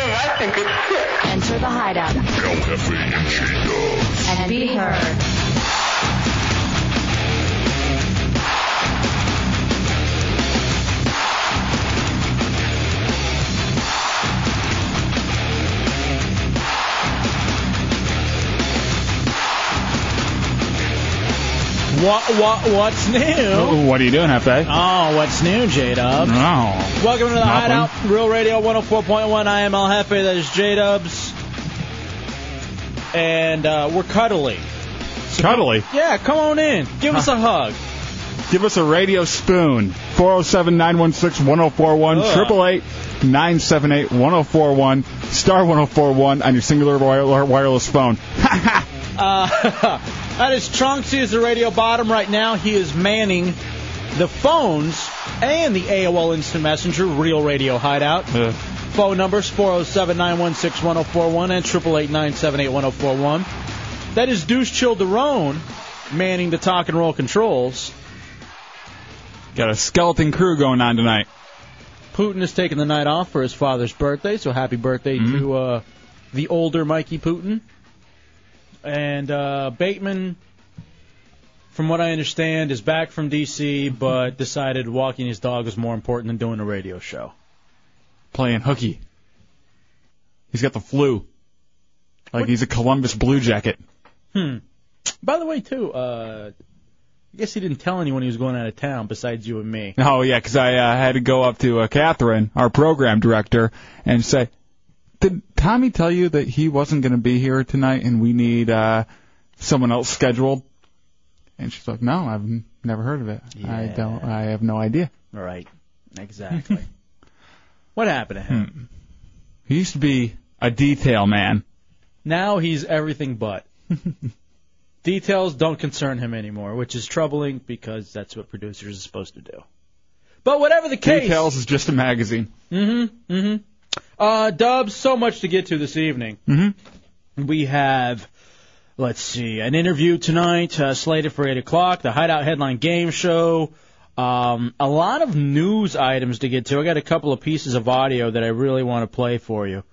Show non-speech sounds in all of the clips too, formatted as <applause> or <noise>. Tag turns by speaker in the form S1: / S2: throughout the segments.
S1: Enter the hideout
S2: Count Hefe and J Dubs.
S1: and be heard.
S3: What, what, what's new?
S4: What are you doing, Hefe?
S3: Oh, what's new, J Dubs?
S4: Oh.
S3: Welcome to the
S4: Nothing.
S3: Hideout, Real Radio 104.1. I am El Jefe, that is J Dubs. And uh, we're cuddly.
S4: Cuddly.
S3: Yeah, come on in. Give us a hug.
S4: Give us a radio spoon. 407 916 1041
S3: Ugh.
S4: 888 978 1041 star 1041 on your singular wire- wireless phone. Ha ha!
S3: Uh, <laughs> that is Trunks. He is the radio bottom right now. He is manning the phones and the AOL Instant Messenger, Real Radio Hideout. Phone numbers 407 916 1041 and 888 978 1041. That is Deuce Childerone manning the talk and roll controls.
S4: Got a skeleton crew going on tonight.
S3: Putin is taking the night off for his father's birthday, so happy birthday to uh, the older Mikey Putin. And uh, Bateman, from what I understand, is back from D.C., but decided walking his dog was more important than doing a radio show.
S4: Playing hooky. He's got the flu. Like he's a Columbus Blue Jacket.
S3: Hmm. By the way, too, uh, I guess he didn't tell anyone he was going out of town besides you and me.
S4: Oh yeah, 'cause I uh, had to go up to uh, Catherine, our program director, and say, "Did Tommy tell you that he wasn't going to be here tonight, and we need uh, someone else scheduled?" And she's like, "No, I've n- never heard of it. I
S3: Yeah.
S4: don't. I have no idea."
S3: All right, exactly. what happened to him?
S4: He used to be a detail man.
S3: Now he's everything <laughs> but. Details don't concern him anymore, which is troubling because that's what producers are supposed to do. But whatever the case,
S4: Details is just a magazine.
S3: Mm-hmm. Mm-hmm. Uh, Dubs, so much to get to this evening. Mm-hmm. We have, let's see, an interview tonight uh, slated for eight o'clock. The Hideout Headline Game Show. Um, a lot of news items to get to. I got a couple of pieces of audio that I really want to play for you.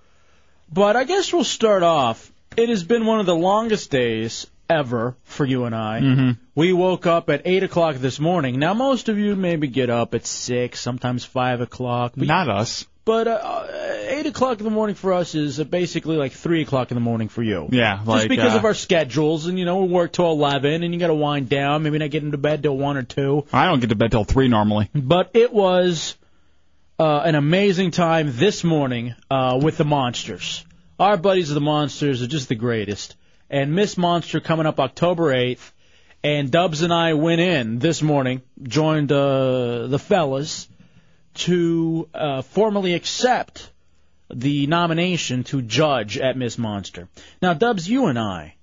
S3: But I guess we'll start off. It has been one of the longest days ever for you and I.
S4: Mm-hmm.
S3: We woke up at eight o'clock this morning. Now most of you maybe get up at six, sometimes five o'clock. But
S4: Not us.
S3: but uh, eight o'clock in the morning for us is uh, basically like three o'clock in the morning for you.
S4: Yeah,
S3: Just
S4: like,
S3: because
S4: uh,
S3: of our schedules, and you know we work till eleven, and you got to wind down. Maybe not get into bed till one or two.
S4: I don't get to bed till three normally.
S3: But it was uh, an amazing time this morning uh, with the monsters. Our buddies of the monsters are just the greatest. And Miss Monster coming up October eighth, and Dubs and I went in this morning, joined uh, the fellas to uh, formally accept the nomination to judge at Miss Monster. Now, Dubs, you and I,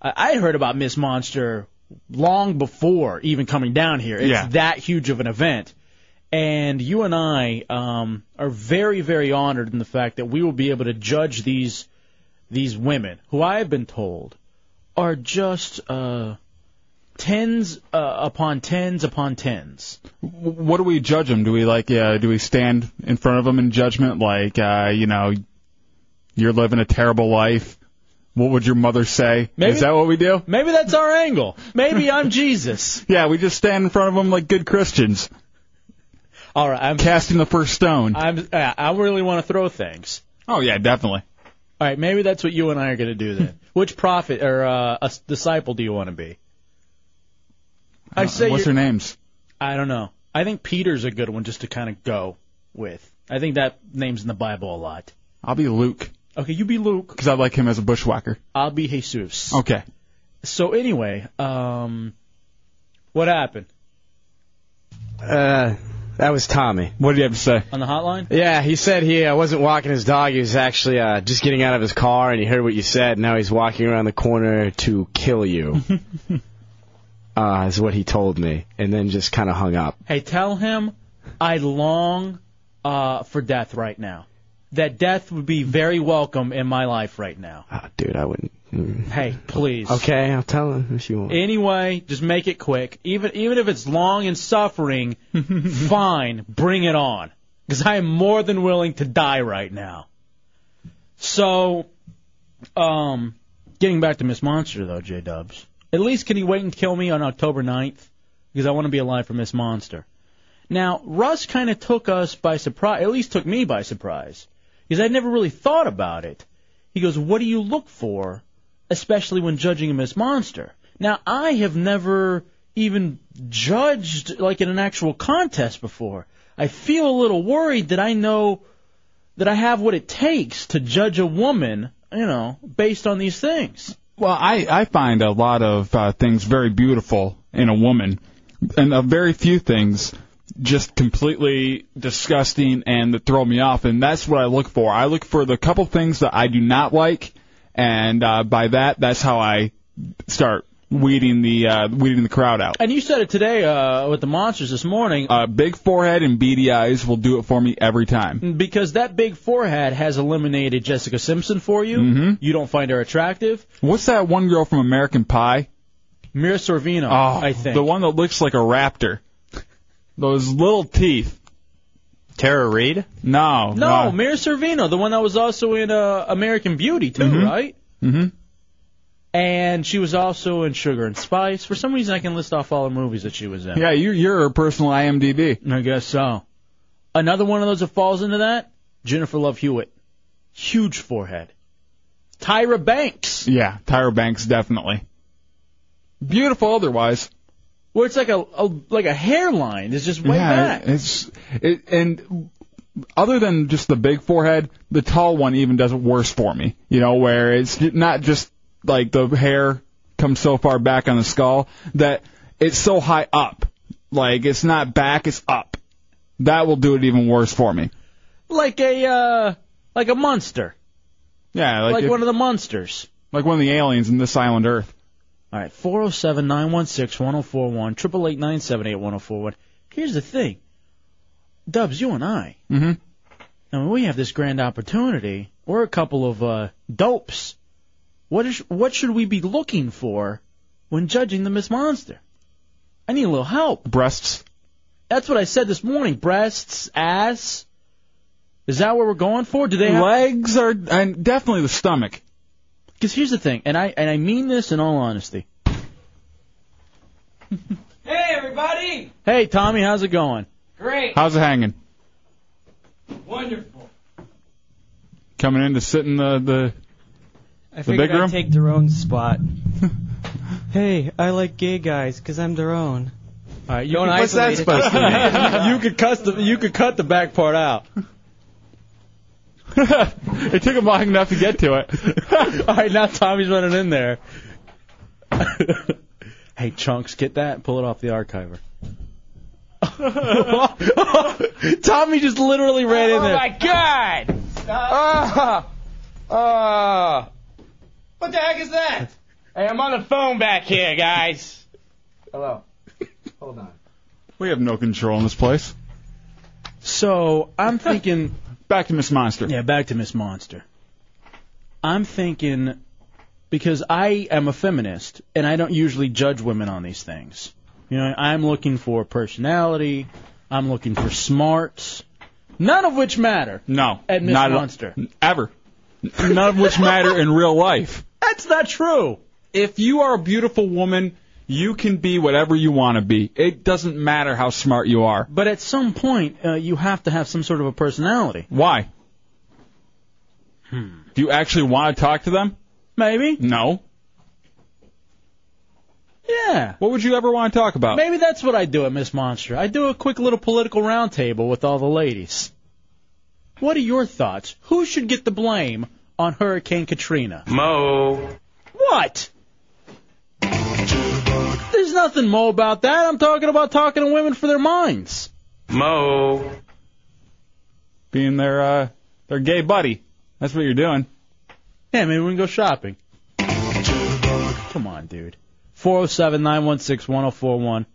S3: I, I heard about Miss Monster long before even coming down here. It's
S4: Yeah.
S3: that huge of an event. And you and I um, are very, very honored in the fact that we will be able to judge these these women, who I have been told are just uh, tens uh, upon tens upon tens.
S4: W- What do we judge him? Do we like? Uh, do we stand in front of him in judgment? Like, uh, you know, you're living a terrible life. What would your mother say?
S3: Maybe-
S4: Is that what we do?
S3: Maybe that's our angle. Maybe I'm Jesus.
S4: <laughs> Yeah, we just stand in front of them like good Christians,
S3: All right, I'm.
S4: casting the first stone.
S3: I'm. Uh, I really want to throw things.
S4: oh yeah, definitely.
S3: All right, maybe that's what you and I are going to
S4: <laughs>
S3: do then. Which prophet or uh, a s- disciple do you want to be? I say.
S4: Uh, What's
S3: you're-
S4: their names?
S3: I don't know. I think Peter's a good one just to kind of go with. I think that name's in the Bible a lot.
S4: I'll be Luke
S3: Okay, you be Luke.
S4: because I like him as a bushwhacker.
S3: I'll be Jesus.
S4: Okay.
S3: So anyway, um, what happened?
S5: Uh, That was Tommy.
S4: What did you have to say?
S3: on the hotline.
S5: Yeah, he said he uh, wasn't walking his dog. He was actually uh, just getting out of his car, and he heard what you said. Now he's walking around the corner to kill you. uh, is what he told me, and then just kind of hung up.
S3: Hey, tell him I long uh, for death right now. That death would be very welcome in my life right now.
S5: Ah, dude, I wouldn't. mm.
S3: Hey, please.
S5: Okay, I'll tell him if you
S3: <laughs>
S5: want.
S3: Anyway, just make it quick. Even even if it's long and suffering, fine, bring it on. Because I am more than willing to die right now. So, um, getting back to Miss Monster though, J Dubs. At least can he wait and kill me on October 9th? Because I want to be alive for Miss Monster. Now, Russ kind of took us by surprise. At least took me by surprise. Because I'd never really thought about it. He goes, "What do you look for?" especially when judging a Miss Monster. Now, I have never even judged like in an actual contest before. I feel a little worried that I know that I have what it takes to judge a woman, you know, based on these things.
S4: Well, I, I find a lot of uh, things very beautiful in a woman, and a very few things just completely disgusting and that throw me off, and that's what I look for. I look for the couple things that I do not like, and uh, by that, that's how I start weeding the uh, weeding the crowd out.
S3: And you said it today uh, with the monsters this morning
S4: Uh, big forehead and beady eyes will do it for me every
S3: Mm.
S4: time.
S3: because that big forehead has eliminated Jessica Simpson for you. Mm-hmm. You don't find her attractive.
S4: What's that one girl from American Pie?
S3: Mira Sorvino,
S4: Oh,
S3: I think.
S4: the one that looks like a raptor. Those little teeth.
S5: Tara Reid?
S4: No,
S3: No,
S4: no.
S3: Mira Sorvino, the one that was also in uh, American Beauty too, right?
S4: hmm
S3: And she was also in Sugar and Spice. For some reason, I can list off all the movies that she was in.
S4: Yeah, you're you're a personal IMDb.
S3: I guess so. Another one of those that falls into that: Jennifer Love Hewitt, huge forehead. Tyra Banks,
S4: Yeah, Tyra Banks definitely. Beautiful otherwise.
S3: where it's like a, a like a hairline is just way
S4: yeah,
S3: back.
S4: it's it, and other than just the big forehead, the tall one even does it worse for me. You know, where it's not just like the hair comes so far back on the skull that it's so high up. Like it's not back, it's up. That will do it even worse for me.
S3: like a uh, like a monster,
S4: Yeah, like
S3: like
S4: if-
S3: one of the monsters.
S4: like one of the aliens in this island Earth.
S3: All right, 407 916 1041, 888 978 1041. Here's the thing Dubs, you and I,
S4: Mhm.
S3: I mean, we have this grand opportunity. We're a couple of uh, dopes. What, is, what should we be looking for when judging the Miss Monster? I need a little help.
S4: Breasts.
S3: That's what I said this morning. Breasts, ass. Is that what we're going for? Do they have
S4: Legs are and definitely the stomach.
S3: Because here's the thing, and I and I mean this in all honesty.
S6: Hey everybody!
S3: Hey Tommy, how's it going?
S6: Great!
S4: How's it hanging?
S6: Wonderful.
S4: Coming in to sit in the, the
S6: I
S4: figured big I'd room?
S6: take Daron's spot. hey, I like gay guys because I'm Daron.
S3: All right, you
S6: Don't
S3: can-
S6: What's that isolate
S5: supposed
S3: <laughs> you could cut the you could cut the back part <laughs> out.
S4: it took him long enough to get to it.
S3: <laughs> All right, now Tommy's running in there. <laughs> hey, chunks, get that and pull it off the archiver. <laughs> Oh Tommy just literally ran
S5: Oh
S3: in there.
S6: god! Ah! Ah! What the heck is that?
S5: Hey, I'm on the phone back here, guys. Hello. Hold on.
S4: we have no control in this place.
S3: So I'm thinking,
S4: <laughs> Back to Miss Monster.
S3: yeah, back to Miss Monster. I'm thinking because I am a feminist and I don't usually judge women on these things. You know, I'm looking for personality. I'm looking for smarts. None of which matter.
S4: No,
S3: And Miss
S4: not at all.
S3: Monster.
S4: ever. None of which matter in real life.
S3: <laughs> That's not true.
S4: If you are a beautiful woman, you can be whatever you want to be. It doesn't matter how smart you are.
S3: But at some point, uh, you have to have some sort of a personality. Hmm.
S4: Why? Do you actually want to talk to them?
S3: Maybe.
S4: No.
S3: Yeah.
S4: What would you ever want to talk about?
S3: Maybe that's what I do at Miss Monster. I do a quick little political roundtable with all the ladies. What are your thoughts? Who should get the blame on Hurricane Katrina?
S7: Mo.
S3: What? There's nothing mo about that. I'm talking about talking to women for their minds.
S4: Mo. Being their uh, their gay buddy. That's what you're doing.
S3: Yeah, maybe we can go shopping. Come on, dude. 407 916 1041.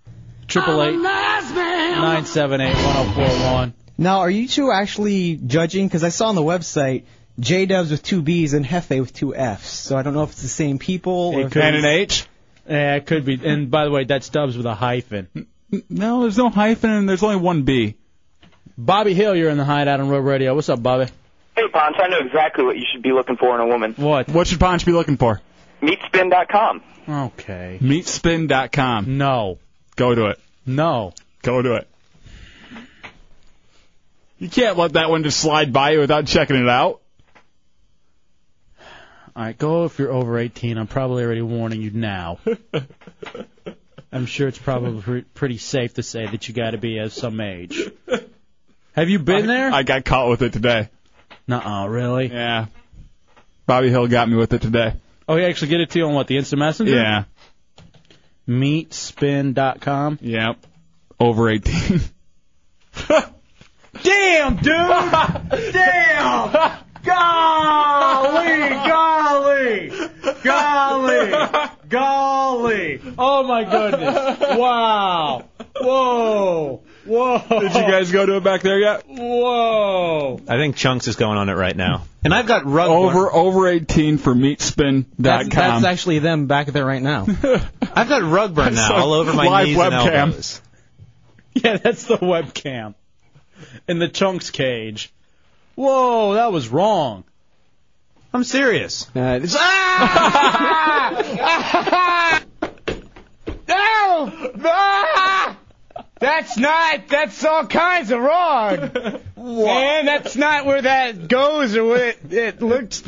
S3: 978 1041.
S8: Now, are you two actually judging? Because I saw on the website J Dubs with two B's and Hefe with two F's. So I don't know if it's the same people. Or if it's-
S4: H?
S3: Yeah, it could be. And by the way, that's Dubs with a hyphen.
S4: No, there's no hyphen and there's only one B.
S3: Bobby Hill, you're in the hideout on Road Radio. What's up, Bobby?
S9: Hey, Ponch, I know exactly what you should be looking for in a woman.
S3: What?
S4: What should Ponch be looking for?
S9: Meatspin.com.
S3: Okay.
S4: Meatspin.com.
S3: No.
S4: Go to it.
S3: No.
S4: Go to it. You can't let that one just slide by you without checking it out.
S3: All right, go if you're over 18. I'm probably already warning you <laughs> now. I'm sure it's probably pre- pretty safe to say that you got to be of some age. Have you been there?
S4: I got caught with it today.
S3: Nuh-uh, really?
S4: Yeah. Bobby Hill got me with it today.
S3: Oh, he actually get it to you on what, the Instant Messenger?
S4: Yeah.
S3: Meatspin.com.
S4: Yep. Over 18.
S3: Damn, dude! <laughs> Damn! Golly, golly, <laughs> golly, golly! Oh my goodness! <laughs> Wow! Whoa! Whoa!
S4: <laughs> Did you guys go to it back there yet?
S3: Whoa! <laughs>
S10: I think Chunks is going on it right now. And I've got rug
S4: Over over 18 for meatspin.com.
S8: That's, that's actually them back there right
S4: <laughs>
S8: now.
S10: I've got rug burn now all over my
S4: Live
S10: knees and
S4: webcam.
S10: elbows.
S3: <laughs> Yeah, that's the webcam in the chunks cage. Whoa, that was wrong.
S10: I'm serious.
S5: Uh,
S3: <laughs>
S5: it's, ah! no! Ah! That's not. That's all kinds of wrong. Man, that's not where that goes or what it, it looks.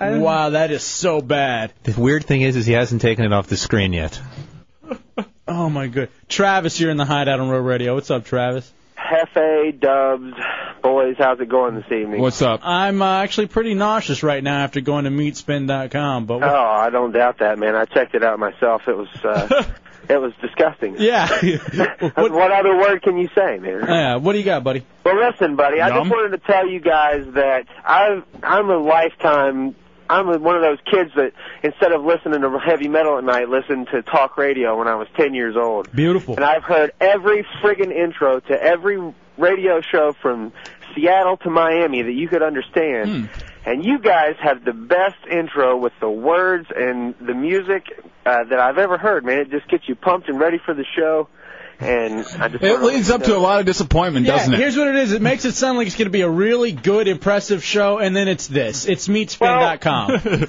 S3: Wow, that is so bad.
S10: The weird thing is, is he hasn't taken it off the screen yet.
S3: Oh my good. Travis, you're in the hideout on Road Radio. What's up, Travis?
S9: Hefe, Dubs, boys, how's it going this evening?
S4: What's up?
S3: I'm uh, actually pretty nauseous right now after going to meatspin.com, but
S9: Oh, I don't doubt that, man. I checked it out myself. It was, uh, it was disgusting.
S3: <laughs>
S9: <laughs>
S3: yeah.
S9: What,
S3: what,
S9: other word can you say, man?
S3: yeah, what do you got, buddy?
S9: Well, listen, buddy. I
S4: Yum.
S9: just wanted to tell you guys that I've, I'm a lifetime. I'm a- one of those kids that instead of listening to heavy metal at night, listened to talk radio when I was 10 years old.
S3: Beautiful.
S9: And I've heard every friggin' intro to every radio show from Seattle to Miami that you could understand. And you guys have the best intro with the words and the music uh, that I've ever heard, man. It just gets you pumped and ready for the show. And I just
S4: It
S9: wanna let
S4: leads
S9: you
S4: up to a
S9: know-
S4: lot of disappointment, doesn't
S3: yeah,
S4: it?
S3: here's what it is. It makes it sound like it's going to be a really good, impressive show, and then it's this.
S4: <laughs>
S3: It's meatspin.com.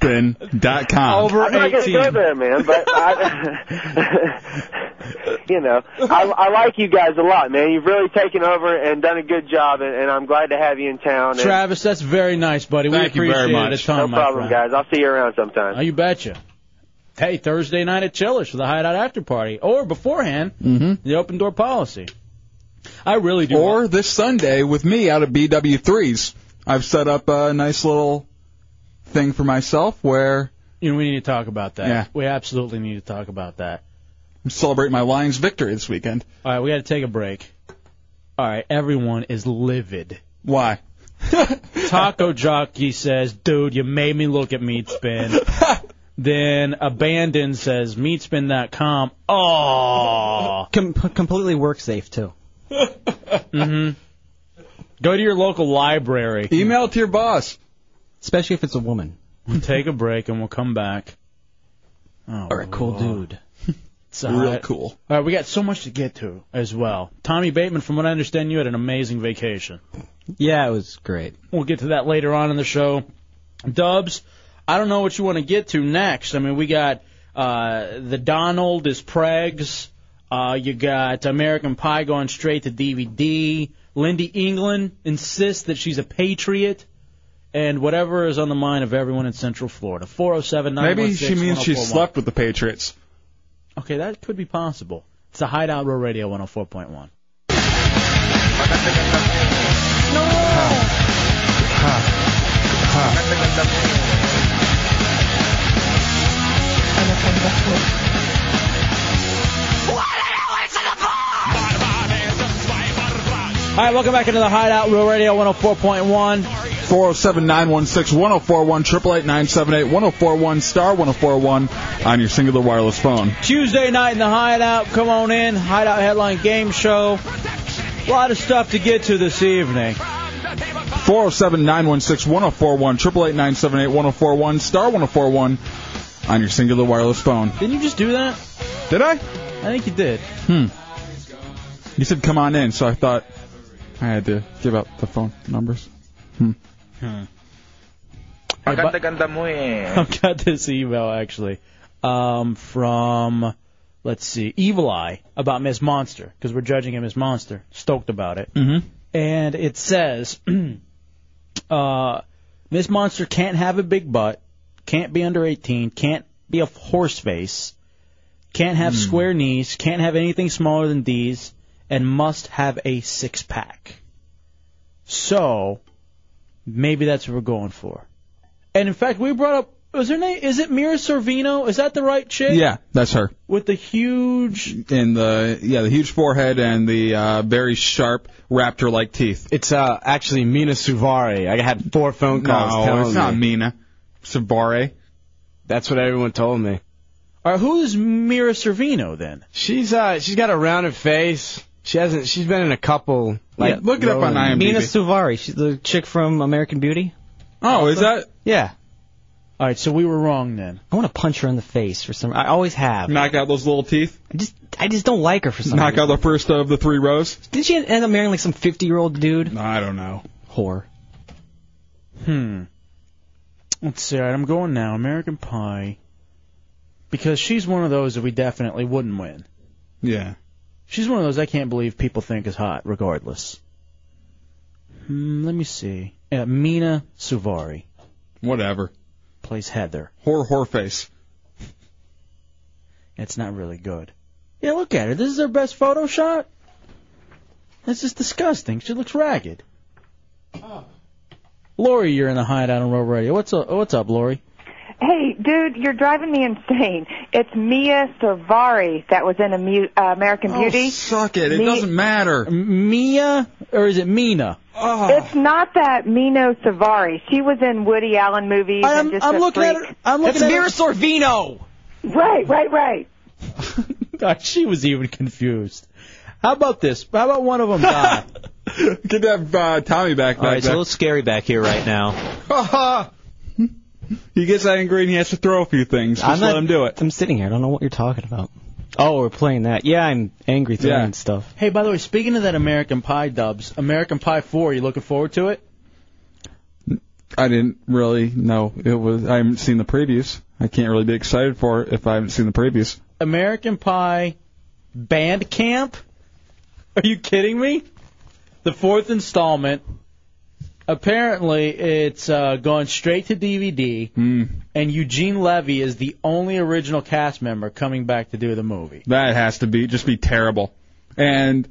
S4: Meatspin.com.
S3: Over
S9: I'm not gonna
S3: 18.
S9: go there, man. But
S4: <laughs>
S9: I, <laughs> you know, I, I like you guys a lot, man. You've really taken over and done a good job, and, and I'm glad to have you in town. And
S3: Travis, that's very nice, buddy.
S4: Thank
S3: we
S4: you
S3: appreciate
S4: very
S3: it a
S4: much.
S3: ton,
S9: no
S3: my
S9: problem, guys.
S3: friend.
S9: I'll see you around sometime.
S3: Oh, you betcha. Hey, Thursday night at Chili's for the Hideout After Party, or beforehand,
S4: Mhm.
S3: the open door policy. I really do.
S4: Or this Sunday with me out of BW3s. I've set up a nice little thing for myself where
S3: you know, we need to talk about that.
S4: Yeah.
S3: We absolutely need to talk about that.
S4: I celebrate my Lions victory this weekend.
S3: All right, we got to take a break. All right, everyone is livid.
S4: Why?
S3: <laughs> Taco Jockey says, dude, you made me look at
S4: <laughs>
S3: Meatspin. then Abandon says, meatspin.com. Oh.
S8: Com- completely work safe too.
S3: Mm-hmm. Go to your local library.
S4: Email to your boss.
S8: Especially if it's a woman
S3: We'll take a break and we'll come back. Oh,
S8: or a cool dude.
S3: <laughs> it's all
S4: Real
S3: right.
S4: cool.
S3: All right, we got so much to get to as well. Tommy Bateman, from what I understand, you had an amazing vacation.
S8: Yeah, it was great.
S3: We'll get to that later on in the show. Dubs, I don't know what you want to get to next. I mean, we got uh, the Donald is Pregs. Uh, you got American Pie going straight to DVD. Lindy England insists that she's a patriot. And whatever is on the mind of everyone in Central Florida. 407
S4: Maybe she means she slept with the Patriots.
S3: Okay, that could be possible. It's a Hideout Row Radio 104.1.
S1: Why do you listen to Paul?
S3: right, welcome back into the Hideout, Real Radio 104.1.
S4: 407 916 1041 888 978 1041 star 1041 on your singular wireless phone.
S3: Tuesday night in the Hideout. Come on in. Hideout Headline Game Show. A lot of stuff to get to this evening.
S4: 407 916 1041 888 978 1041 star 1041 on your singular wireless phone.
S3: Didn't you just do that?
S4: Did I? I
S3: think you did.
S4: Hmm. You said come on in, so I thought I had to give out the phone numbers. Hmm.
S3: <laughs> I've got this email actually um, from let's see, Evil Eye about Miss Monster because we're judging him as Monster. Stoked about it.
S4: Mm-hmm.
S3: And it says, <clears throat> uh, Miss Monster can't have a big butt, can't be under 18, can't be a horse face, can't have square knees, can't have anything smaller than these, and must have a six pack. So, maybe that's what we're going for. And in fact, we brought up, was her name, is it Mira Sorvino? Is that the right chick?
S4: Yeah, that's her.
S3: With the huge.
S4: And the yeah, the huge forehead and the uh, very sharp raptor-like teeth.
S5: It's uh actually Mina Suvari. I had four phone calls
S4: No,
S5: telling
S4: it's not
S5: me.
S4: Mina. Suvari.
S5: That's what everyone told me.
S3: All right, who is Mira Servino then?
S5: She's uh she's got a rounded face. She hasn't. She's been in a couple. Like rolling-
S11: Mina Suvari, she's the chick from American Beauty.
S4: Oh, is that?
S11: Yeah.
S3: Uh, All right, so we were wrong then.
S11: I want to punch her in the face for some. I always have.
S4: Knock out those little teeth.
S11: I just, I just don't like her for some
S4: Knock
S11: reason.
S4: out the first of the three rows.
S11: Did she end up marrying like some 50 year old dude?
S4: I don't know.
S11: Whore.
S3: Hmm. Let's see. All right, I'm going now. American Pie. Because she's one of those that we definitely wouldn't win.
S4: Yeah.
S3: She's one of those I can't believe people think is hot, regardless. Hmm, let me see. Uh, Mina Suvari
S4: Whatever.
S3: plays Heather.
S4: Whore, whore face.
S3: It's not really good. Yeah, look at her. This is her best photo shot. That's just disgusting. She looks ragged.
S4: Oh.
S3: Lori, you're in the hideout on Road Radio. What's up? What's up, Lori?
S12: Hey, dude, you're driving me insane. It's Mia Savari that was in a mu- uh, American
S3: Oh,
S12: Beauty.
S4: Oh, suck it. It
S12: Me-
S4: doesn't matter.
S3: Mia, or is it Mina? <laughs>
S12: It's not that Mino Savari. She was in Woody Allen movies.
S3: I'm-
S12: and just
S3: I'm
S12: a
S3: looking at
S12: freak.
S3: her- I'm looking It's at her- Mira
S11: Sorvino.
S12: Right, right, right.
S3: Oh, God, she was even confused. How about this? How about one of them die?
S4: <laughs> Get that uh, Tommy back.
S10: All right,
S4: back,
S10: it's a little scary back here right now.
S4: back. he gets angry and he has to throw a few things. Just let him do it.
S11: I'm sitting here. I don't know what you're talking about. Oh, we're playing that. Yeah, I'm angry throwing
S3: Yeah.
S11: and stuff.
S3: hey, by the way, speaking of that American Pie dubs, American Pie 4, you looking forward to it?
S4: I didn't really know it was. I haven't seen the previews. I can't really be excited for it if I haven't seen the previews.
S3: American Pie Band Camp? Are you kidding me? The fourth installment. Apparently, it's uh, gone straight to DVD, and Eugene Levy is the only original cast member coming back to do the movie.
S4: That has to be just be terrible. And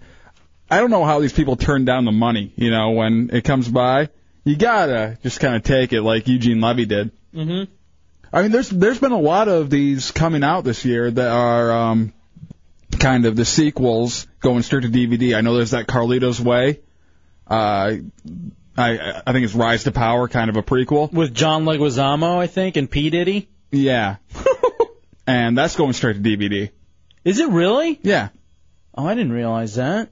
S4: I don't know how these people turn down the money. You know, when it comes by, you gotta just kind of take it like Eugene Levy did.
S3: Mm-hmm.
S4: I mean, there's there's been a lot of these coming out this year that are um, kind of the sequels going straight to DVD. I know there's that Carlito's Way. Uh, I I think it's Rise to Power, kind of a prequel.
S3: With John Leguizamo, I think, and P. Diddy. <laughs>
S4: Yeah. and that's going straight to DVD.
S3: Is it really?
S4: Yeah.
S3: Oh, I didn't realize that.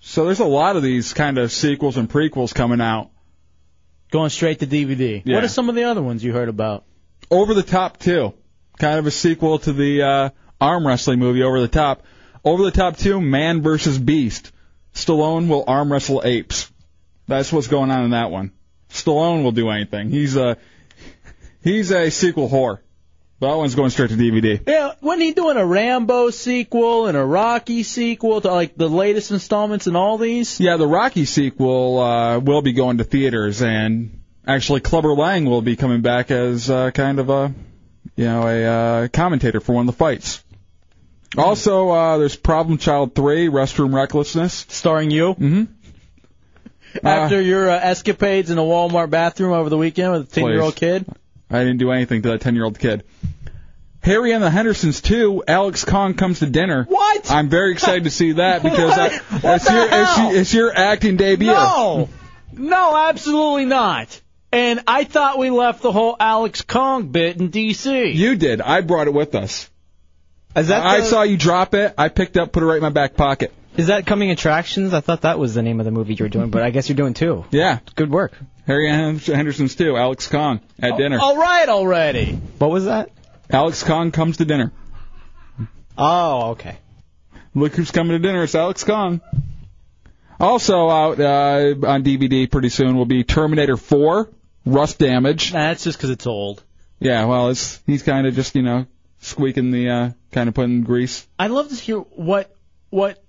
S4: So there's a lot of these kind of sequels and prequels coming out.
S3: Going straight to DVD.
S4: Yeah.
S3: What are some of the other ones you heard about?
S4: Over the Top 2, kind of a sequel to the uh, arm wrestling movie Over the Top. Over the Top 2, Man versus Beast. Stallone will arm wrestle apes. That's what's going on in that one. Stallone will do anything. He's a he's a sequel whore. But that one's going straight to DVD.
S3: Yeah, wasn't he doing a Rambo sequel and a Rocky sequel to like the latest installments and all these?
S4: Yeah, the Rocky sequel uh, will be going to theaters, and actually, Clubber Lang will be coming back as uh, kind of a, you know, a uh, commentator for one of the fights.
S3: Hmm.
S4: Also, uh, there's Problem Child 3, Restroom Recklessness.
S3: Starring you?
S4: Mm-hmm.
S3: After your uh, escapades in a Walmart bathroom over the weekend with a 10 year old kid?
S4: I didn't do anything to that 10-year-old kid. Harry and the Hendersons too. Alex Kong comes to dinner. What? I'm very excited to see that
S3: <laughs>
S4: because I, it's, your, it's, your- it's your acting debut.
S3: No, no, absolutely not. And I thought we left the whole Alex Kong bit in D.C.
S4: You did. I brought it with us.
S6: Is that
S4: I
S6: the-
S4: saw you drop it. I picked up, put it right in my back pocket.
S6: Is that coming attractions? I thought that was the name of the movie you were doing, but I guess you're doing two.
S4: Yeah.
S6: Good work.
S4: Harry and Henderson's too. Alex Kong at dinner.
S3: Oh, All right, already.
S6: What was that?
S4: Alex Kong comes to dinner.
S6: Oh, okay.
S4: Look who's coming to dinner. It's Alex Kong. Also out uh, on DVD pretty soon will be Terminator 4, Rust Damage.
S3: That's just because it's old.
S4: Yeah, well, it's he's kind of just you know squeaking the uh, kind of putting grease.
S3: I'd love to hear what what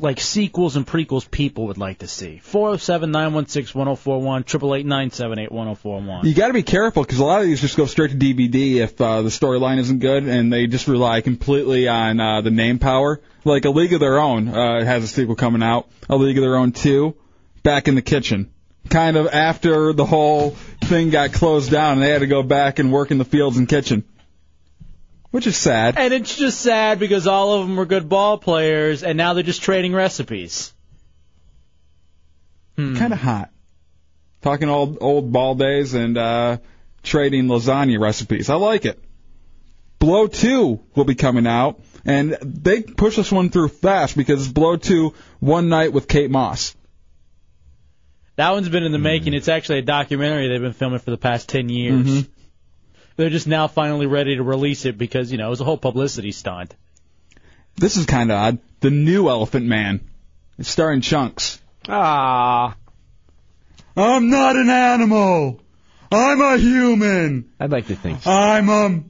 S3: like sequels and prequels people would like to see. Four zero seven nine one six one zero four one triple eight nine seven eight one zero four one.
S4: You got to be careful because a lot of these just go straight to DVD if uh, the storyline isn't good, and they just rely completely on uh, the name power. Like A League of Their Own uh, has a sequel coming out, A League of Their Own Two, Back in the Kitchen. Kind of after the whole thing got closed down, and they had to go back and work in the fields and kitchen, which is sad.
S3: And it's just sad because all of them were good ball players, and now they're just trading recipes.
S4: Kind of hot. Talking old old ball days and uh, trading lasagna recipes. I like it. Blow two will be coming out, and they push this one through fast because it's Blow two, one night with Kate Moss.
S3: That one's been in the making. It's actually a documentary they've been filming for the past ten years. They're just now finally ready to release it because you know it was a whole publicity stunt.
S4: This is kind of odd. The new Elephant Man, it's starring Chunks.
S5: Ah.
S4: I'm not an animal. I'm a human.
S5: I'd like to think.
S4: I'm a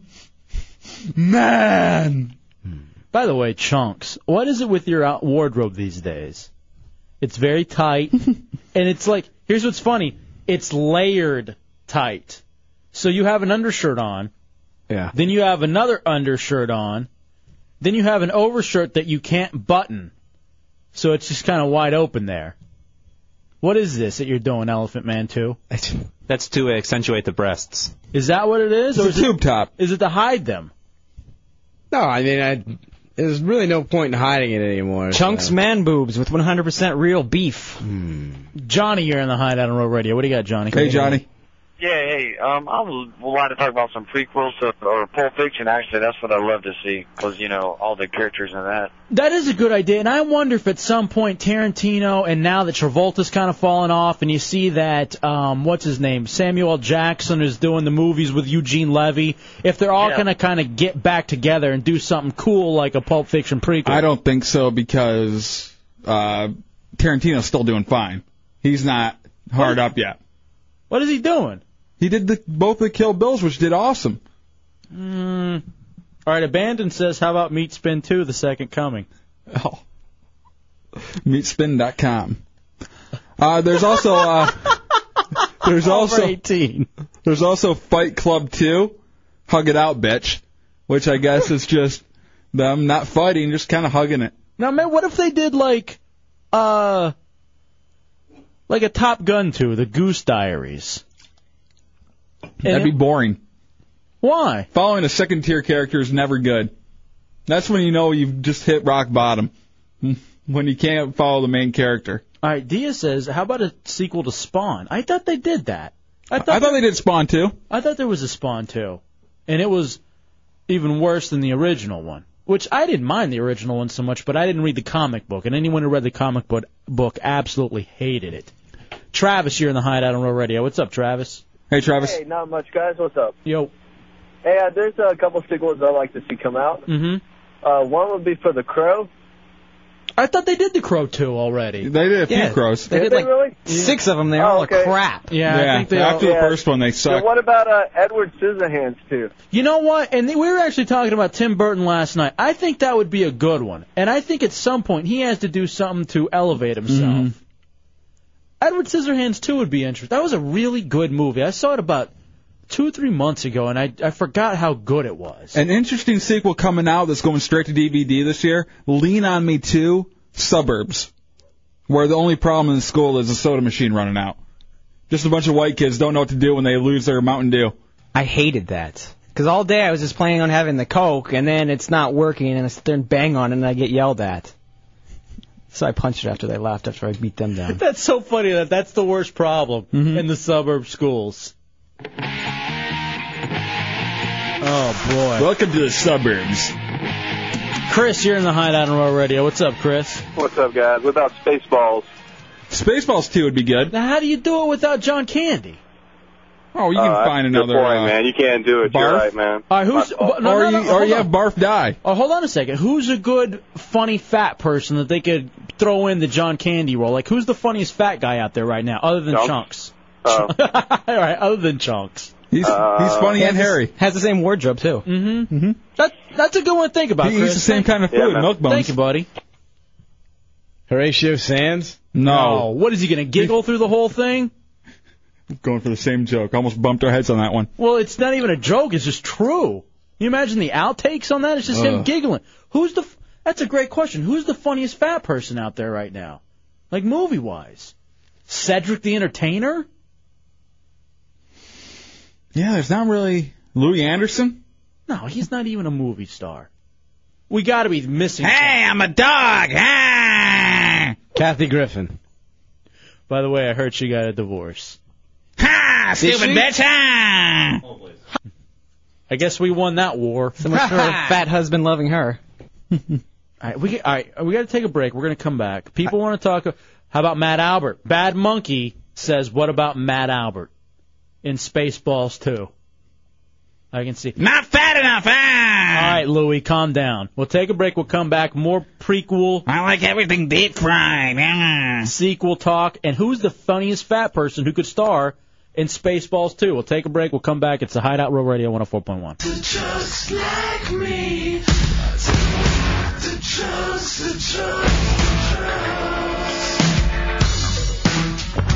S4: man.
S3: Hmm. By the way, chunks. What is it with your uh, wardrobe these days? It's
S4: <laughs>
S3: very tight, and it's like here's what's funny. It's layered tight. So you have an undershirt on.
S5: Yeah.
S3: Then you have another undershirt on. Then you have an overshirt that you can't button. So it's just kind of wide open there. What is this that you're doing, Elephant Man 2?
S10: That's to accentuate the breasts.
S3: Is that what it is? or is
S4: tube
S3: it,
S4: top.
S3: Is it to hide them?
S5: No, I mean, I, there's really no point in hiding it anymore.
S6: Chunks
S5: so.
S6: man boobs with 100% real beef.
S3: Johnny, you're in the hideout on Road Radio. What do you got, Johnny?
S4: Hey Johnny.
S13: Yeah, hey, um, I would like to talk about some prequels of, or Pulp Fiction. Actually, that's what I love to see because you know all the characters in that.
S3: That is a good idea, and I wonder if at some point Tarantino, and now that Travolta's kind of fallen off, and you see that um, what's his name, Samuel Jackson is doing the movies with Eugene Levy, if they're all gonna kind of get back together and do something cool like a Pulp Fiction prequel.
S4: I don't think so because uh, Tarantino's still doing fine. He's not hard up yet.
S3: What is he doing?
S4: He did the, both the Kill Bills, which did awesome.
S3: Mm. All right, Abandon says, how about Meat Spin Two: The Second Coming?
S4: Oh. Meatspin.com. Uh, there's also uh, there's also
S3: 18.
S4: there's also Fight Club 2, Hug It Out, Bitch, which I guess is just them not fighting, just kind of hugging it.
S3: Now, man, what if they did like, uh, like a Top Gun Two: The Goose Diaries?
S4: That'd be boring.
S3: Why?
S4: Following a second tier character is never good. That's when you know you've just hit rock bottom. <laughs> When you can't follow the main character.
S3: All right, Dia says, how about a sequel to Spawn? I thought they did that. I thought,
S4: I thought they did Spawn too.
S3: I thought there was a Spawn too, and it was even worse than the original one. Which I didn't mind the original one so much, but I didn't read the comic book, and anyone who read the comic book book absolutely hated it. Travis, you're in the hideout on Row Radio. What's up, Travis?
S4: Hey, Travis.
S9: Hey, not much, guys. What's up?
S3: Yo.
S9: Hey, uh, there's a couple sequels I'd like to see come out.
S3: Mm-hmm.
S9: Uh, one would be for The Crow.
S3: I thought they did the Crow two already.
S4: They did a few
S3: Yeah.
S4: crows.
S9: Did they really? Oh,
S6: Six of them, they're all
S9: okay.
S6: a crap.
S3: Yeah, I think they all-
S4: after the first one they
S9: So
S4: sucked.
S9: what about uh, Edward Scissorhands too?
S3: You know what? And we were actually talking about Tim Burton last night. I think that would be a good one. And I think at some point he has to do something to elevate himself. Edward Scissorhands 2 would be interesting. That was a really good movie. I saw it about two or three months ago, and I, I forgot how good it was.
S4: An interesting sequel coming out that's going straight to DVD this year. Lean on Me Too, Suburbs, where the only problem in the school is a soda machine running out. Just a bunch of white kids don't know what to do when they lose their Mountain Dew.
S6: I hated that.
S11: Because all day I was just planning on having the Coke, and then it's not working, and I sit there and bang on it, and I get yelled at. So I punched it after they left, after I beat them
S3: <laughs>
S11: down.
S3: That's so funny that that's the worst problem in the suburb schools. Oh boy. Welcome to the suburbs. Chris, you're in the hideout on Royal Radio. What's up, Chris?
S9: What's up, guys? What about Spaceballs?
S3: Spaceballs 2 would be good. Now, how do you do it without John Candy?
S4: Oh, you
S9: Uh,
S4: can
S9: that's
S4: find
S9: a good
S4: another.
S9: point,
S4: uh,
S9: man. You can't do it. You're
S4: barf?
S9: right, man.
S3: All right, who's
S9: My fault.
S3: no, no,
S4: Or
S3: no,
S4: you- or
S3: hold
S4: you
S3: on.
S4: have barf die.
S3: Oh, hold on a second. Who's a good funny fat person that they could throw in the John Candy role? Like, who's the funniest fat guy out there right now, other than Chunks? <laughs> All right, other than Chunks. Uh,
S4: He's he's
S1: Uh,
S4: funny and hairy.
S11: Has the same wardrobe too.
S3: Mm-hmm. mm-hmm. That that's a good one to think about.
S4: He
S3: Chris.
S4: eats the same kind of
S3: Thank-
S4: food, milk bones.
S3: Thank you, buddy.
S5: Horatio Sands?
S4: Oh.
S3: No. Oh, What is he gonna giggle through the whole thing?
S4: Going for the same joke. Almost bumped our heads on that one.
S3: Well, it's not even a joke. It's just true. You imagine the outtakes on that? It's just him
S4: Ugh.
S3: giggling. Who's the? f That's a great question. Who's the funniest fat person out there right now? Like movie wise, Cedric the Entertainer.
S4: Yeah, there's not really Louis Anderson.
S3: No, he's not even a movie star. We got to be missing. Hey,
S4: I'm a dog.
S5: Kathy Griffin.
S3: By the way, I heard she got a divorce.
S4: Ha!
S3: stupid bitch,
S4: Ha!
S3: I guess we won that war.
S11: So
S3: <laughs>
S11: much for her fat husband loving her.
S3: All right, we all right, we got to take a break. We're going to come back. People want to talk. How about Matt Albert? Bad Monkey says, "What about Matt Albert in Spaceballs too?" I can see.
S4: Not fat enough. Ah!
S3: All right, Louie, calm down. We'll take a break. We'll come back. More prequel.
S4: I like everything deep fried.
S3: Sequel talk. And who's the funniest fat person who could star in Spaceballs too? We'll take a break. We'll come back. It's the Hideout Real Radio 104.1.
S2: Just like me.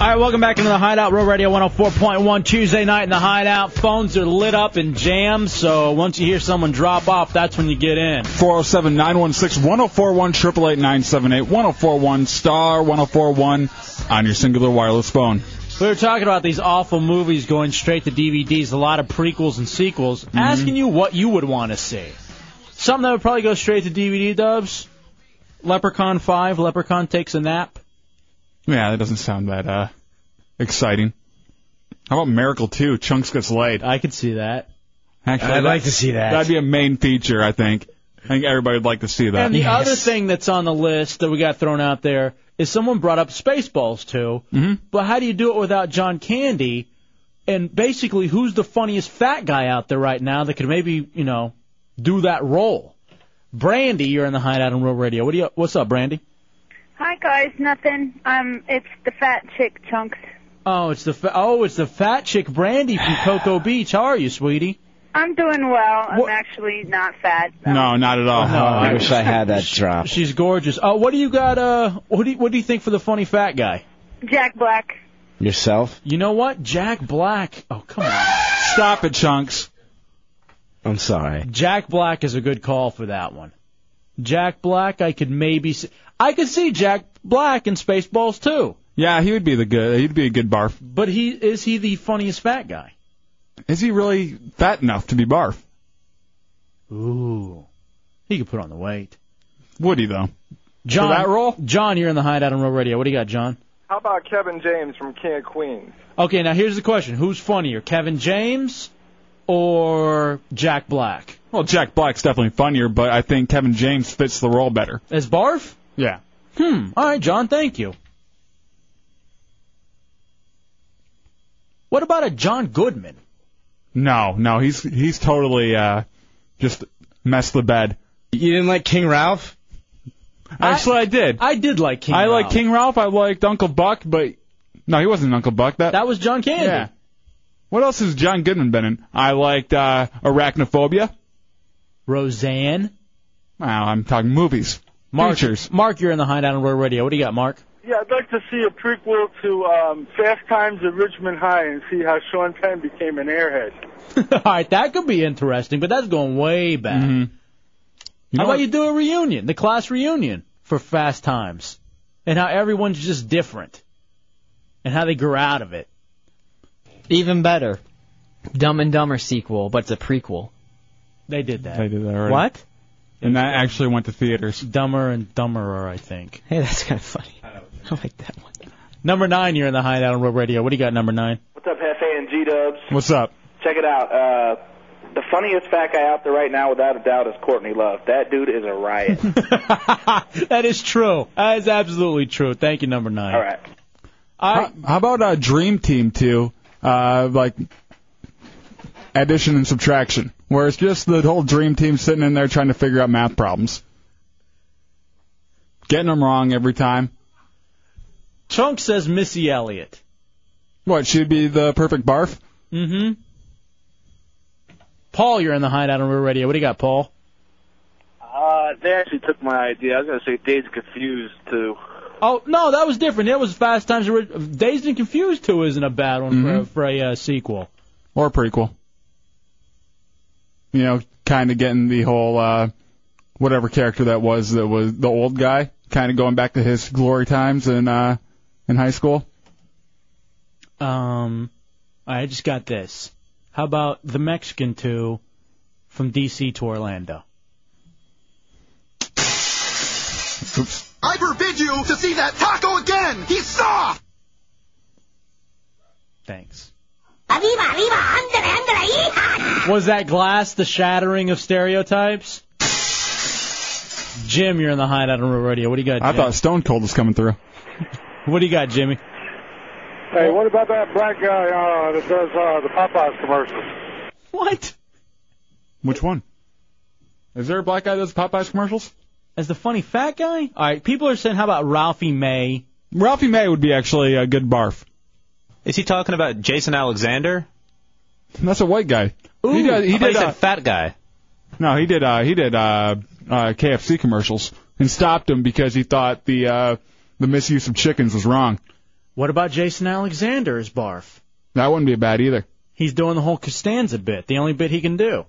S3: All right, welcome back into the Hideout Road Radio 104.1 Tuesday night in the Hideout. Phones are lit up and jammed, so once you hear someone drop off, that's when you get in.
S4: 407 916 1041 888 978 1041 star 1041 on your singular wireless phone.
S3: We were talking about these awful movies going straight to DVDs, a lot of prequels and sequels,
S5: Mm-hmm.
S3: asking you what you would want to see. Something that would probably go straight to DVD dubs. Leprechaun 5, Leprechaun Takes a Nap.
S4: Yeah, that doesn't sound that uh exciting. How about Miracle 2? Chunks gets laid.
S3: I could see that.
S4: Actually,
S5: I'd like
S4: that-
S5: to see that.
S4: That'd be a main feature, I think. I think everybody would like to see that.
S3: And the other thing that's on the list that we got thrown out there is someone brought up Spaceballs too. Mm-hmm. But how do you do it without John Candy? And basically, who's the funniest fat guy out there right now that could maybe you know do that role? Brandy, you're in the hideout on Real Radio. What do you? What's up, Brandy?
S14: Hi guys, nothing. Um, it's the fat chick chunks.
S3: Oh, it's the fa- oh, it's the fat chick
S5: <sighs>
S3: Brandy from Cocoa Beach. How are you, sweetie?
S14: I'm doing well. I'm actually not fat.
S4: No, not at all.
S3: No,
S5: Oh, I wish I had that drop.
S3: <laughs> She's gorgeous. Oh, what do you got? Uh, what do you, what do you think for the funny fat guy?
S14: Jack Black.
S5: Yourself?
S3: You know what? Jack Black. Oh, come on.
S4: Stop it, Chunks.
S5: I'm sorry.
S3: Jack Black is a good call for that one. Jack Black, I could maybe see. I could see Jack Black in Spaceballs too,
S4: Yeah, he would be the good. He'd be a good barf.
S3: but he is he the funniest fat guy?
S4: Is he really fat enough to be barf?
S3: Ooh, he could put on the weight.
S4: Would he though?
S3: John,
S9: that
S3: role? John, you're in the hideout on Real Radio. What do you got, John?
S9: How about Kevin James from King of Queens?
S3: Okay, now here's the question: Who's funnier, Kevin James or Jack Black?
S4: Well, Jack Black's definitely funnier, but I think Kevin James fits the role better.
S3: As barf?
S4: Yeah.
S3: Hmm. All right, John. Thank you. What about a John Goodman?
S4: No, no, he's he's totally uh just messed the bed.
S5: You didn't like King Ralph?
S4: Actually, I, did.
S3: I did like King.
S4: I like
S3: Ralph.
S4: King Ralph. I liked Uncle Buck, but no, he wasn't Uncle Buck. That
S3: That was John Candy.
S4: Yeah. What else has John Goodman been in? I liked uh Arachnophobia.
S3: Roseanne.
S4: Wow, I'm talking movies.
S3: Mark,
S4: Features.
S3: Mark, you're in the hideout on Royal Radio. What do you got, Mark? <laughs>
S15: Yeah, I'd like to see a prequel to um, Fast Times at Richmond High and see how Sean Penn became an airhead.
S3: All right, that could be interesting, but that's going way back.
S4: Mm-hmm.
S3: how about you do a reunion, the class reunion for Fast Times, and how everyone's just different, and how they grew out of it.
S11: Even better.
S16: Dumb and Dumber sequel, but it's a prequel.
S3: They did that.
S4: They did that already.
S16: What?
S4: And that actually went to theaters.
S3: Dumber and Dumberer, I think.
S16: Hey, that's kind of funny. I like that
S3: one. Number nine, you're in the Hideout on Real Radio. What do you got, number nine?
S17: What's up, Hefe and G Dubs?
S4: What's up?
S17: Check it out. Uh, the funniest fat guy out there right now, without a doubt, is Courtney Love. That dude is
S9: <laughs>
S17: a riot.
S3: <laughs> That is true. That is absolutely true. Thank you, number nine. All
S17: right.
S4: how, how about uh, Dream Team 2? Uh, like addition and subtraction, where it's just the whole Dream Team sitting in there trying to figure out math problems, getting them wrong every time.
S3: Chunk says Missy Elliott.
S4: What she'd be the perfect barf?
S3: Mm-hmm. Paul, you're in the Hideout on Real Radio. What do you got, Paul?
S15: Uh, they actually took my idea. I was gonna say Days Confused too.
S3: Oh no, that was different. It was Fast Times. at Ridge- Dazed and Confused Two isn't a bad one
S4: Mm-hmm.
S3: for, for a uh, sequel.
S4: or prequel. You know, kind of getting the whole uh, whatever character that was that was the old guy, kind of going back to his glory times in uh, in high school.
S3: Um, I just got this. How about the Mexican Two from DC to Orlando?
S2: I forbid you to see that taco again! He's soft!
S3: Thanks.
S2: Arriba, arriba, andere, andere, yeehaw!
S3: Was that glass the shattering of stereotypes? Jim, you're in the Hideout on Real Radio. What do you got? Jim?
S4: I thought Stone Cold was coming through.
S3: What do you
S4: Uh,
S3: got, Jimmy?
S15: Hey, what about that black guy uh, that does uh, the Popeyes commercials?
S3: What?
S4: Which one? Is there a black guy that does Popeyes commercials?
S3: As the funny fat guy? All right, people are saying, how about Ralphie May?
S4: Ralphie May would be actually a good barf.
S10: Is he talking about Jason Alexander?
S4: That's a white guy. he
S10: Ooh,
S4: did. He
S10: I thought
S4: did.
S10: you said
S4: uh,
S10: fat guy.
S4: no, he did. Uh, he did uh, uh, KFC commercials and stopped him because he thought the uh, the misuse of chickens was wrong.
S3: What about Jason Alexander's barf?
S4: That wouldn't be bad either.
S3: He's doing the whole Costanza bit, the only bit he can do.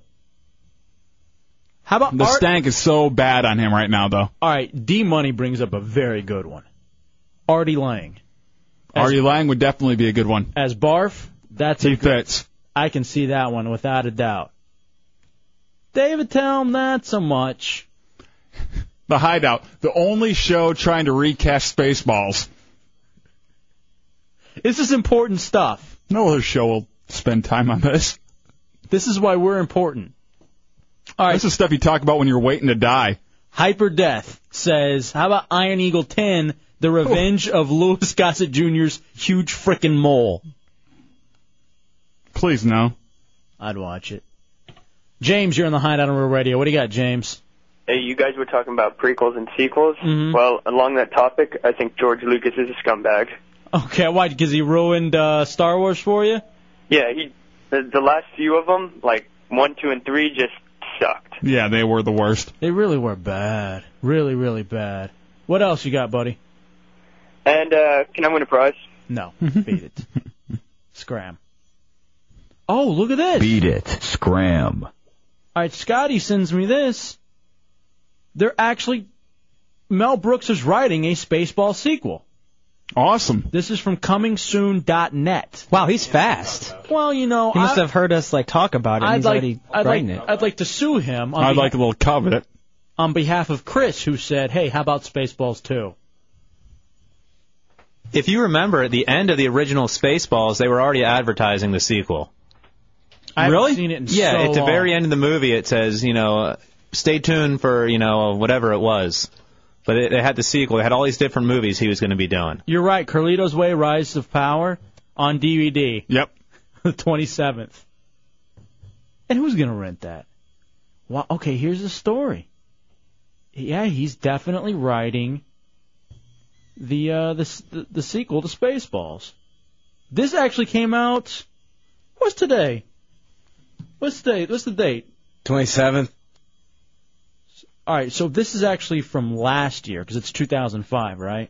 S3: How about
S4: The
S3: Art?
S4: stank is so bad on him right now, though.
S3: All right, D Money brings up a very good one. Artie Lang
S4: Artie Lang would definitely be a good one.
S3: as barf. That's
S4: He
S3: a good,
S4: fits.
S3: I can see that one without a doubt. David Tell not so much.
S4: The Hideout, the only show trying to recast Spaceballs.
S3: This is important stuff.
S4: No other show will spend time on this.
S3: This is why we're important. All right.
S4: This is stuff you talk about when you're waiting to die.
S3: Hyper Death says, "How about Iron Eagle 10: The Revenge of Louis <laughs> Gossett Jr.'s huge frickin' mole?"
S4: Please no.
S3: I'd watch it. James, you're in the Hideout on Real Radio. What do you got, James?
S18: Hey, you guys were talking about prequels and sequels.
S3: Mhm.
S18: Well, along that topic, I think George Lucas is a scumbag.
S3: Okay, why? Because he ruined uh, Star Wars for you?
S18: Yeah, he the, the last few of them, like one, two, and three, just sucked.
S4: Yeah, they were the worst.
S3: They really were bad. Really, really bad. What else you got, buddy?
S18: And uh, can I win a prize?
S4: <laughs>
S3: No, beat it. Scram. Oh, look at this.
S19: Beat it. Scram.
S3: All right, Scotty sends me this. They're actually Mel Brooks is writing a Spaceball sequel.
S4: Awesome.
S3: This is from comingsoon.net.
S16: Wow, he's fast.
S3: Well, you know,
S16: He must
S3: I,
S16: have heard us like talk about it. and
S3: I'd
S16: he's
S3: like,
S16: already
S3: I'd, like,
S16: writing it.
S3: I'd like to sue him. On
S4: I'd
S3: behalf-
S4: like a little covet.
S3: on behalf of Chris, who said, "Hey, how about Spaceballs 2?
S10: If you remember, at the end of the original Spaceballs, they were already advertising the sequel. uh,
S3: I haven't seen it in
S10: yeah,
S3: so
S10: at the
S3: long.
S10: very end of the movie, it says, you know, uh, stay tuned for, you know, whatever it was. But it, it had the sequel. It had all these different movies he was going to be doing.
S3: You're right. Carlito's Way: Rise of Power on DVD.
S4: Yep.
S3: <laughs> The 27th. And who's gonna rent that? Well, okay, here's the story. Yeah, he's definitely writing the uh the s- the, the sequel to Spaceballs. This actually came out. What's today? What's the date? What's the date?
S5: 27th.
S3: All right, so this is actually from last year because it's 2005, right?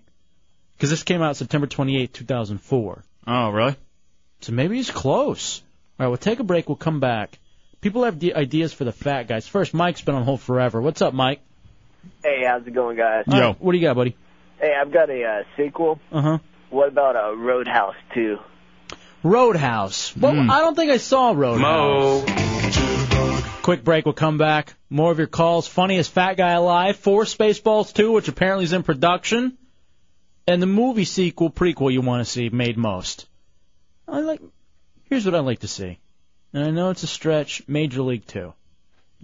S3: Because this came out September 28, 2004.
S4: Oh, really?
S3: So maybe he's close. All right, we'll take a break. We'll come back. People have d- ideas for the fat guys. First, Mike's been on hold forever. What's up, Mike?
S20: Hey, how's it going, guys?
S3: All right, what do you got, buddy?
S4: Uh-huh.
S20: Hey, I've got a uh, sequel.
S3: Uh huh.
S20: What about uh, Roadhouse 2?
S3: Roadhouse. Well,
S4: Hmm.
S3: I don't think I saw Roadhouse. Quick break. We'll come back. More of your calls. Funniest fat guy alive. Four Spaceballs 2, which apparently is in production. And the movie sequel prequel you want to see made most. I like. Here's what I'd like to see. And I know it's a stretch. Major League 2.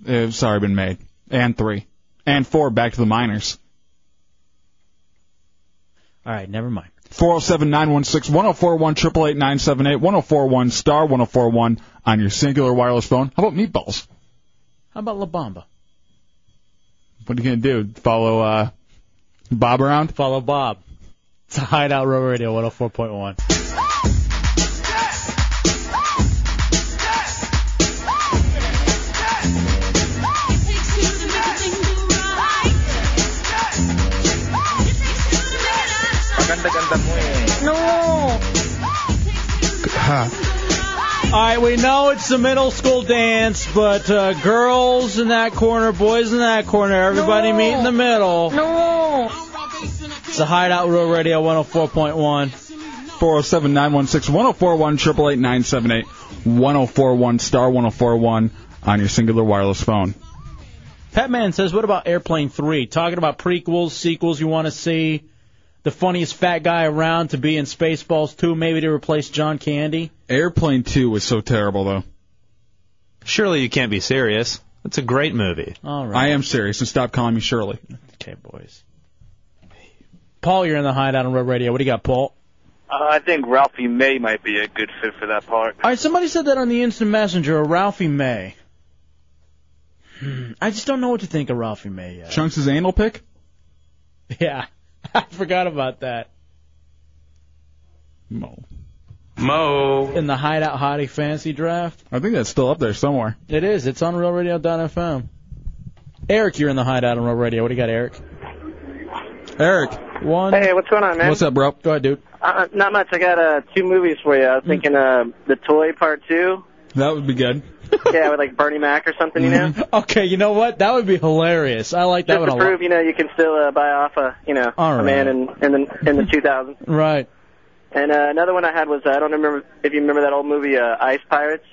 S4: Uh, sorry, been made. And three. And four, back to the minors.
S3: All right, never mind.
S4: 407 916 1041 888 978 1041 star 1041 on your singular wireless phone. How about meatballs?
S3: How about La Bamba?
S4: What are you going to do? Follow uh, Bob around?
S3: Follow Bob. It's a Hideout Row Radio 104.1.
S18: Maganda-ganda mo eh.
S16: <laughs>
S3: No! All right, we know it's the middle school dance, but uh, girls in that corner, boys in that corner, everybody meet in the middle. No. It's the Hideout Real Radio 104.1.
S4: 407 916 1041 888 978 1041 star 1041 on your singular wireless phone.
S3: Petman says, "What about Airplane 3? Talking about prequels, sequels you want to see, the funniest fat guy around to be in Spaceballs 2, maybe to replace John Candy."
S4: Airplane 2 was so terrible, though.
S10: Surely you can't be serious. That's a great movie.
S3: All right.
S4: I am serious, and stop calling me Shirley.
S3: Okay, boys. Paul, you're in the Hideout on Road Radio. What do you got, Paul?
S19: Uh, I think Ralphie May might be a good fit for that part.
S3: All right, somebody said that on the instant messenger, a Ralphie May. Hmm, I just don't know what to think of Ralphie May yet.
S4: Chunks' anal pick?
S3: <laughs> Yeah, I forgot about that.
S4: Mo.
S3: Mo. In the Hideout Hottie Fancy Draft?
S4: I think that's still up there somewhere.
S3: It is. It's on RealRadio.fm. Eric, you're in the Hideout on Real Radio. What do you got, Eric?
S4: Eric.
S3: One.
S20: Hey, what's going on, man?
S4: What's up, bro? Go ahead, dude.
S20: Uh, not much. I got uh, two movies for you. I
S3: Mm.
S20: was thinking uh, The Toy Part
S3: <laughs>
S20: 2.
S4: That would be good.
S20: yeah, with like Bernie Mac or something, you know?
S3: Okay, you know what? That would be hilarious. I like Mm-hmm. that
S20: Just to
S3: one a lot.
S20: prove, you know, you can still uh, buy off a, you know,
S3: All
S20: a
S3: right.
S20: man in, in the in the 2000s.
S3: <laughs> Right.
S20: And uh, another one I had was uh, I don't remember if you remember that old movie uh, Ice Pirates.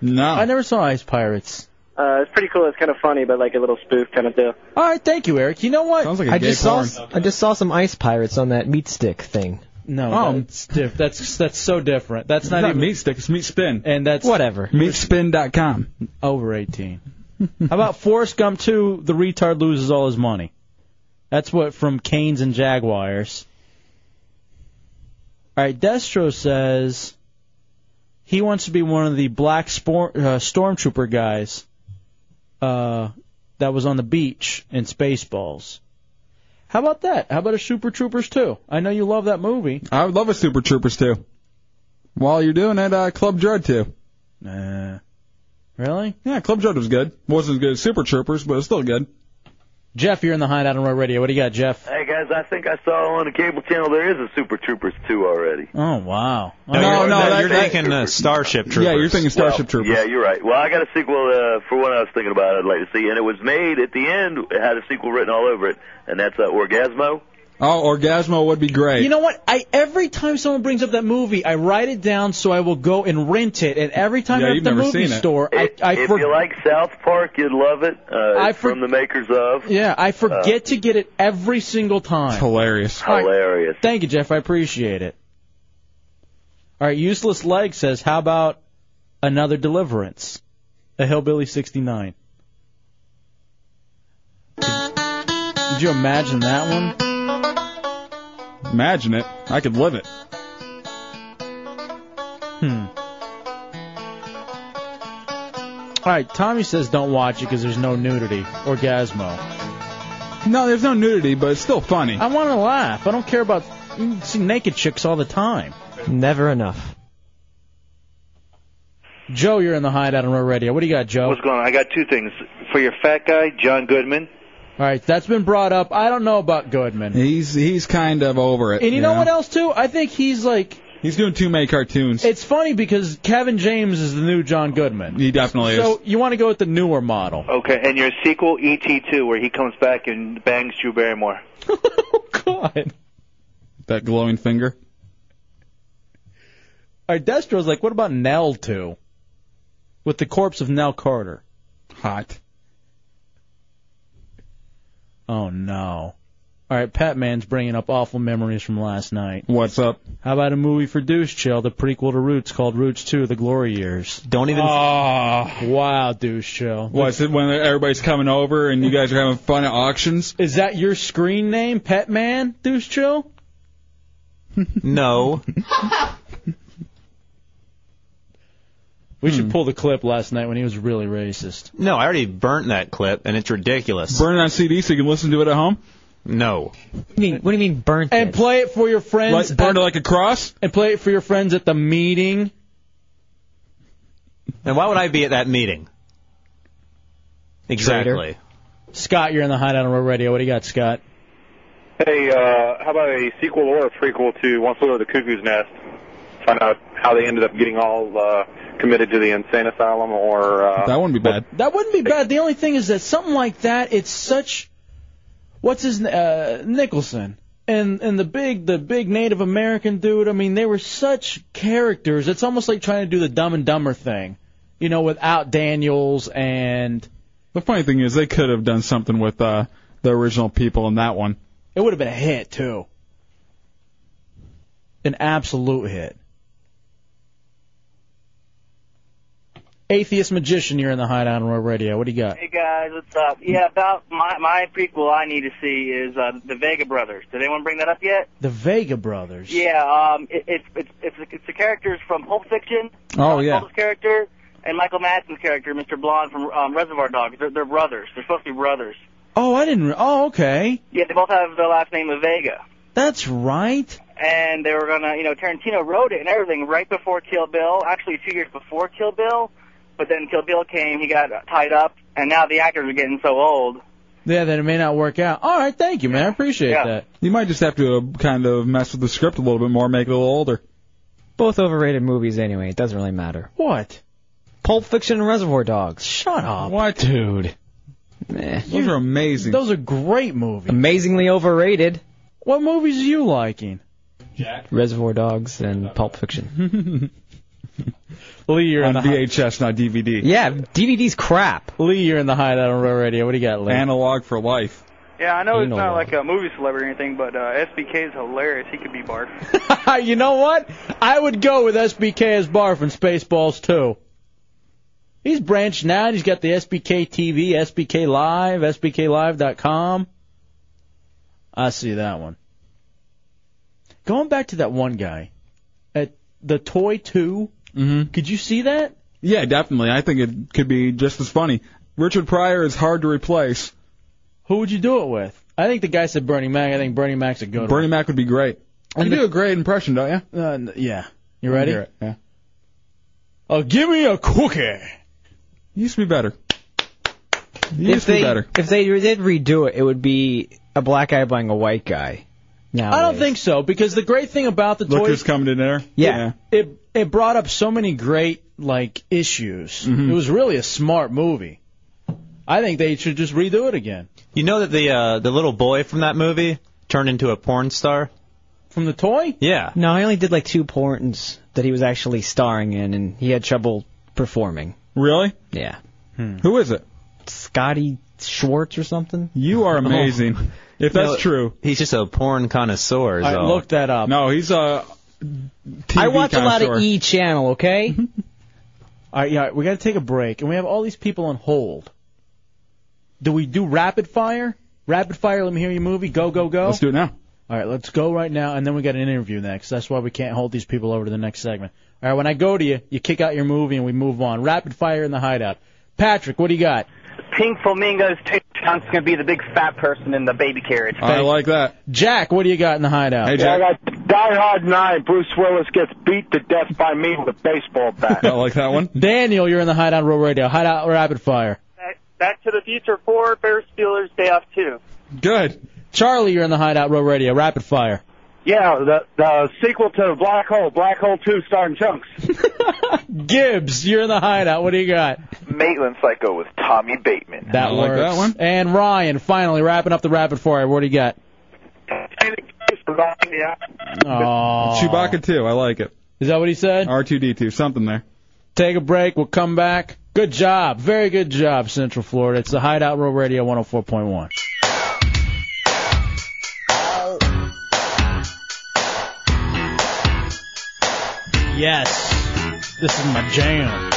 S4: No.
S3: I never saw Ice Pirates.
S20: Uh, it's pretty cool. It's kind of funny, but like a little spoof kind of deal.
S3: All right, thank you, Eric. You know what?
S20: Sounds like
S16: I just saw I just saw some ice pirates on that meat stick thing.
S3: No,
S16: Oh.
S3: that's diff- that's that's so different. That's not, even
S4: meat stick. It's meat spin.
S3: And that's
S16: Whatever.
S4: Meatspin.com. <laughs>
S3: Over 18. How about Forrest Gump 2, the retard loses all his money? That's what from Canes and Jaguars. All right, Destro says he wants to be one of the black spor- uh, stormtrooper guys uh, that was on the beach in Spaceballs. How about that? How about a Super Troopers 2? I know you love that movie.
S4: I would love a Super Troopers too. While you're doing it, uh, Club Dread too.
S3: Nah. Really?
S4: Yeah, Club Dread was good. Wasn't as good as Super Troopers, but it's still good.
S3: Jeff, you're in the Hideout on Road Radio. What do you got, Jeff?
S19: Hey guys, I think I saw on the cable channel there is a Super Troopers 2 already.
S3: Oh, wow.
S10: No, you're, you're thinking uh, Starship Troopers.
S19: Well, Yeah, you're right. Well, I got a sequel uh, for one I was thinking about. I'd like to see, and it was made at the end. It had a sequel written all over it, and that's uh, Orgasmo.
S4: Oh, Orgasmo would be great.
S3: You know what? I every time someone brings up that movie, I write it down so I will go and rent it. And every time
S19: Yeah,
S3: I'm
S19: you've
S3: at the
S19: never
S3: movie
S19: seen it.
S3: store,
S19: If-
S3: I I
S19: if
S3: for-
S19: you like South Park, you'd love it. Uh,
S3: I
S19: it's from the makers of.
S3: yeah, I forget
S19: Uh,
S3: to get it every single time.
S4: hilarious.
S19: Hilarious.
S3: Thank you, Jeff. I appreciate it. All right, useless leg says, how about another deliverance? A hillbilly 69. Did you imagine that one?
S4: Imagine it. I could live it.
S3: Hmm. All right, Tommy says don't watch it because there's no nudity. Orgasmo.
S4: No, there's no nudity, but it's still funny.
S3: I want to laugh. I don't care about you see naked chicks all the time.
S16: Never enough.
S3: Joe, you're in the hideout on Row Radio. What do you got, Joe?
S19: What's going on? I got two things for your fat guy, John Goodman.
S3: All right, that's been brought up. I don't know about Goodman.
S4: He's he's kind of over it.
S3: And you know what else too? I think he's like
S4: He's doing too many cartoons.
S3: it's funny because Kevin James is the new John Goodman.
S4: He definitely
S3: so
S4: is.
S3: you want to go with the newer model.
S19: Okay, and your sequel, E.T. 2, where he comes back and bangs Drew Barrymore.
S4: That glowing finger.
S3: All All right, Destro's like, what about Nell too? With the corpse of Nell Carter. Hot. Oh no. All right, Pat Man's bringing up awful memories from last night.
S4: What's up?
S3: How about a movie for Deuce Chill, the prequel to Roots called Roots 2: The Glory Years? Don't even.
S4: Ah.
S3: Oh, wow, Deuce Chill.
S4: What's it when everybody's coming over and you guys are having fun at auctions?
S3: Is that your screen name, Pet Man, Deuce Chill?
S10: No.
S3: <laughs> We should pull the clip last night when he was really racist.
S10: No, I already burnt that clip, and it's ridiculous.
S4: Burn it on CD so you can listen to it at home.
S10: No.
S3: I mean, what do you mean burnt? And play it for your friends.
S4: Like, burn it like a cross.
S3: And play it for your friends at the meeting.
S10: And why would I be at that meeting? Exactly.
S3: Scott, you're in the Hideout on Road Radio. What do you got, Scott?
S9: Hey, uh, how about a sequel or a prequel to Once Flew Over the Cuckoo's Nest? Find out how they ended up getting all uh, committed to the insane asylum, or uh,
S4: That wouldn't be bad.
S3: That wouldn't be bad. The only thing is that something like that, it's such. What's his uh, Nicholson and and the big the big Native American dude. I mean, they were such characters. It's almost like trying to do the Dumb and Dumber thing, you know, without Daniels and
S4: The funny thing is, they could have done something with uh, the original people in that one.
S3: it would have been a hit too. An absolute hit. Atheist magician, you're in the Hideout on Road Radio. What do you got?
S21: Hey guys, what's up? Yeah, about my my prequel I need to see is uh, the Vega Brothers. Did anyone bring that up yet?
S3: The Vega brothers.
S21: Yeah, um, it, it's it's it's it's the characters from Pulp Fiction.
S3: Oh yeah.
S21: Paul's character and Michael Madsen's character, Mr. Blonde from um, Reservoir Dogs. They're, they're brothers. They're supposed to be brothers.
S3: Oh, I didn't. Re- oh, okay.
S21: Yeah, they both have the last name of Vega.
S3: That's right.
S21: and they were gonna, you know, Tarantino wrote it and everything right before Kill Bill, actually two years before Kill Bill, but then Kill Bill came, he got tied up, and now the actors are getting so old.
S3: Yeah, that it may not work out. All right, thank you, man. I appreciate that.
S4: You might just have to uh, kind of mess with the script a little bit more, make it a little older.
S16: Both overrated movies anyway. It doesn't really matter.
S3: What?
S16: Pulp Fiction and Reservoir Dogs.
S3: Shut up.
S4: What,
S16: dude?
S4: Those are amazing.
S3: Those are great movies.
S16: Amazingly overrated.
S3: What movies are you liking?
S16: Reservoir Dogs and
S3: <laughs>
S16: Pulp Fiction.
S3: Lee, you're
S4: on VHS, not DVD.
S16: Yeah, DVD's crap.
S3: Lee, you're in the hideout on Row Radio. What do you got, Lee?
S4: Analog for life.
S9: Yeah, I know
S3: You
S9: it's
S3: know
S9: not
S3: what.
S9: like a movie celebrity or anything, but uh, SBK is hilarious. He could be
S3: <laughs>
S9: barf.
S3: <laughs> you know what? I would go with SBK as Barf and Spaceballs too. He's branched now. He's got the SBK TV, SBK Live, SBKLive.com. I see that one. Going back to that one guy at the Toy 2
S4: Mm-hmm.
S3: Could you see that?
S4: Yeah, definitely. I think it could be just as funny. Richard Pryor is hard to replace.
S3: Who would you do it with? I think the guy said Bernie Mac. I think Bernie Mac's a good
S4: Bernie Mac would be great.
S3: one.
S4: You do a great impression, don't you?
S3: Uh, n- yeah. You ready?
S4: You're right, Yeah.
S3: Oh, give me a cookie.
S4: Used to be better.
S16: if they if they did redo it, it would be a black guy playing a white guy. Now
S3: I don't think so because the great thing about the
S4: Look
S3: toy
S4: who's coming in there.
S16: Yeah.
S3: it it brought up so many great like issues.
S4: Mm-hmm.
S3: It was really a smart movie. I think they should just redo it again
S10: You know that the uh, the little boy from that movie turned into a porn star.
S3: from the toy.
S10: Yeah.
S16: No, I only did like two porns that he was actually starring in, and he had trouble performing.
S4: Really?
S16: Yeah.
S4: Who is it?
S16: Scotty Schwartz or something? Oh.
S4: You are amazing. If that's
S10: No,
S4: true.
S10: Oh. He's just a porn connoisseur. Is
S3: I
S10: all.
S3: looked that up.
S4: No, he's uh, a.
S16: I watch a lot of E Channel,
S4: <laughs>
S16: okay?
S3: All right, yeah, we got to take a break, and we have all these people on hold. Do we do rapid fire? Rapid fire. Let me hear your movie. Go go go.
S4: Let's do it now.
S3: All right, let's go right now, and then we got an interview next. That's why we can't hold these people over to the next segment. All right, when I go to you, you kick out your movie and we move on. Rapid fire in the hideout. Patrick, what do you got?
S22: Pink flamingos. Tate Chunk's gonna be the big fat person in the baby carriage.
S4: I like that.
S3: Jack, what do you got in the hideout?
S9: I got Die Hard 9. Bruce Willis gets beat to death by me with a baseball bat. <laughs>
S4: <laughs> I like that one.
S3: Daniel, you're in the hideout row radio. Hideout rapid fire.
S22: Back to the Future 4, Ferris Bueller's Day Off 2.
S4: Good.
S3: Charlie, you're in the hideout row radio. Rapid fire.
S9: yeah, the, the sequel to Black Hole, Black Hole 2 starring Chunks.
S3: Gibbs, you're in the hideout. What do you got?
S23: Maitland Psycho with Tommy Bateman.
S4: I
S3: That
S4: like
S3: works.
S4: that one.
S3: And Ryan, finally wrapping up the rapid fire. What do you got?
S22: Yeah.
S3: Oh,
S4: Chewbacca too. I like it.
S3: Is that what he said?
S4: R2D2, something there.
S3: Take a break. We'll come back. Good job. Very good job, Central Florida. It's the Hideout Row Radio 104.1. Yes. This is my jam.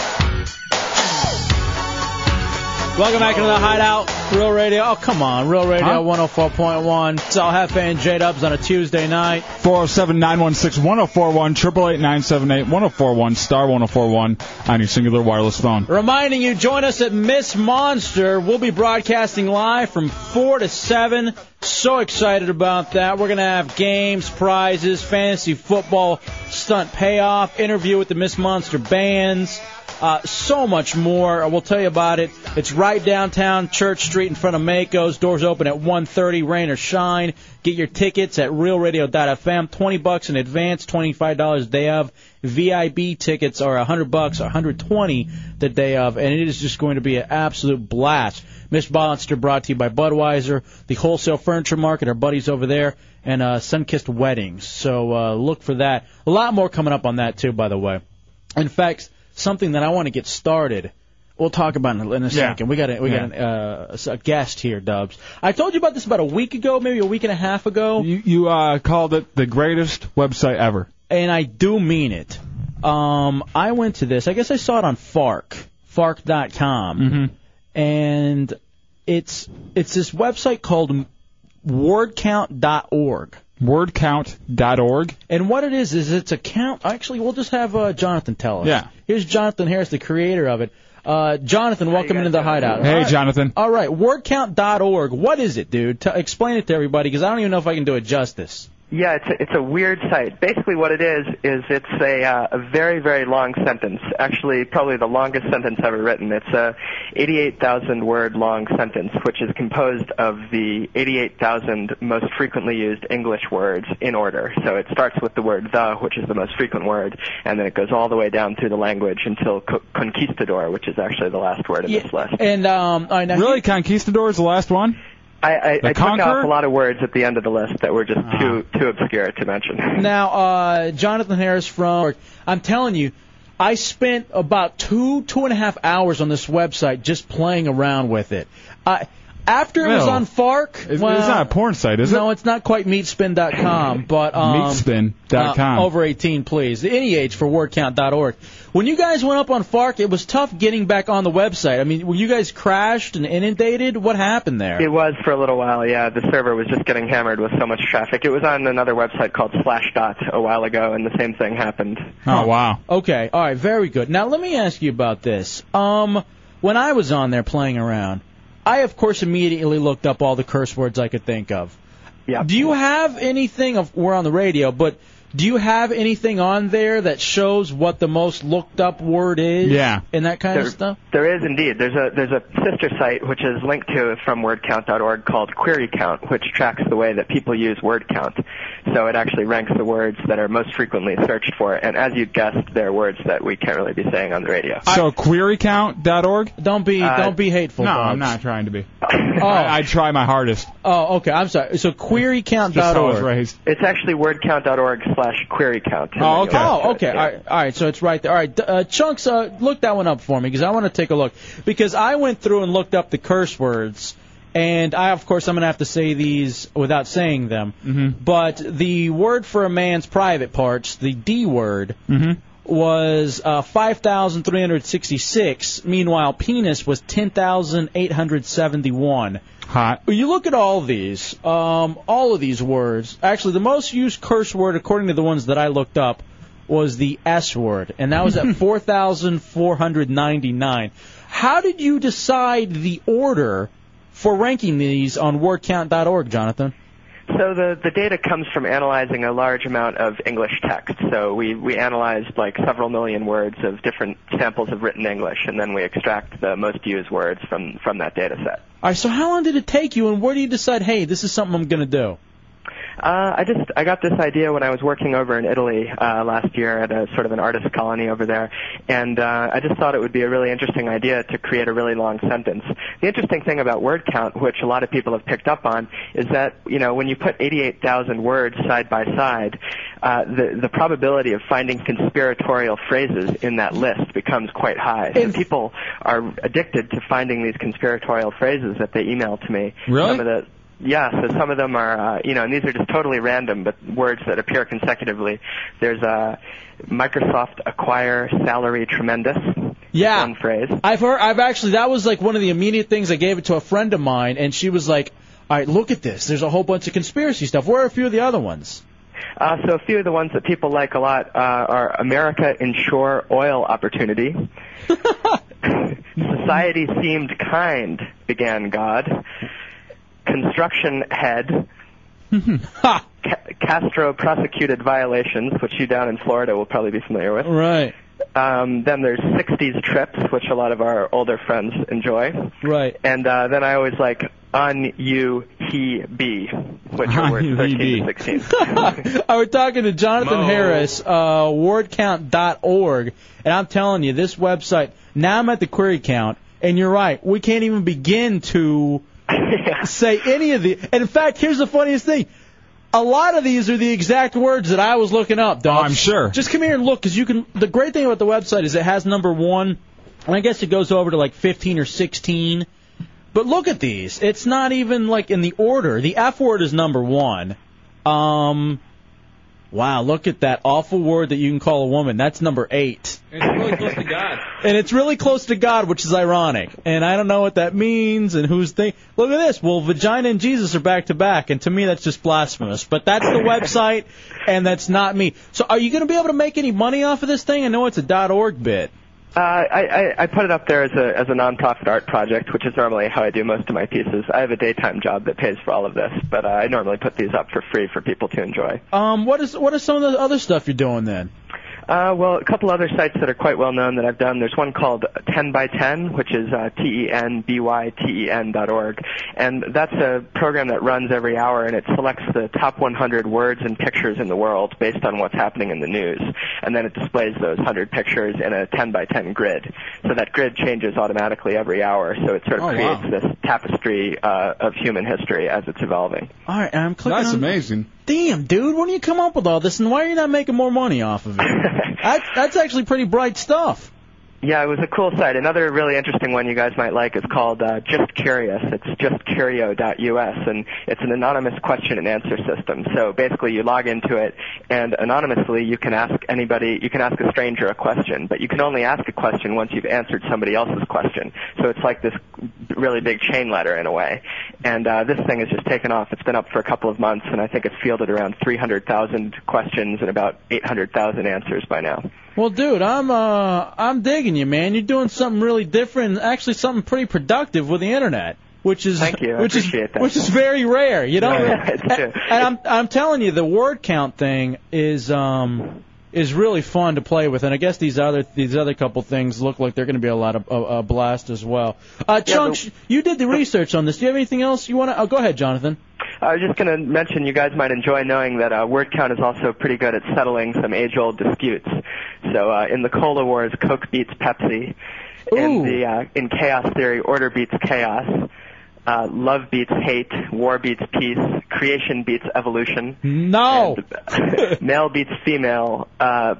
S3: Welcome back into the Hideout. Real Radio. Oh, come on. Real Radio 104.1. It's all Hefe and J Dubs on a Tuesday night.
S4: 407 916 1041, 888 978 1041, star 1041 on your singular wireless phone.
S3: Reminding you, join us at Miss Monster. We'll be broadcasting live from 4 to 7. So excited about that. We're going to have games, prizes, fantasy football, stunt payoff, interview with the Miss Monster bands, uh, so much more. We'll tell you about it. It's right downtown Church Street in front of Mako's. Doors open at 1.30, rain or shine. Get your tickets at realradio.fm. 20 bucks in advance, $25 day of. VIB tickets are 100 bucks, 120 the day of, and it is just going to be an absolute blast. Miss Monster brought to you by Budweiser, the wholesale furniture market, our buddies over there, and uh, Sunkissed Weddings. So uh, look for that. A lot more coming up on that too, by the way. In fact, something that I want to get started. We'll talk about it in a second. We got a, we got an, uh, a guest here, Dubs. I told you about this about a week ago, maybe a week and a half ago.
S4: You, you uh, called it the greatest website ever.
S3: and I do mean it. Um, I went to this. I guess I saw it on Fark, Fark.com,
S4: Mm-hmm.
S3: and it's it's this website called WordCount.org.
S4: WordCount.org.
S3: And what it is is it's a count. Actually, we'll just have uh, Jonathan tell us.
S4: Yeah.
S3: Here's Jonathan Harris, the creator of it. Uh, Jonathan, welcome into the hideout.
S4: Hey,
S3: All right.
S4: Jonathan.
S3: All right, WordCount.org. What is it, dude? T- explain it to everybody because I don't even know if I can do it justice.
S22: Yeah, it's a, it's a weird site. Basically, what it is is it's a, uh, a very very long sentence. Actually, probably the longest sentence ever written. It's a 88,000 word long sentence, which is composed of the 88,000 most frequently used English words in order. So it starts with the word the, which is the most frequent word, and then it goes all the way down through the language until co- conquistador, which is actually the last word in this list.
S3: And um, I know
S4: really, Conquistador is the last one.
S22: I, I,
S4: The
S22: I took
S4: Conqueror? Ah.
S22: off a lot of words at the end of the list that were just too too obscure to mention.
S3: Now, uh, Jonathan Harris from, I'm telling you, I spent about two, two and a half hours on this website just playing around with it. I, after it was
S4: Well,
S3: on Fark,
S4: It's,
S3: well,
S4: it's not a porn site, is
S3: no,
S4: it?
S3: it's not quite
S4: <clears throat>
S3: meatspin.com, but um,
S4: Meatspin.com.
S3: uh, over 18, please. Any age for wordcount.org. When you guys went up on Fark, it was tough getting back on the website. I mean, were you guys crashed and inundated? What happened there?
S22: It was for a little while, yeah. The server was just getting hammered with so much traffic. It was on another website called Slashdot a while ago, and the same thing happened.
S4: Oh wow.
S3: Okay. All right. Very good. Now let me ask you about this. Um, when I was on there playing around, I of course immediately looked up all the curse words I could think of.
S22: Yeah.
S3: Do you have anything? Of we're on the radio, but do you have anything on there that shows what the most looked up word is?
S22: Yeah.
S3: And that kind
S22: There-
S3: of stuff.
S22: There is indeed. There's a there's a sister site which is linked to from wordcount.org called QueryCount, which tracks the way that people use word count. So it actually ranks the words that are most frequently searched for. And as you guessed, they're words that we can't really be saying on the radio.
S4: So querycount.org.
S3: Don't be
S22: Uh, don't be
S3: hateful, Oh.
S4: No,
S3: Bubs.
S4: I'm not trying to
S3: <laughs>
S4: be. I, I try my hardest.
S3: Oh, okay. I'm sorry. So
S4: Just how I was
S3: querycount.org.
S4: raised.
S22: It's actually wordcount.org slash querycount.
S3: Oh, okay. Oh, okay. All right. All right. So it's right there. All right. D- Uh, Chunks, uh, look that one up for me because I want to take a look. Because I went through and looked up the curse words, and I, of course, I'm going to have to say these without saying them. But the word for a man's private parts, the D word, was uh, 5,366. Meanwhile, penis was 10,871.
S4: Hot.
S3: You look at all these, um, all of these words. Actually, the most used curse word, according to the ones that I looked up, was the S word, and that was at 4,499. How did you decide the order for ranking these on wordcount.org, Jonathan?
S22: So the, the data comes from analyzing a large amount of English text. So we, we analyzed like several million words of different samples of written English, and then we extract the most used words from, from that data set.
S3: All right, so how long did it take you, and where do you decide, hey, this is something I'm going to do?
S22: Uh, I just I got this idea when I was working over in Italy uh, last year at a sort of an artist colony over there, and uh, I just thought it would be a really interesting idea to create a really long sentence. The interesting thing about word count, which a lot of people have picked up on, is that you know when you put 88,000 words side by side, uh, the the probability of finding conspiratorial phrases in that list becomes quite high. So people are addicted to finding these conspiratorial phrases that they email to me.
S4: Really?
S22: Some of the yeah, so some of them are, uh, you know, and these are just totally random, but words that appear consecutively. There's uh, Microsoft acquire salary tremendous.
S3: Yeah.
S22: One phrase.
S3: I've heard. I've actually. That was like one of the immediate things. I gave it to a friend of mine, and she was like, "All right, look at this. There's a whole bunch of conspiracy stuff. Where are a few of the other ones?"
S22: Uh, so a few of the ones that people like a lot uh, are America ensure oil opportunity. Society seemed kind, began God. Construction head. Ca- Castro prosecuted violations, which you down in Florida will probably be familiar with.
S3: Right.
S22: Um, then there's 60s trips, which a lot of our older friends enjoy.
S23: <laughs>
S3: Right.
S22: And uh, then I always like on you he be, which are words 13 to 16.
S3: <laughs> I was talking to Jonathan Harris, uh, wordcount.org, and I'm telling you, this website, now I'm at the query count, and you're right, we can't even begin to say any of the. And in fact, here's the funniest thing. A lot of these are the exact words that I was looking up, Dubs. I'm sure. Just come here and look, because you can. The great thing about the website is it has number one, and I guess it goes over to like 15 or 16. But look at these. It's not even like in the order. The F word is number one. Um, wow, look at that awful word that you can call a woman. That's number eight.
S7: It's really close to God.
S3: And it's really close to God, which is ironic. And I don't know what that means and who's think. Look at this. Well, vagina and Jesus are back to back, and to me that's just blasphemous. But that's the website, and that's not me. So are you going to be able to make any money off of this thing? I know it's a dot .org bit.
S22: Uh, I, I, I put it up there as a as a nonprofit art project, which is normally how I do most of my pieces. I have a daytime job that pays for all of this, but uh, I normally put these up for free for people to enjoy.
S3: Um, what is what is some of the other stuff you're doing then?
S22: Uh, well, a couple other sites that are quite well known that I've done. There's one called 10 by 10, which is uh, T-E-N-B-Y-T-E-N E dot org, and that's a program that runs every hour, and it selects the top 100 words and pictures in the world based on what's happening in the news, and then it displays those 100 pictures in a 10 by 10 grid. So that grid changes automatically every hour, so it sort of
S4: Oh, wow.
S22: creates this tapestry uh, of human history as it's evolving.
S3: All right, and I'm clicking.
S22: That's
S3: amazing. Damn, dude, when do you come up with all this, and why are you not making more money off <laughs> of it? that's, that's actually pretty bright stuff.
S22: Yeah, it was a cool site. Another really interesting one you guys might like is called uh, Just Curious. It's justcurio.us, and it's an anonymous question and answer system. So basically, you log into it, and anonymously, you can ask anybody, you can ask a stranger a question, but you can only ask a question once you've answered somebody else's question. So it's like this really big chain letter in a way. And uh, this thing has just taken off. It's been up for a couple of months, and I think it's fielded around 300,000 questions and about 800,000 answers by now.
S3: Well, dude, I'm uh, I'm digging you, man. You're doing something really different, actually something pretty productive with the internet, which is
S22: Thank you. I
S3: which is
S22: appreciate that.
S3: which is very rare, you know.
S22: <laughs> Yeah, it's true.
S3: and I'm I'm telling you, the word count thing is um is really fun to play with, and I guess these other these other couple things look like they're going to be a lot of a, a blast as well. Uh, Chunks, you did the research on this. Do you have anything else you want to? Oh, go ahead, Jonathan.
S22: I was just going to mention you guys might enjoy knowing that uh, word count is also pretty good at settling some age-old disputes. So uh, in the Cola Wars, Coke beats Pepsi. In the uh, in Chaos Theory, order beats chaos. Uh, love beats hate. War beats peace. Creation beats evolution. uh,
S3: No.
S22: <laughs> male beats female. Uh,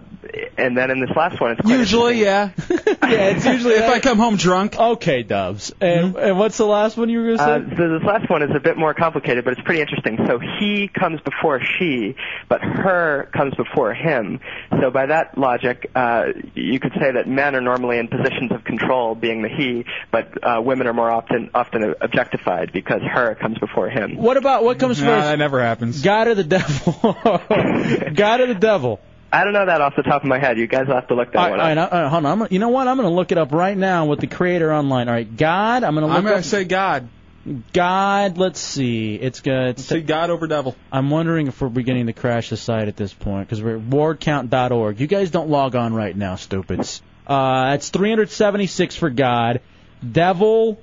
S22: and then in this last one, it's quite
S4: Usually, yeah.
S22: <laughs>
S3: yeah, it's usually
S4: if I come home drunk.
S3: Okay, Dubs. And, and what's the last one you were going <laughs>
S22: Uh, so this last one is a bit more complicated, but it's pretty interesting. So he comes before she, but her comes before him. So by that logic, uh, you could say that men are normally in positions of control, being the he, but uh, women are more often often objectified because her comes before him.
S3: What about what comes
S22: Nah,
S3: first?
S22: that
S4: never happens.
S3: God or the devil? <laughs> God or the devil?
S22: I don't know that off the top of my head. You guys will have to look that
S3: All right,
S22: one
S3: all
S22: up.
S3: right, all right, hold on. I'm gonna, you know what? I'm going to look it up right now with the creator online. All right, God. I'm going to look.
S4: I'm gonna
S3: up-
S4: say God.
S3: God. Let's see. It's good. Say
S4: God over devil.
S3: I'm wondering if we're beginning to crash the site at this point because we're at wardcount.org. You guys don't log on right now, stupids. Uh, it's 376 for God. Devil.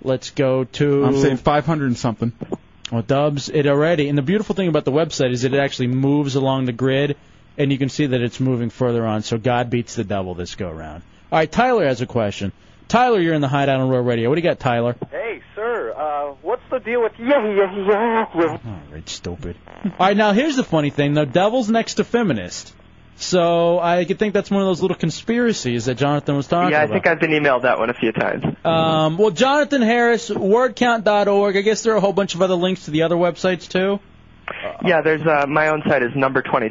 S3: Let's go to.
S4: I'm saying 500 and something.
S3: Well, Dubs, it already. And the beautiful thing about the website is that it actually moves along the grid, and you can see that it's moving further on. So God beats the devil this go round. All right, Tyler has a question. Tyler, you're in the hideout on Royal Radio. What do you got,
S22: <laughs>
S3: Tyler?
S7: Hey, sir, uh, what's the deal
S9: <laughs>
S7: with yeah, yeah, yeah, yeah?
S3: All right, stupid. All right, now here's the funny thing: the devil's next to feminist. So I could think that's one of those little conspiracies that Jonathan was talking
S22: yeah, I
S3: about.
S22: think I've been emailed that one a few times.
S3: Um, well, Jonathan Harris, wordcount.org. I guess there are a whole bunch of other links to the other websites too.
S22: yeah, there's uh, my own site is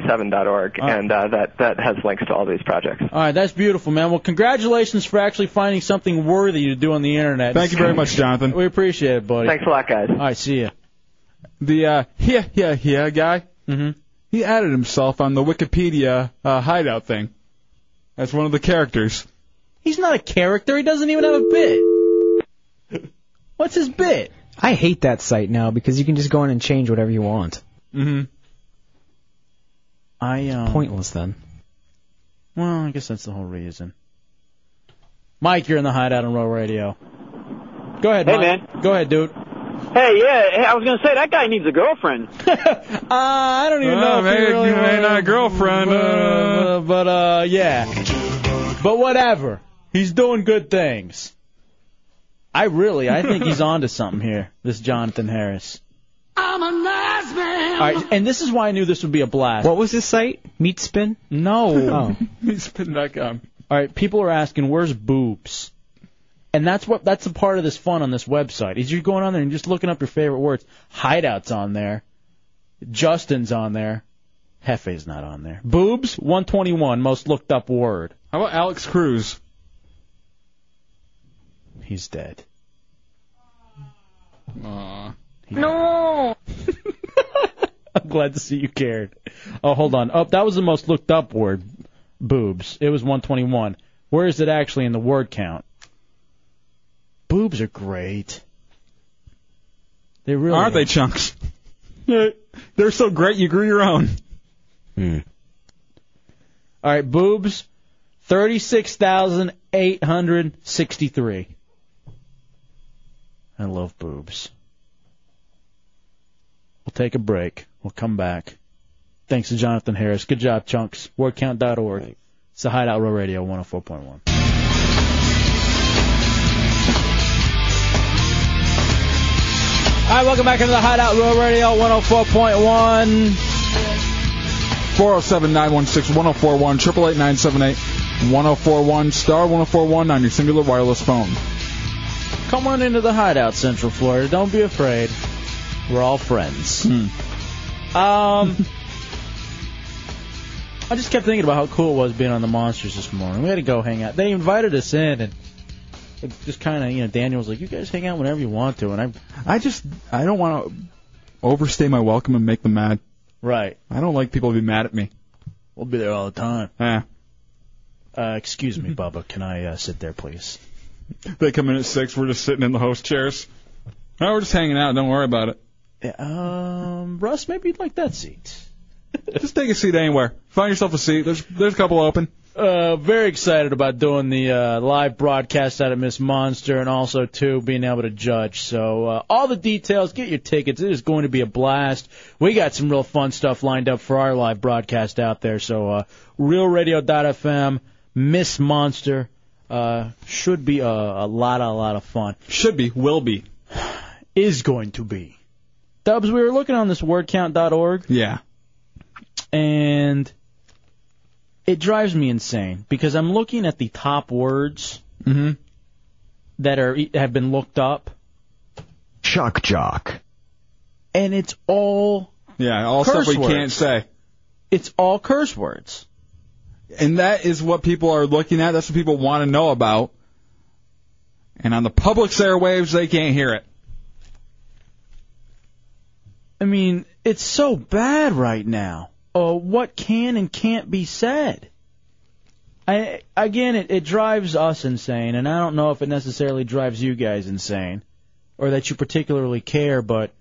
S22: number27.org, and uh, that that has links to all these projects.
S3: All right, that's beautiful, man. Well, congratulations for actually finding something worthy to do on the internet.
S4: Thank you very much, Jonathan.
S3: We appreciate it, buddy.
S4: Thanks
S22: a lot, guys. All
S3: right, see ya.
S4: The uh, yeah, yeah, yeah guy.
S3: Mm-hmm.
S4: He added himself on the Wikipedia uh, hideout thing. That's one of the characters.
S3: He's not a character. He doesn't even have a bit. What's his bit?
S16: I hate that site now because you can just go in and change whatever you want.
S3: Mm-hmm. I um,
S16: Pointless then.
S3: Well, I guess that's the whole reason. Mike, you're in the hideout on Row Radio. Go ahead,
S1: Hey,
S3: Mike. man. Go ahead, dude.
S1: Hey, yeah, hey, I was gonna say that guy needs a
S3: <laughs>
S1: girlfriend. uh,
S3: I don't
S1: even
S4: Oh,
S3: know if
S4: maybe,
S3: you really
S4: maybe not a girlfriend.
S3: Uh, but uh, yeah. But whatever. He's doing good things. I really, I think he's <laughs> onto something here. This Jonathan Harris.
S2: I'm a nice man.
S3: All right, and this is why I knew this would be a blast. What
S16: was this site? Meatspin?
S3: <laughs> No.
S4: Meatspin.com.
S3: All right, people are asking, where's boobs? And that's what that's a part of this fun on this website. Is you're going on there and just looking up your favorite words. Hideouts on there. Justin's on there. Hefe's not on there. Boobs, 121, most looked up word.
S4: How about Alex Cruz?
S3: He's dead.
S2: No.
S3: <laughs> I'm glad to see you cared. Oh, hold on. Oh, that was the most looked up word. Boobs. It was 121. Where is it actually in the word count? Boobs are great. They really
S4: Aren't they chunks?
S3: <laughs>
S4: They're so great you grew your own.
S3: All right, boobs, 36,863. I love boobs. We'll take a break. We'll come back. Thanks to Jonathan Harris. Good job, Chunks. Wordcount.org. It's the Hideout Row Radio 104.1. All right, welcome back into the Hideout Row Radio 104.1.
S4: 407 916 1041 888 978 1041 star 1041 on your singular wireless phone.
S3: Come on into the hideout, Central Florida. Don't be afraid. We're all friends.
S4: Hmm. <laughs>
S3: Um, I just kept thinking about how cool it was being on the Monsters this morning. We had to go hang out. They invited us in, and it just kind of, you know, Daniel was like, "You guys hang out whenever you want to," and I,
S4: I just, I don't want to overstay my welcome and make them mad.
S3: right,
S4: I don't like people to be mad at me.
S3: we'll be there all the time.
S4: Eh.
S3: Uh, excuse
S4: <laughs>
S3: me, Bubba. Can I uh, sit there, please?
S4: They come in at 6, we're just sitting in the host chairs. Oh, we're just hanging out, don't worry about it.
S3: Yeah, um, Russ, maybe you'd like that seat.
S4: just take a seat anywhere. Find yourself a seat. There's there's a couple open.
S3: Uh, very excited about doing the uh, live broadcast out of Miss Monster, and also too being able to judge. So uh, all the details, get your tickets. It is going to be a blast. We got some real fun stuff lined up for our live broadcast out there. So uh, RealRadio.fm, Miss Monster uh, should be a, a lot, a lot of fun.
S4: Should be, will be,
S3: <sighs> is going to be. Dubs, we were looking on this WordCount.org
S4: Yeah.
S3: and it drives me insane because I'm looking at the top words
S4: Mhm.
S3: that are have been looked up,
S4: Shock jock.
S3: and it's all
S4: Yeah, all
S3: Curse
S4: stuff we
S3: words.
S4: can't say.
S3: It's all curse words.
S4: And that is what people are looking at. That's what people want to know about. And on the public's airwaves, they can't hear it.
S3: I mean, it's so bad right now. Uh, what can and can't be said? I again, it, it drives us insane, and I don't know if it necessarily drives you guys insane, or that you particularly care. But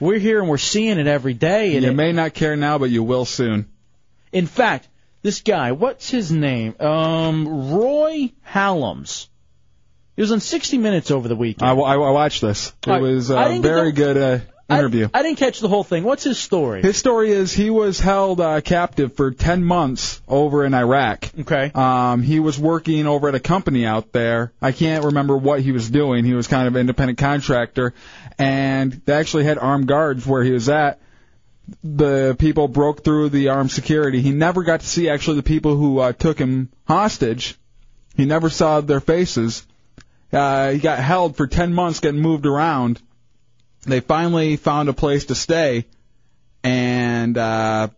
S3: we're here and we're seeing it every day. And
S4: you
S3: it-
S4: may not care now, but you will soon.
S3: In fact, this guy, what's his name? Um, Roy Hallums. He was on 60 Minutes over the weekend.
S4: I, wa- I, wa- I watched this. It
S3: All right.
S4: was
S3: I
S4: uh,
S3: didn't get
S4: very
S3: the-
S4: good. Uh, interview.
S3: I didn't catch the whole thing. What's his story?
S4: His story is he was held uh, captive for 10 months over in Iraq.
S3: Okay.
S4: Um, he was working over at a company out there. I can't remember what he was doing. He was kind of an independent contractor, and they actually had armed guards where he was at. The people broke through the armed security. He never got to see actually the people who uh, took him hostage. He never saw their faces. Uh, he got held for 10 months, getting moved around they finally found a place to stay, and uh,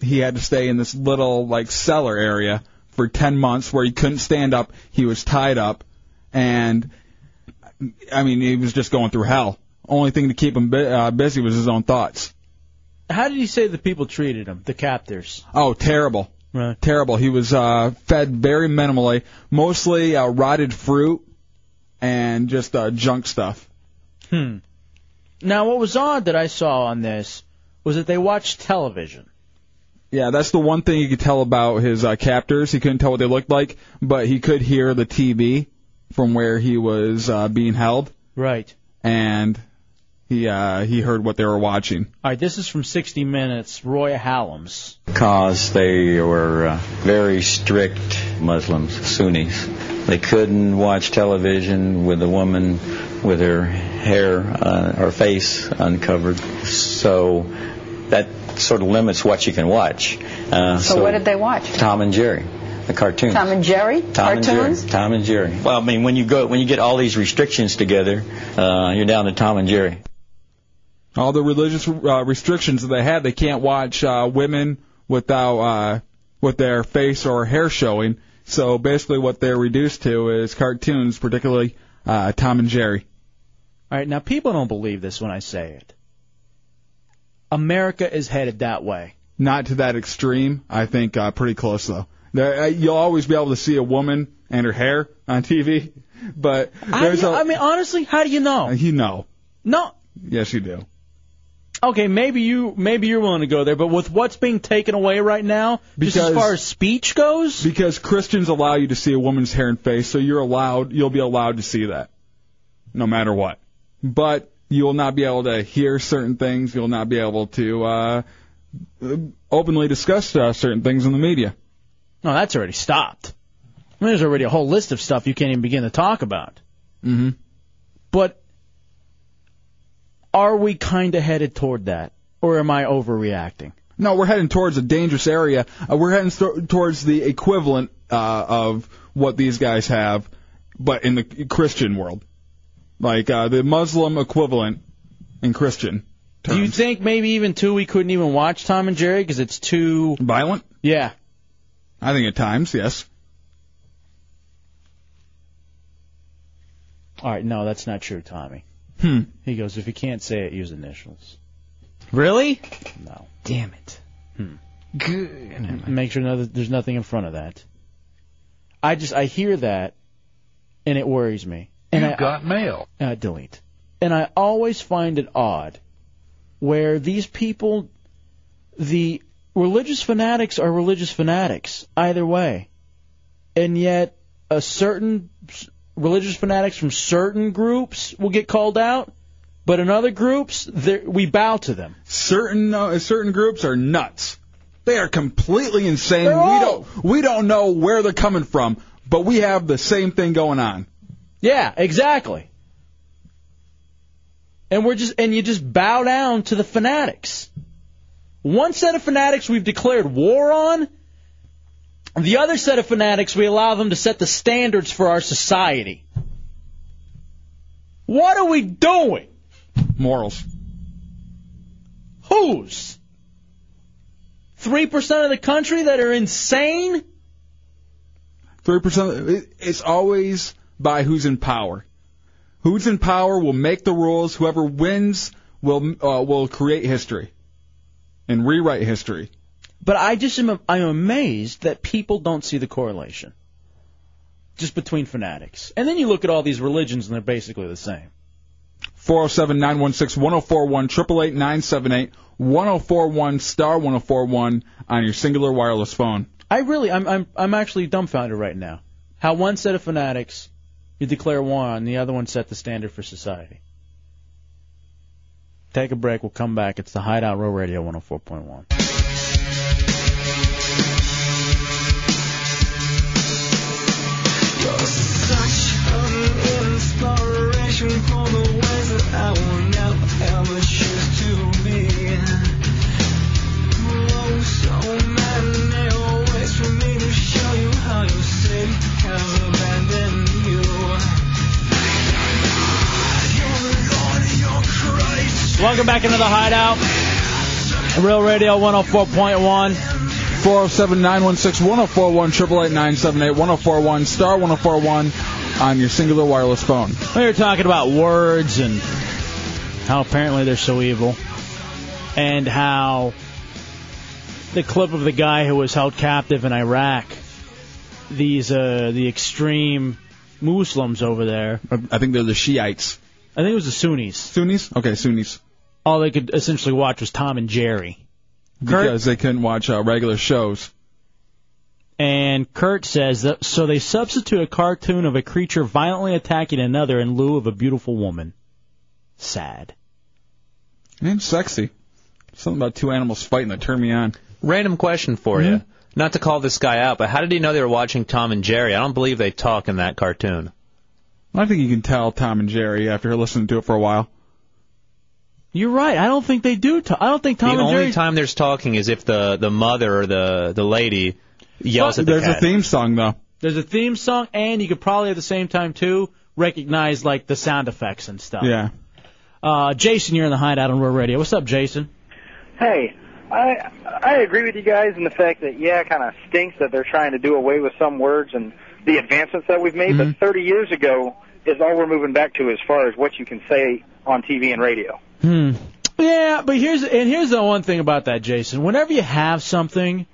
S4: he had to stay in this little like cellar area for ten months where he couldn't stand up. He was tied up, and I mean he was just going through hell. Only thing to keep him bu- uh, busy was his own thoughts.
S3: How did he say the people treated him, the captors?
S4: Oh, terrible.
S3: Right.
S4: Terrible. He was uh, fed very minimally, mostly uh, rotted fruit and just uh, junk stuff.
S3: Hmm. Now, what was odd that I saw on this was that they watched television.
S4: Yeah, that's the one thing you could tell about his uh, captors. He couldn't tell what they looked like, but he could hear the TV from where he was uh, being held,
S3: Right.
S4: and he uh, he heard what they were watching.
S3: All right, this is from 60 Minutes, Roy Hallams.
S24: because they were uh, very strict Muslims, Sunnis. They couldn't watch television with a woman with her hair uh, or face uncovered. So that sort of limits what you can watch. Uh,
S12: So, what did they watch?
S24: Tom and Jerry, the cartoon.
S12: Tom and Jerry?
S24: Tom
S12: cartoons?
S24: and Jerry. Tom and Jerry. Well, I mean, when you go, when you get all these restrictions together, uh, you're down to Tom and Jerry.
S4: All the religious uh, restrictions that they had, they can't watch uh, women without uh, with their face or hair showing. So basically, what they're reduced to is cartoons, particularly uh, Tom and Jerry.
S3: All right, now people don't believe this when I say it. America is headed that way.
S4: Not to that extreme. I think uh, pretty close though. There, uh, you'll always be able to see a woman and her hair on TV, <laughs> but
S3: How do
S4: there's
S3: you,
S4: a
S3: I mean, honestly, how do you know?
S4: you know.
S3: No.
S4: Yes, you do.
S3: Okay, maybe you maybe you're willing to go there, but with what's being taken away right now, just as far as speech goes,
S4: because Christians allow you to see a woman's hair and face, so you're allowed. You'll be allowed to see that, no matter what. But you will not be able to hear certain things. You'll not be able to uh, openly discuss uh, certain things in the media.
S3: no, that's already stopped. I mean, there's already a whole list of stuff you can't even begin to talk about.
S4: Mm-hmm.
S3: But are we kind of headed toward that, or am I overreacting?
S4: No, we're heading towards a dangerous area. Uh, we're heading st- towards the equivalent uh, of what these guys have, but in the Christian world, like uh, the Muslim equivalent in Christian.
S3: Do you think maybe even too we couldn't even watch Tom and Jerry because it's too
S4: violent?
S3: Yeah.
S4: I think at times, yes.
S3: All right, no, that's not true, Tommy.
S4: Hmm.
S3: He goes, if you can't say it, use initials.
S16: Really?
S3: No.
S16: Damn it.
S3: Hmm. Good. Make sure no, there's nothing in front of that. I just I hear that, and it worries me. And I, got mail. Uh, delete. And I always find it odd where these people, the religious fanatics are religious fanatics either way, and yet a certain s- religious fanatics from certain groups will get called out, but in other groups they're- we bow to them.
S4: Certain uh, certain groups are nuts. They are completely insane. we don't we don't know where they're coming from, but we have the same thing going on.
S3: Yeah, exactly. And we're just and you just bow down to the fanatics. One set of fanatics we've declared war on. The other set of fanatics we allow them to set the standards for our society. What are we doing?
S4: Morals.
S3: Whose? 3% of the country that are insane?
S4: Three percent. It's always by who's in power. Who's in power will make the rules. Whoever wins will uh, will create history and rewrite history.
S3: But I just am I'm amazed that people don't see the correlation just between fanatics. And then you look at all these religions and they're basically the same.
S4: 407 916 1041 888 978 1041 star 1041 on your singular wireless phone.
S3: I really I'm I'm I'm actually dumbfounded right now. How one set of fanatics you declare war on, the other one set the standard for society. Take a break. We'll come back. It's the Hideout Row Radio 104.1.
S6: Inspiration for the ways that I will never ever choose to be. Oh, so many ways for me to show you how your sin has abandoned you. You're Lord, you're Christ.
S3: Welcome back into the Hideout. Real Radio 104.1.
S4: 407 916 1041 888 1041 star 1041 on your singular wireless phone.
S3: We were talking about words and how apparently they're so evil, and how the clip of the guy who was held captive in Iraq, these uh, the extreme Muslims over there.
S4: I think they're the Shiites.
S3: I think it was the Sunnis.
S4: Sunnis? Okay, Sunnis.
S3: All they could essentially watch was Tom and Jerry.
S4: Because they couldn't watch uh, regular shows.
S3: And Kurt says that so they substitute a cartoon of a creature violently attacking another in lieu of a beautiful woman. Sad.
S4: And sexy. Something about two animals fighting that turned me on.
S10: Random question for you. Not to call this guy out, but how did he know they were watching Tom and Jerry? I don't believe they talk in that cartoon.
S4: Hmm? I think you can tell Tom and Jerry after listening to it for a while.
S3: You're right. I don't think they do. ta- I don't think Tom
S10: the
S3: and
S10: only
S3: Jerry.
S10: time there's talking is if the the mother or the the lady yells at the
S4: There's
S10: cat.
S4: a theme song though.
S3: There's a theme song, and you could probably at the same time too recognize like the sound effects and stuff.
S4: Yeah.
S3: Uh, Jason, you're in the hideout on Roar Radio. What's up, Jason?
S12: Hey, I I agree with you guys in the fact that yeah, it kind of stinks that they're trying to do away with some words and the advancements that we've made. But 30 years ago is all we're moving back to as far as what you can say on TV and radio.
S3: Hmm. Yeah, but here's and here's the one thing about that, Jason. Whenever you have something,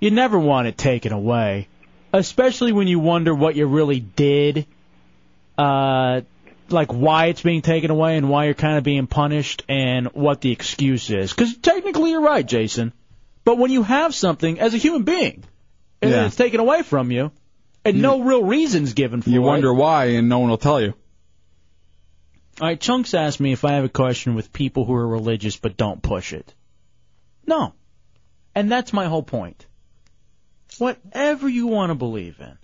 S3: you never want it taken away, especially when you wonder what you really did, uh, like why it's being taken away and why you're kind of being punished and what the excuse is. Because technically you're right, Jason. But when you have something as a human being, and
S4: Yeah.
S3: it's taken away from you, and no real reason's given for
S4: You
S3: it.
S4: wonder why, and no one will tell you.
S3: All right, Chunks asked me if I have a question with people who are religious but don't push it. No. And that's my whole point. Whatever you want to believe in,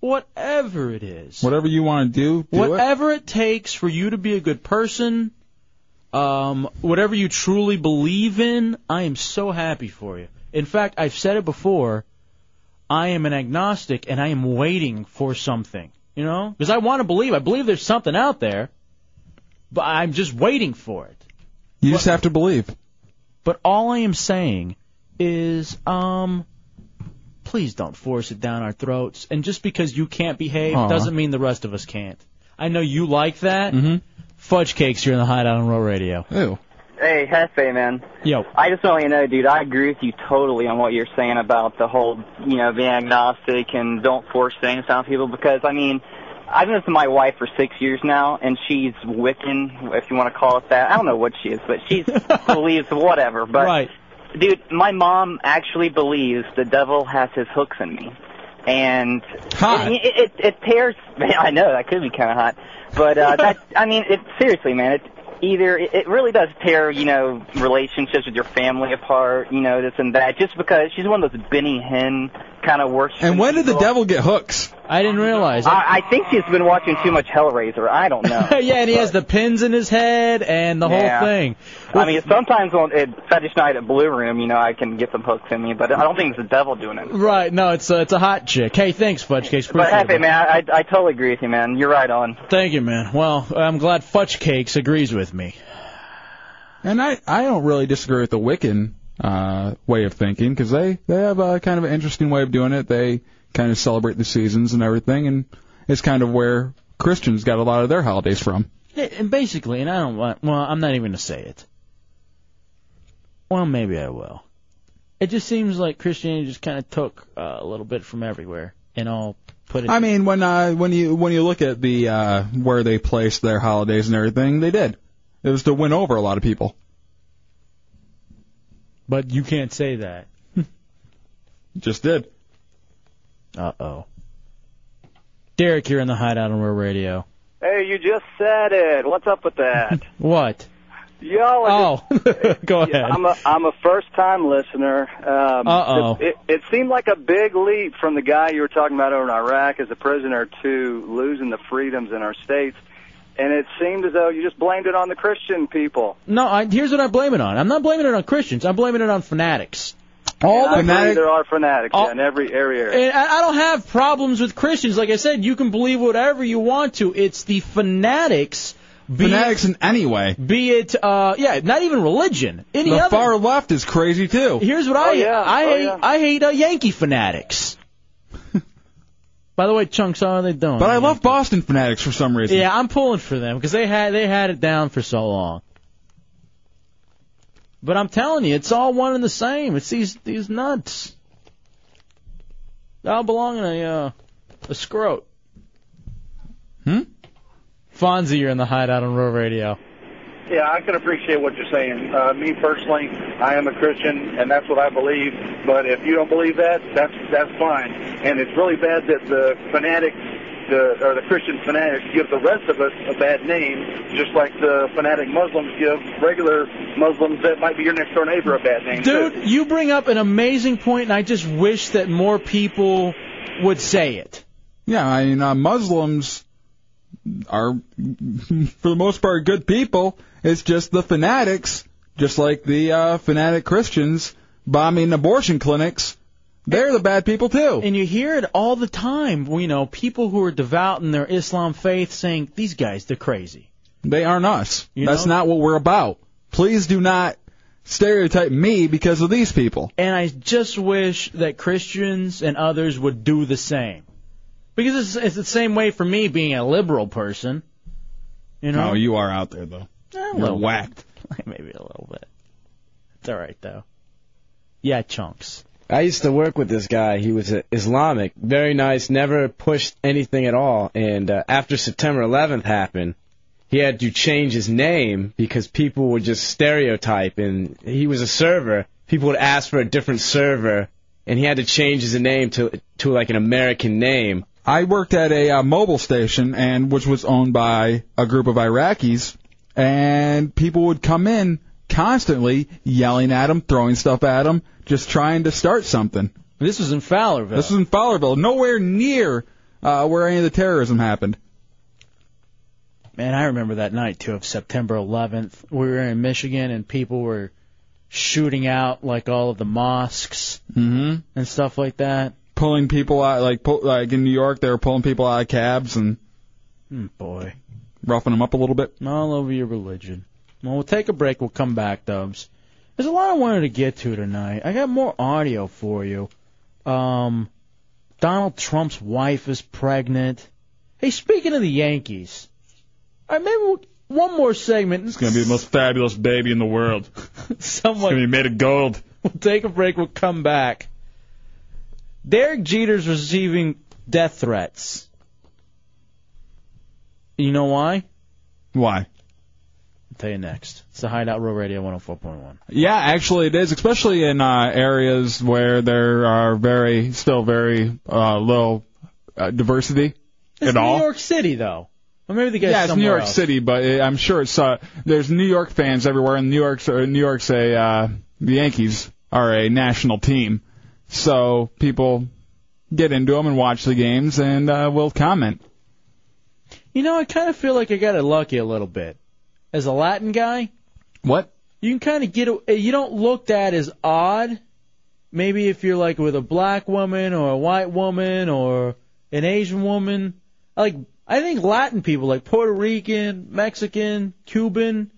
S3: whatever it is,
S4: Whatever you want to do, do it.
S3: whatever it takes for you to be a good person, um, whatever you truly believe in, I am so happy for you. In fact, I've said it before. I am an agnostic and I am waiting for something, you <laughs> know? Because I want to believe. I believe there's something out there, but I'm just waiting for it.
S4: You just have to believe.
S3: But all I am saying is, um, please don't force it down our throats. And just because you can't behave
S4: Aw.
S3: doesn't mean the rest of us can't. I know you like that. Mm-hmm. Fudge cakes, you're in the hideout on Roll Radio.
S4: Ew.
S13: Hey, Hefe, man.
S3: Yo.
S13: I just want you to know, dude, I agree with you totally on what you're saying about the whole, you know, being agnostic and don't force things on people because, I mean, I've been with my wife for six years now, and she's Wiccan, if you want to call it that. I don't know what she is, but she believes whatever. But, dude, my mom actually believes the devil has his hooks in me. And it, it, it tears. I know that could be kind of hot,
S4: <laughs>
S13: but uh, that I mean, it seriously, man. It either it, it really does tear, you know, relationships with your family apart, you know, this and that, just because she's one of those Benny Hinn kind of worship.
S4: And when did the devil get hooks?
S3: I didn't realize.
S13: I, I think she's been watching too much Hellraiser. I don't
S4: <laughs>
S13: know.
S3: yeah, and he has the pins in his head and the
S13: Yeah.
S3: whole thing.
S13: I mean, sometimes on at fetish night at Blue Room, you know, I can get some hooks in me, but I don't think it's the devil doing it.
S3: Right, no, it's a, it's a hot chick. Hey, thanks, Fudge Cakes.
S13: But
S3: Appreciate
S13: Hefe,
S3: it.
S13: man, I, I I totally agree with you, man. You're right on.
S3: Thank you, man. Well, I'm glad Fudge Cakes agrees with me.
S4: And I, I don't really disagree with the Wiccan uh, way of thinking because they they have a kind of an interesting way of doing it. They kind of celebrate the seasons and everything, and it's kind of where Christians got a lot of their holidays from.
S3: Yeah, and basically, and I don't want. Well, I'm not even gonna say it. Well, maybe I will. It just seems like Christianity just kind of took uh, a little bit from everywhere, and I'll put it.
S4: I mean, when uh, when you when you look at the uh, where they placed their holidays and everything, they did. It was to win over a lot of people.
S3: but you can't say that.
S4: <laughs> Just did.
S3: Uh oh. Derek, you're in the hideout on Real Radio.
S25: Hey, you just said it. What's up with that?
S3: What? <laughs>
S11: Y'all are
S3: Oh, go ahead.
S11: I'm a I'm a first time listener. Um,
S3: Uh-oh.
S11: It, it, it seemed like a big leap from the guy you were talking about over in Iraq as a prisoner to losing the freedoms in our states, and it seemed as though you just blamed it on the Christian people.
S3: No, I, here's what I blame it on. I'm not blaming it on Christians. I'm blaming it on fanatics.
S11: And I agree there are fanatics yeah, in every area.
S3: And I I don't have problems with Christians. Like I said, you can believe whatever you want to. It's the fanatics. Be fanatics
S4: in any way.
S3: Be it, uh, yeah, not even religion. Any
S4: the
S3: other.
S4: far left is crazy too.
S3: Here's what I I hate. I hate uh,
S4: <laughs>
S3: Yankee fanatics. By the way, chunks, how are they doing?
S4: But I love Boston fanatics for some reason.
S3: Yeah, I'm pulling for them because they had they had it down for so long. But I'm telling you, it's all one and the same. It's these these nuts. They all belong in a uh, a scrote.
S4: Hmm.
S3: Fonzie, you're in the hideout on Row Radio.
S23: Yeah, I can appreciate what you're saying. Uh, me personally, I am a Christian, and that's what I believe. But if you don't believe that, that's that's fine. And it's really bad that the fanatics, the or the Christian fanatics, give the rest of us a bad name, just like the fanatic Muslims give regular Muslims that might be your next door neighbor a bad name. too.
S3: Dude, you bring up an amazing point, and I just wish that more people would say it.
S4: Yeah, I mean, uh, Muslims are, for the most part, good people. It's just the fanatics, just like the uh, fanatic Christians bombing abortion clinics. They're the bad people too.
S3: And you hear it all the time. You know, people who are devout in their Islam faith saying these guys, they're crazy.
S4: They aren't us. That's not what we're about. Please do not stereotype me because of these people.
S3: And I just wish that Christians and others would do the same, because it's, it's the same way for me being a liberal person. You know,
S4: No, you are out there though.
S3: A
S4: You're
S3: little
S4: whacked.
S3: bit. <laughs> Maybe a little bit. It's all right though. Yeah, chunks.
S5: I used to work with this guy. He was uh, Islamic, very nice, never pushed anything at all. And uh, after September 11th happened, he had to change his name because people would just stereotype. And he was a server. People would ask for a different server, and he had to change his name to to like an American name.
S4: I worked at a uh, mobile station and which was owned by a group of Iraqis and people would come in constantly yelling at them, throwing stuff at them, just trying to start something.
S3: This was in Fowlerville.
S4: This was in Fowlerville, nowhere near uh, where any of the terrorism happened.
S3: Man, I remember that night too of September 11th. We were in Michigan and people were shooting out like all of the mosques
S4: Mm-hmm.
S3: and stuff like that.
S4: Pulling people out, like pull, like in New York, they were pulling people out of cabs and
S3: Mm, boy,
S4: roughing them up a little bit.
S3: all over your religion. Well, we'll take a break. We'll come back, Dubs. There's a lot I wanted to get to tonight. I got more audio for you. Um, Donald Trump's wife is pregnant. Hey, speaking of the Yankees, all right, maybe we'll, one more segment.
S4: It's gonna be the most fabulous baby in the world.
S3: <laughs> Someone
S4: it's gonna be made of gold.
S3: <laughs> We'll take a break. We'll come back. Derek Jeter's receiving death threats. You know why?
S4: Why?
S3: I'll tell you next. It's the Hideout Row Radio 104.1.
S4: Yeah, actually it is, especially in uh, areas where there are very still very uh, low uh, diversity
S3: It's
S4: at all.
S3: New York City, though. Or maybe the guy's
S4: yeah, it's New
S3: somewhere
S4: York
S3: else.
S4: City, but it, I'm sure it's uh, there's New York fans everywhere, and New York's or New York's a uh, the Yankees are a national team, so people get into them and watch the games and uh, will comment.
S3: You know, I kind of feel like I got it lucky a little bit. As a Latin guy,
S4: what?
S3: You can kind of get a- you don't looked at as odd. Maybe if you're like with a black woman or a white woman or an Asian woman, like I think Latin people like Puerto Rican, Mexican, Cuban,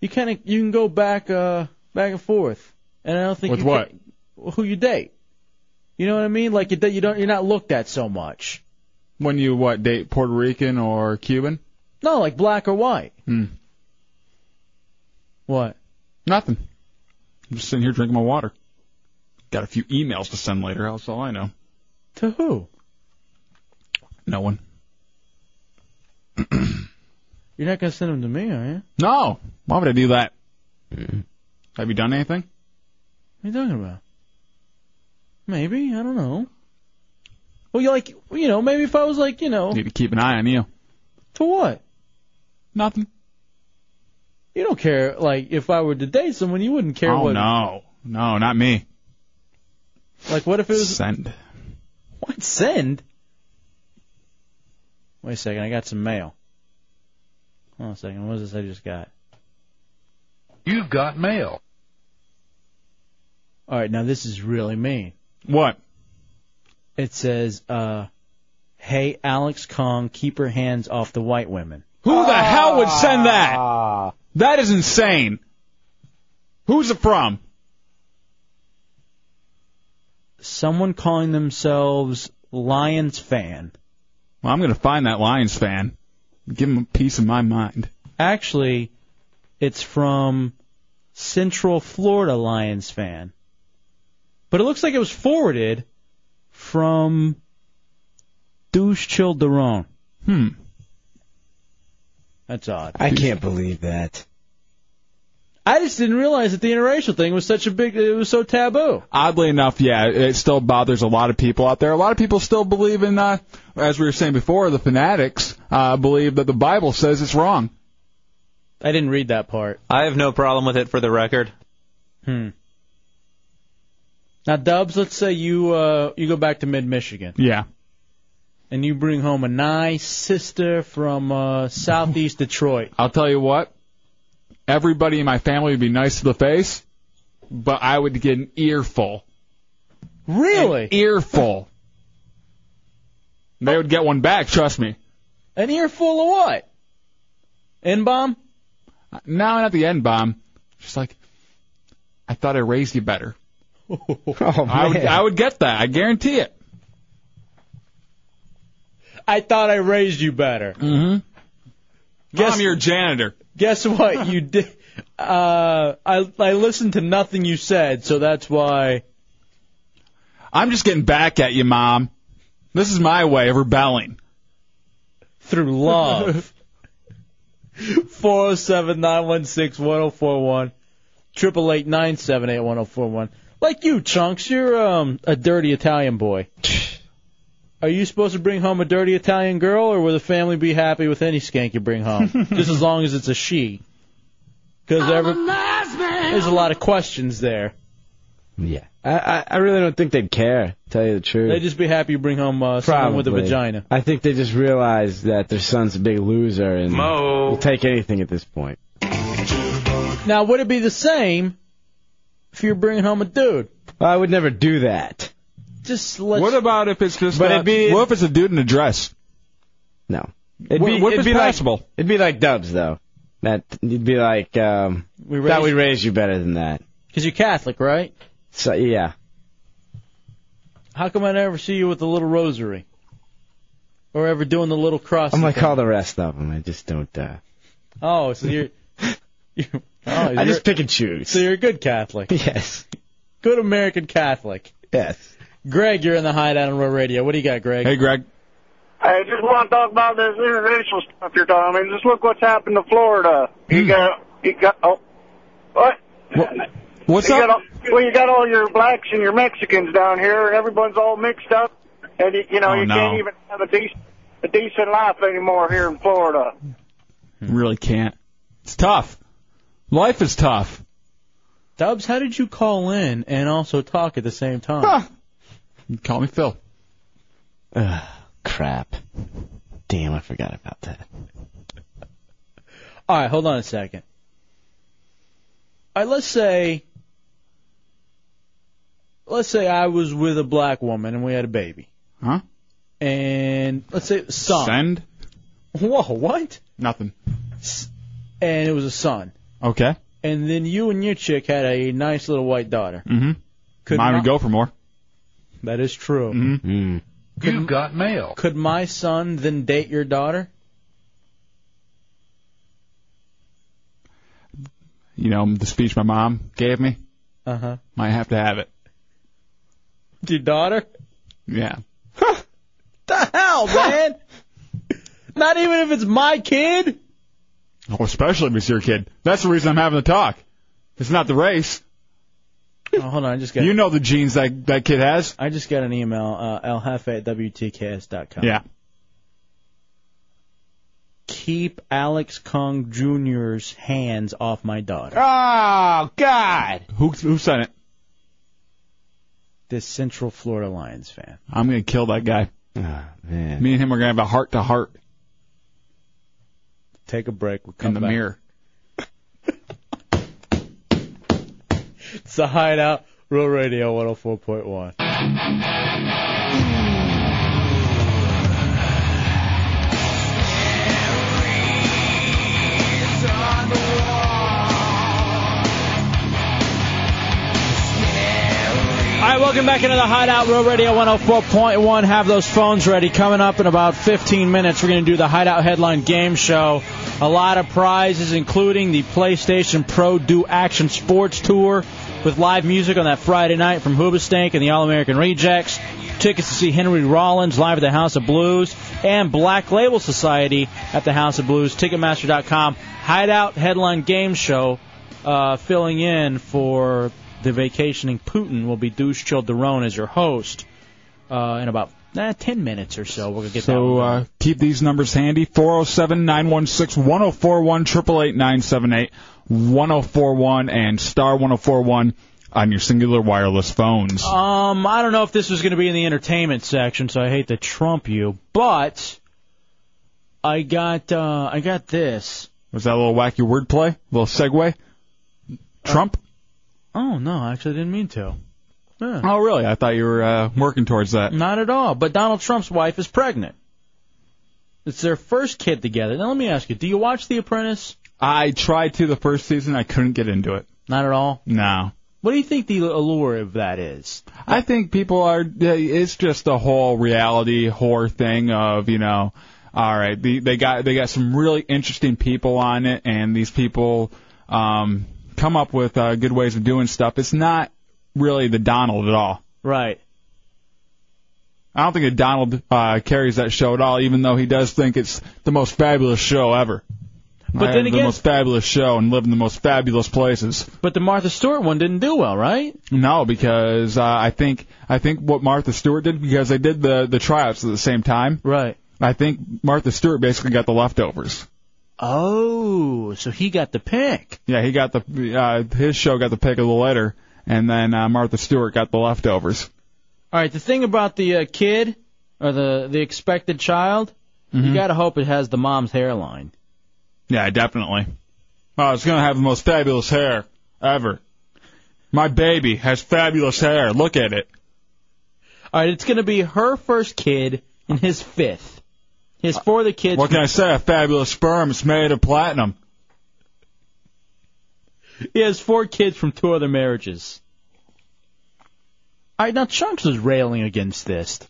S3: you kind of you can go back uh back and forth. And I don't think
S4: With
S3: you
S4: what?
S3: can- who you date. You know what I mean? Like you, you don't you're not looked at so much.
S4: When you what date Puerto Rican or Cuban?
S3: No, like black or white.
S4: Hmm.
S3: What?
S4: Nothing. I'm just sitting here drinking my water. Got a few emails to send later. That's all I know.
S3: To who?
S4: No one.
S3: You're not gonna send them to me, are you?
S4: No. Why would I do that? Have you done anything?
S3: What are you talking about? Maybe I don't know. Well, you like you know maybe if I was like you know
S4: Need to keep an eye on you.
S3: to what?
S4: Nothing.
S3: You don't care. Like if I were to date someone, you wouldn't care
S4: oh
S3: what.
S4: no, no, not me.
S3: Like what if it was
S4: send?
S3: What send? Wait a second, I got some mail. Hold on a second, what is this I just got?
S14: You've got mail.
S3: All right, now this is really mean.
S4: What?
S3: It says, uh, "Hey Alex Kong, keep your hands off the white women."
S4: Who the hell would send
S3: Ah.
S4: that? That is insane. Who's it from?
S3: Someone calling themselves Lions fan.
S4: Well, I'm gonna find that Lions fan. Give him a piece of my mind.
S3: Actually, it's from Central Florida Lions fan. But it looks like it was forwarded from Douche Childeron.
S4: Hmm.
S3: That's odd.
S5: I can't believe that.
S3: I just didn't realize that the interracial thing was such a big, uh, it was so taboo.
S4: Oddly enough, yeah, it still bothers a lot of people out there. A lot of people still believe in, uh, as we were saying before, the fanatics uh, believe that the Bible says it's wrong.
S3: I didn't read that part.
S10: I have no problem with it for the record.
S3: Hmm. Now, Dubs, let's say you uh, you go back to Mid Michigan
S4: Yeah.
S3: and you bring home a nice sister from uh, Southeast Detroit.
S4: I'll tell you what. Everybody in my family would be nice to the face, but I would get an earful.
S3: Really?
S4: An earful. they would get one back, trust me.
S3: An earful of what? N bomb?
S4: No, not the N bomb. Just like, I thought I raised you better. I would,
S3: man.
S4: I would get that. I guarantee it.
S3: I thought I raised you better.
S4: <laughs> Mm-hmm. Guess, Mom, you're a janitor.
S3: Guess what? You did. Uh, I I listened to nothing you said, so that's why.
S4: I'm just getting back at you, Mom. This is my way of rebelling.
S3: Through love. Four zero seven nine one six one zero four one, triple eight nine seven eight one zero four one. Like you, chunks, you're um a dirty Italian
S5: <sighs>
S3: boy. Are you supposed to bring home a dirty Italian girl, or will the family be happy with any skank you bring
S5: <laughs>
S3: home, just as long as it's a she? Because there's a lot of questions there.
S5: Yeah. I, I, I really don't think they'd care, to tell you the truth.
S3: They'd just be happy you bring home uh, someone with a
S5: Probably.
S3: vagina.
S5: I think they just realize that their son's a big loser and
S3: Mo.
S5: will take anything at this point.
S3: Now, would it be the same if you're bringing home a dude?
S5: I would never do that.
S3: <laughs> Just let
S4: What about if it's just?
S5: But
S4: uh,
S5: it'd be-
S4: what if it's a dude in a dress?
S5: No.
S4: What- what if
S5: it'd
S4: it's
S5: be like,
S4: possible?
S5: It'd be like Dubs, though. That You'd be like, um,
S3: we
S5: thought
S3: raised-
S5: we raised you better than that.
S3: Because you're Catholic, right?
S5: So, yeah.
S3: How come I never see you with the little rosary, or ever doing the little cross?
S5: I'm like
S3: thing?
S5: all the rest of them. I just don't, uh,
S3: Oh, so
S5: <laughs>
S3: you're. you oh,
S5: I just
S3: you're-
S5: pick and choose.
S3: So you're a good
S5: <laughs>
S3: Catholic.
S5: Yes.
S3: Good American Catholic.
S5: Yes.
S3: Greg, you're in the hideout on Row Radio. What do you got, Greg? Hey,
S4: Greg.
S15: I just want to talk about this interracial stuff you're talking. I mean, just look what's happened to Florida. You got, you got, oh, what?
S4: What's
S15: you Got all, well, you got all your blacks and your Mexicans down here. Everyone's all mixed up, and you, you know
S4: Oh,
S15: you
S4: no.
S15: can't even have a decent, a decent life anymore here in Florida.
S4: Hmm. Really can't. It's tough. Life is tough.
S3: Dubs, how did you call in and also talk at the same time?
S4: You Call me Phil.
S5: Ugh, crap. Damn, I forgot about that.
S3: All right, hold on a second. All right, let's say, let's say I was with a black woman and we had a baby,
S4: Huh?
S3: and let's say it was a son.
S4: Send?
S3: Whoa, what?
S4: Nothing.
S3: And it was a son,
S4: Okay.
S3: and then you and your chick had a nice little white daughter.
S4: Mm-hmm.
S3: Could
S4: Mine
S3: not-
S4: would go for more.
S3: That is true. Hmm.
S4: Mm-hmm.
S3: You've got mail. Could my son then date your daughter?
S4: You know the speech my mom gave me.
S3: Uh huh.
S4: Might have to have it.
S3: Your daughter?
S4: Yeah.
S3: The
S4: <laughs>
S3: hell, man! Not even if it's my kid.
S4: Oh, especially if it's your kid. That's the reason I'm having the talk. It's not the race.
S3: Oh, hold on, I just got.
S4: You know the genes that that kid has.
S3: I just got an email, uh, lhefe at wtks.com.
S4: Yeah.
S3: keep Alex Kung Jr.'s hands off my daughter.
S4: Oh God! Who who sent it?
S3: This Central Florida Lions fan.
S4: I'm gonna kill that guy. Me and him are gonna have a heart to heart.
S3: Take a break. We'll
S4: come in the
S3: back.
S4: mirror.
S3: <laughs> It's the Hideout, Real Radio 104.1. All right, welcome back into the Hideout Road Radio 104.1. Have those phones ready. Coming up in about 15 minutes, we're going to do the Hideout Headline Game Show. A lot of prizes, including the PlayStation Pro Do Action Sports Tour with live music on that Friday night from Hoobastank and the All American Rejects. Tickets to see Henry Rollins live at the House of Blues and Black Label Society at the House of Blues. Ticketmaster.com. Hideout Headline Game Show uh, filling in for the vacationing Putin will be Douche Childerone as your host uh, in about eh, 10 minutes or so. We're going to get
S4: So uh, keep these numbers handy: 407-916-1041, triple eight nine seven eight one zero four one, and star one zero four one on your singular wireless phones.
S3: that. Um, I don't know if this was going to be in the entertainment section, so I hate to trump you, but I got uh, I got this.
S4: Was that a little wacky wordplay? little segue? Trump?
S3: Uh, oh no, I actually didn't mean to. Yeah.
S4: Oh, really? I thought you were uh, working towards that.
S3: Not at all. But Donald Trump's wife is pregnant. It's their first kid together. Now let me ask you: Do you watch The Apprentice?
S4: I tried to the first season. I couldn't get into it.
S3: Not at all.
S4: No.
S3: What do you think the allure of that is?
S4: I think people are. It's just the whole reality whore thing of you know. All right, the, they got they got some really interesting people on it, and these people um, come up with uh, good ways of doing stuff. It's not really the Donald at all.
S3: Right.
S4: I don't think that Donald uh, carries that show at all, even though he does think it's the most fabulous show ever.
S3: But
S4: I have
S3: then
S4: the
S3: again-
S4: most fabulous show and live in the most fabulous places.
S3: But the Martha Stewart one didn't do well, right?
S4: No, because uh, I think I think what Martha Stewart did because they did the the tryouts at the same time.
S3: Right.
S4: I think Martha Stewart basically got the leftovers.
S3: Oh, so he got the pick.
S4: Yeah, he got the uh, his show got the pick of the litter, and then uh, Martha Stewart got the leftovers.
S3: All right. The thing about the uh, kid or the the expected child,
S5: Mm-hmm.
S3: you gotta hope it has the mom's hairline.
S4: Yeah, definitely. Oh, it's gonna have the most fabulous hair ever. My baby has fabulous hair. Look at it.
S3: All right. It's gonna be her first kid and his fifth. His four of the kids.
S4: What can I say? A fabulous sperm. It's made of platinum.
S3: He has four kids from two other marriages. All right, now Chunks is railing against this.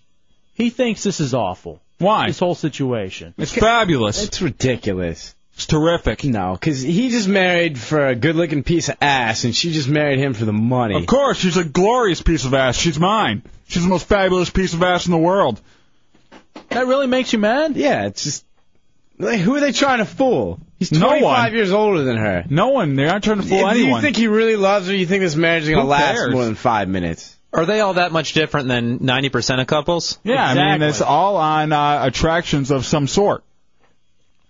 S3: He thinks this is awful.
S4: Why?
S3: This whole situation.
S4: It's fabulous.
S5: It's ridiculous.
S4: It's terrific.
S5: No, because he just married for a good-looking piece of ass, and she just married him for the money.
S4: Of course, she's a glorious piece of ass. She's mine. She's the most fabulous piece of ass in the world.
S3: That really makes you mad?
S5: Yeah, it's just. Like, who are they trying to fool? He's
S4: No one.
S5: 25 years older than her.
S4: No one. They're not trying to
S10: fool
S5: Do you
S10: anyone.
S5: think he really loves her? You think this marriage is going to
S10: Who
S5: last
S10: cares?
S5: more than five minutes?
S10: Are they all that much different than 90% of couples?
S4: Yeah, I mean, it's all on uh, attractions of some sort.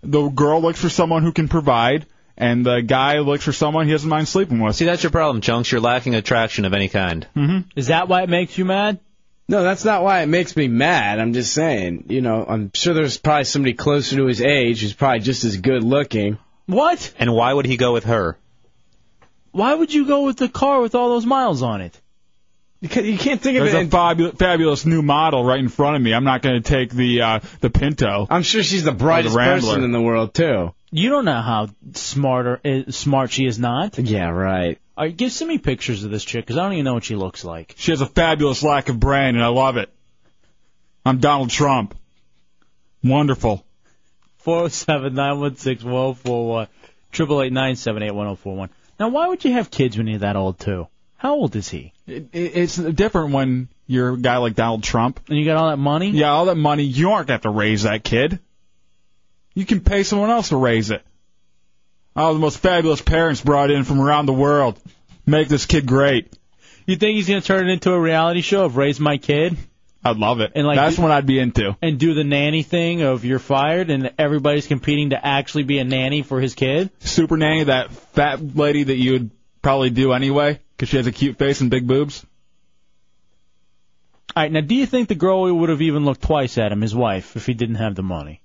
S4: The girl looks for someone who can provide, and the guy looks for someone he doesn't mind sleeping with.
S10: See, that's your problem, Chunks. You're lacking attraction of any kind.
S4: Mm-hmm.
S3: Is that why it makes you mad?
S5: No, that's not why it makes me mad. I'm just saying, you know, I'm sure there's probably somebody closer to his age who's probably just as good looking.
S3: What?
S10: And why would he go with her?
S3: Why would you go with the car with all those miles on it?
S5: Because you can't think
S4: There's a fabu- fabulous new model right in front of me. I'm not going to take the uh, the Pinto.
S5: I'm sure she's the brightest person in the world too.
S3: You don't know how smart, or, uh, smart she is not.
S5: Yeah, right.
S3: All right, give send me pictures of this chick because I don't even know what she looks like.
S4: She has a fabulous lack of brain, and I love it. I'm Donald Trump. Wonderful.
S3: Four zero seven nine one six one zero four one triple eight nine seven eight one zero four one. Now, why would you have kids when you're that old too? How old is he?
S4: It, it, it's different when you're a guy like Donald Trump.
S3: And you got all that money?
S4: Yeah, all that money. You aren't going to have to raise that kid. You can pay someone else to raise it. Oh, the most fabulous parents brought in from around the world. Make this kid great.
S3: You think he's going to turn it into a reality show of Raise My Kid?
S4: I'd love it.
S3: And like
S4: That's
S3: do-
S4: what I'd be into.
S3: and do the nanny thing of you're fired and everybody's competing to actually be a nanny for his kid.
S4: Super nanny, that fat lady that you would probably do anyway, 'cause she has a cute face and big boobs.
S3: All right, now do you think the girl would have even looked twice at him, his wife, if he didn't have the money?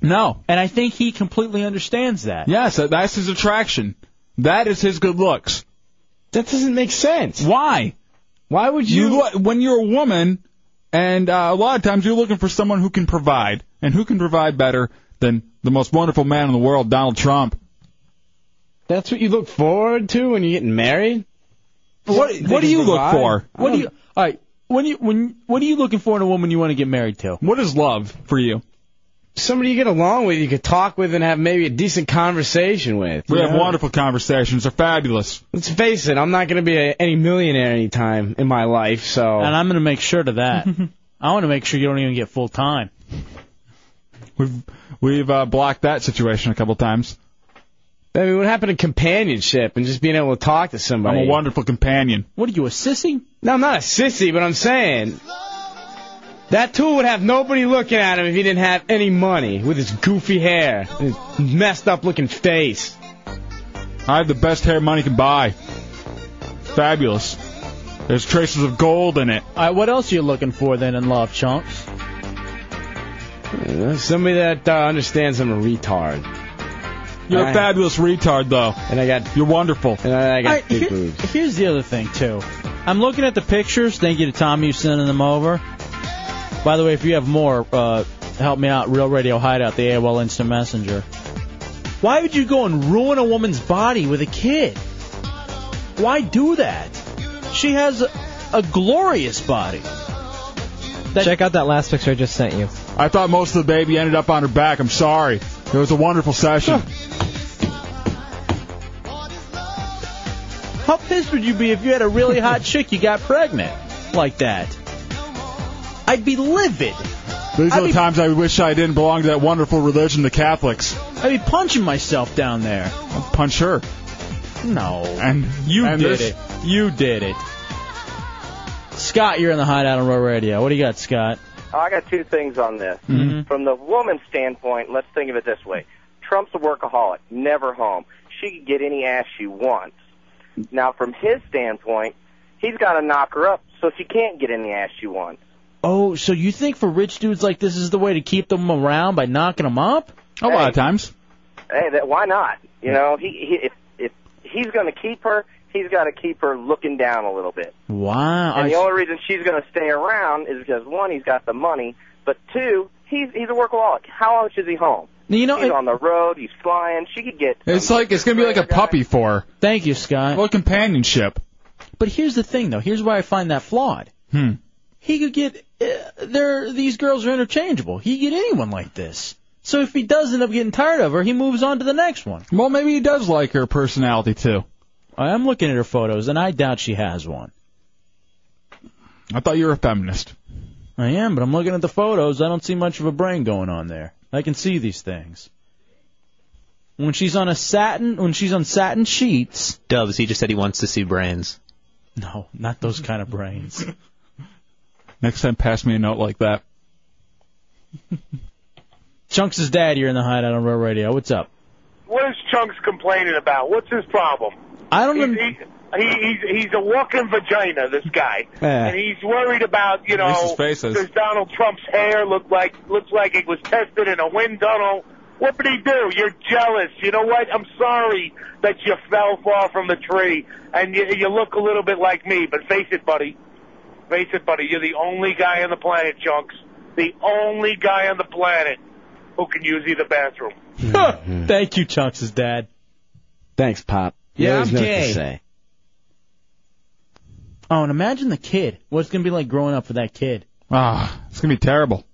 S4: No.
S3: And I think he completely understands that.
S4: Yes, that- that's his attraction. That is his good looks.
S5: That doesn't make sense.
S4: Why?
S5: Why would
S4: you? look, when you're a woman, and uh, a lot of times you're looking for someone who can provide, and who can provide better than the most wonderful man in the world, Donald Trump.
S5: That's what you look forward to when you're getting married.
S3: What
S4: what do you look for?
S5: Um,
S3: What do you all right? When you when what are you looking for in a woman you want to get married to?
S4: What is love for you?
S5: Somebody you get along with, you could talk with, and have maybe a decent conversation with.
S4: We
S5: you
S4: have
S5: know?
S4: wonderful conversations. They're fabulous.
S5: Let's face it, I'm not going to be a, any millionaire anytime in my life, so.
S3: And I'm going to make sure to
S5: <laughs>
S3: that. I want to make sure you don't even get full time.
S4: We've we've uh, blocked that situation a couple times.
S5: I mean, what happened to companionship and just being able to talk to somebody?
S4: I'm a wonderful companion.
S3: What are you, a sissy?
S5: No, I'm not a sissy, but I'm saying that tool would have nobody looking at him if he didn't have any money with his goofy hair and his messed up looking face.
S4: I have the best hair money can buy. Fabulous. There's traces of gold in it.
S3: All right, what else are you looking for then in love, chunks?
S5: Uh, Somebody that uh, understands I'm a retard.
S4: You're a
S5: Right.
S4: fabulous retard, though.
S5: And I got.
S4: You're
S5: <laughs>
S4: wonderful.
S5: And I got
S3: All right,
S5: big
S3: here-
S5: boobs.
S3: here's the other thing too. I'm looking at the pictures. Thank you to Tommy for sending them over. By the way, if you have more, uh, help me out. Real Radio Hideout, the AOL Instant Messenger. Why would you go and ruin a woman's body with a kid? Why do that? She has a, a glorious body.
S16: Check out that last picture I just sent you.
S4: I thought most of the baby ended up on her back. I'm sorry. It was a wonderful session.
S3: How pissed would you be if you had a really
S16: <laughs>
S3: hot chick you got pregnant like that? I'd be livid.
S4: These
S3: I
S4: are the
S3: mean-
S4: times I wish I didn't belong to that wonderful religion, the Catholics.
S3: I'd be punching myself down there.
S4: punch her.
S3: No.
S4: And
S3: You
S4: Oh. and
S3: did
S4: this-
S3: it. You did it. Scott, you're in the hideout on Row Radio. What do you got, Scott?
S17: Oh, I got two things on this.
S3: Mhm.
S17: From the woman's standpoint, let's think of it this way: Trump's a workaholic, never home. She can get any ass she wants. Now, from his standpoint, he's got to knock her up so she can't get any ass she wants.
S3: Oh, so you think for rich dudes like this is the way to keep them around by knocking them up?
S4: A lot of times.
S17: Hey, that, why not? You know, he, he if if he's going to keep her, he's got to keep her looking down a little bit.
S3: Wow.
S17: And the
S3: I-
S17: only reason she's going to stay around is because one, he's got the money, but two, he's he's a workaholic. How much is he home?
S3: You know,
S17: he's
S3: it-
S17: on the road. He's flying. She could get.
S4: It's like it's gonna be like a puppy for her.
S3: Thank you, Scott.
S4: Well, companionship.
S3: but here's the thing, though. Here's why I find that flawed.
S4: Hmm.
S3: He could get. Uh, there, these girls are interchangeable. He could get anyone like this. So if he does end up getting tired of her, he moves on to the next one.
S4: Well, maybe he does like her personality too.
S3: I am looking at her photos, and I doubt she has one.
S4: I thought you were a feminist.
S3: I am, but I'm looking at the photos. I don't see much of a brain going on there. I can see these things. When she's on a satin, when she's on satin sheets.
S10: Dubs, he just said he wants to see brains.
S3: No, not those kind of brains.
S4: <laughs> Next time, pass me a note like that.
S3: <laughs> Chunks' dad, you're in the hideout on Real Radio. What's up?
S18: What is Chunks complaining about? What's his problem?
S3: I don't
S18: know. He, he, he's, he's a walking vagina, this guy,
S3: Yeah.
S18: and he's worried about you
S4: least
S18: know
S4: his face is.
S18: does Donald Trump's hair look like looks like it was tested in a wind tunnel? What did he do? You're jealous. You know what? I'm sorry that you fell far from the tree, and you, you look a little bit like me. But face it, buddy. Face it, buddy. You're the only guy on the planet, Chunks. The only guy on the planet who can use either bathroom.
S3: Thank you, Chunks' dad.
S5: Mm-hmm. Thanks, Pop. You
S3: Yeah,
S5: always
S3: I'm
S5: know what to
S3: gay.
S5: say.
S3: Oh, and imagine the kid. What's gonna be like growing up for that kid?
S4: Ah, it's gonna be terrible.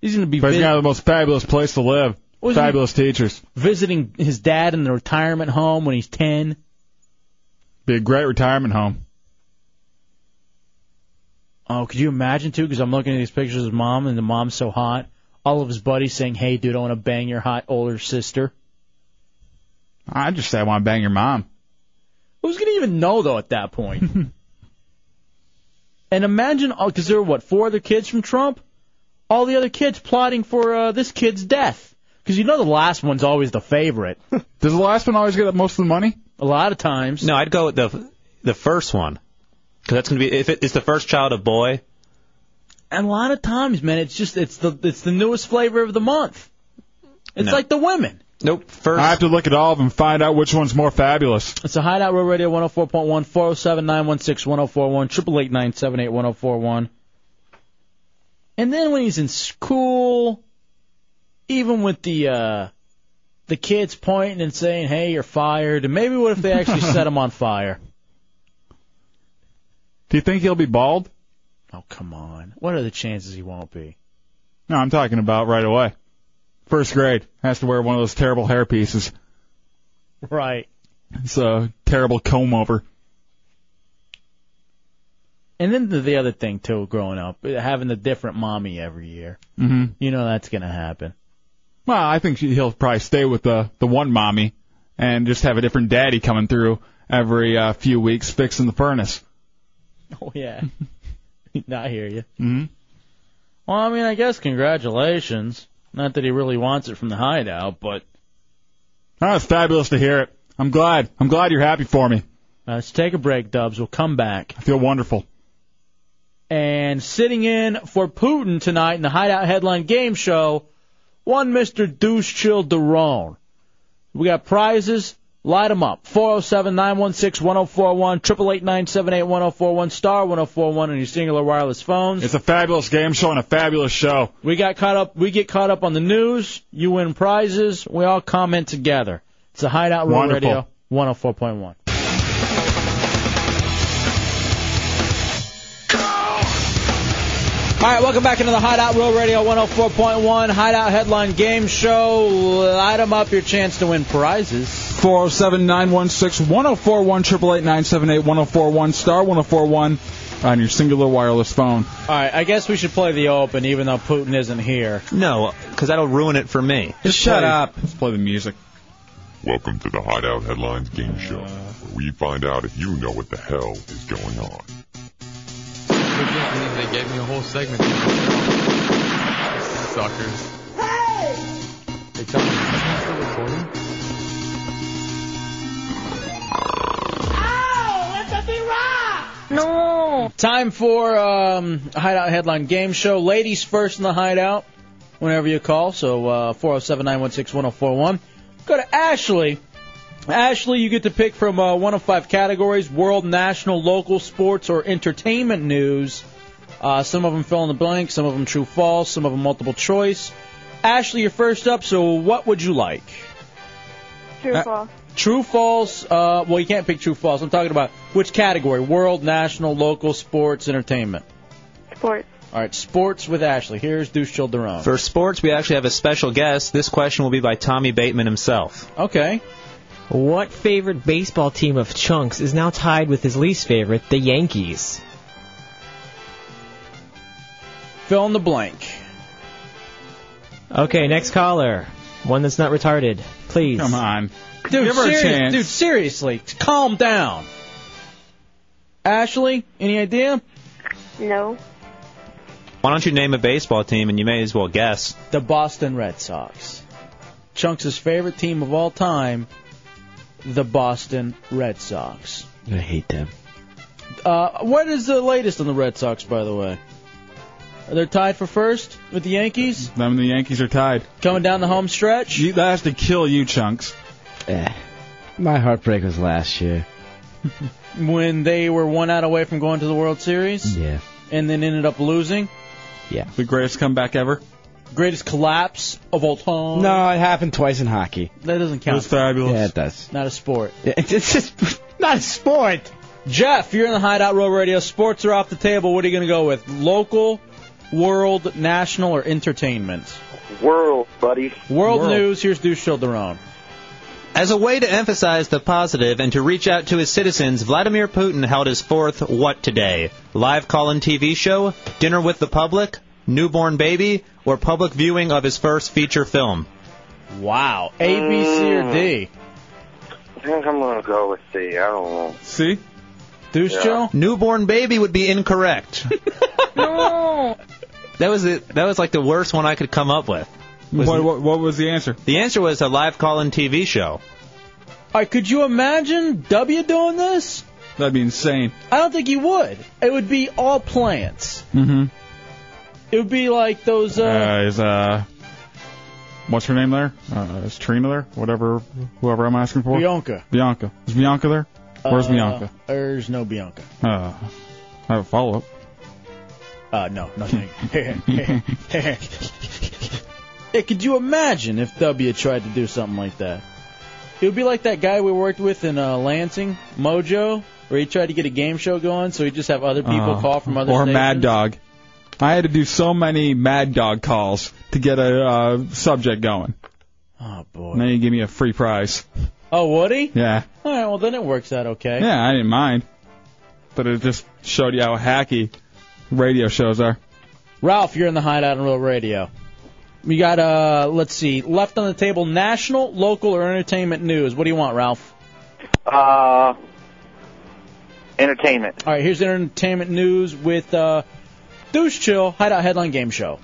S3: He's gonna be
S4: But he's
S3: vis-
S4: gonna have the most fabulous place to live.
S3: Well, isn't he-
S4: fabulous teachers.
S3: visiting his dad in the retirement home when he's ten.
S4: Be a great retirement home.
S3: Oh, could you imagine too? Because I'm looking at these pictures of his mom, and the mom's so hot. All of his buddies saying, "Hey, dude, I want to bang your hot older sister."
S4: I just say I want to bang your mom. <laughs>
S3: Who's gonna even know though at that point? And imagine, because there were what four other kids from Trump, all the other kids plotting for uh, this kid's death. Because you know the last one's always
S4: <laughs>
S3: the favorite. Does
S4: the last one always get most of the money?
S3: A lot of times.
S10: No, I'd go with the the first one. Because that's gonna be if it, it's the first child of boy.
S3: And a lot of times, man, it's just it's the it's the newest flavor of the month. It's
S4: No.
S3: like the women.
S10: Nope. First.
S4: I have to look at all of them, find out which one's more fabulous.
S3: It's a Hideout Road Radio 104.1, 407 916 1041, 888 978 1041. And then when he's in school, even with the uh, the kids pointing and saying, hey, you're fired, and maybe what if
S4: <laughs>
S3: they actually set him on fire?
S4: Do you think he'll be bald?
S3: Oh, come on. What are the chances he won't be?
S4: No, I'm talking about right away. First grade has to wear one of those terrible hair pieces.
S3: Right.
S4: It's a terrible comb over.
S3: And then the, the other thing, too, growing up, having the different mommy every year.
S4: Mm-hmm.
S3: You know that's going to happen.
S4: Well, I think she, he'll probably stay with the the one mommy and just have a different daddy coming through every uh, few weeks fixing the furnace.
S3: <laughs> Oh, yeah. <laughs> no, I hear you.
S4: Mm-hmm.
S3: Well, I mean, I guess congratulations. Not that he really wants it from the hideout, but
S4: That's Ah, fabulous to hear it. I'm glad. I'm glad you're happy for me.
S3: uh, let's take a break, Dubs. We'll come back. I
S4: feel wonderful.
S3: And sitting in for Putin tonight in the Hideout Headline Game Show, one Mr. Deuce Chill Derone. We got prizes. Light 'em up. 407 916 1041, 888 978 1041, star 1041 on your singular wireless phones.
S4: It's a fabulous game show and a fabulous show.
S3: We got caught up. We get caught up on the news. You win prizes. We all comment together. It's a Hideout Road
S4: Wonderful.
S3: Radio 104.1. All right, welcome back into the Hideout Road Radio 104.1 Hideout Headline Game Show. Light 'em up, your chance to win prizes.
S4: 407 916 1041 888 978 1041 star 1041 on your singular wireless phone.
S3: All right, I guess we should play the open, even though Putin isn't here.
S10: No, because that'll ruin it for me.
S4: Just Shut play- up. Let's play the music.
S19: Welcome to the Hideout Headlines Game Show, where we find out if you know what the hell is going on.
S20: They gave me a whole segment. Suckers. Hey! They tell me, "Isn't this the recording?"
S3: No. Time for um, Hideout Headline Game Show. Ladies first in the Hideout. Whenever you call, so uh, four zero seven nine one six one zero four one. Go to Ashley. Ashley, you get to pick from uh, one of five categories: world, national, local, sports, or entertainment news. Uh, some of them fill in the blank, some of them true false, some of them multiple choice. Ashley, you're first up. So, what would you like?
S21: True
S3: Uh,
S21: false.
S3: True, false. Uh, well, you can't pick true, false. I'm talking about which category: world, national, local, sports, entertainment.
S21: Sports.
S3: All right, sports with Ashley. Here's Deuce Childerone.
S10: For sports, we actually have a special guest. This question will be by Tommy Bateman himself.
S3: Okay.
S16: What favorite baseball team of Chunks is now tied with his least favorite, the Yankees?
S3: Fill in the blank.
S16: Okay, next caller. One that's not retarded. Please. Come
S4: on.
S3: Dude, serious- dude, seriously, calm down. Ashley, any idea?
S21: No.
S10: Why don't you name a baseball team and you may as well guess?
S3: The Boston Red Sox. Chunks' favorite team of all time, the Boston Red Sox.
S5: I hate them.
S3: Uh, what is the latest on the Red Sox, by the way? They're tied for first with the Yankees.
S4: Them and the Yankees are tied.
S3: Coming down the home stretch.
S4: You, that has to kill you, Chunks.
S5: Eh. My heartbreak was last year.
S3: When they were one out away from going to the World Series.
S5: Yeah.
S3: And then ended up losing.
S5: Yeah.
S4: The greatest comeback ever.
S3: Greatest collapse of all time.
S5: No, it happened twice in hockey.
S3: That doesn't count. That's
S4: fabulous.
S5: Yeah, it does.
S3: Not a sport.
S5: <laughs> It's just not a sport.
S3: Jeff, you're in the Hideout Row Radio. Sports are off the table. What are you going to go with? Local, world, national, or entertainment?
S20: World, buddy.
S3: World, news. Here's Deuce Childerone.
S10: As a way to emphasize the positive and to reach out to his citizens, Vladimir Putin held his fourth What Today? Live call in TV show, dinner with the public, newborn baby, or public viewing of his first feature film?
S3: Wow. A, B, C, or
S20: Mm.
S3: D?
S20: I think I'm gonna go with the. I don't know.
S4: See?
S3: Deuce Joe?
S10: Newborn baby would be <laughs> incorrect.
S7: No.
S10: That was it. That was like the worst one I could come up with.
S4: What, what, what was the answer?
S10: The answer was a live call-in TV show.
S3: All right, could you imagine W doing this?
S4: That'd be insane.
S3: I don't think he would. It would be all plants.
S4: Mm-hmm.
S3: It would be like those. Uh,
S4: Uh, is uh, what's her name there? Uh, is Trina there? Whatever, whoever I'm asking for.
S3: Bianca.
S4: Bianca. Is Bianca there? Where's
S3: uh,
S4: Bianca?
S3: There's no Bianca.
S4: Uh, I have a follow up.
S3: Uh, no, nothing. <laughs> hey, could you imagine if W tried to do something like that? It would be like that guy we worked with in uh, Lansing, Mojo, where he tried to get a game show going, so he'd just have other people
S4: Uh,
S3: call from other
S4: or
S3: stations.
S4: Mad Dog. I had to do so many Mad Dog calls to get a uh, subject going.
S3: Oh boy!
S4: Now you give me a free prize.
S3: Oh, would he?
S4: Yeah.
S3: All right, well then it works out okay.
S4: Yeah, I didn't mind. But it just showed you how hacky radio shows are.
S3: Ralph, you're in the hideout on Real Radio. We got uh, let's see, left on the table, national, local, or entertainment news. What do you want, Ralph?
S9: Uh, entertainment.
S3: All right, here's entertainment news with uh, Deuce Chill Hideout Headline Game Show.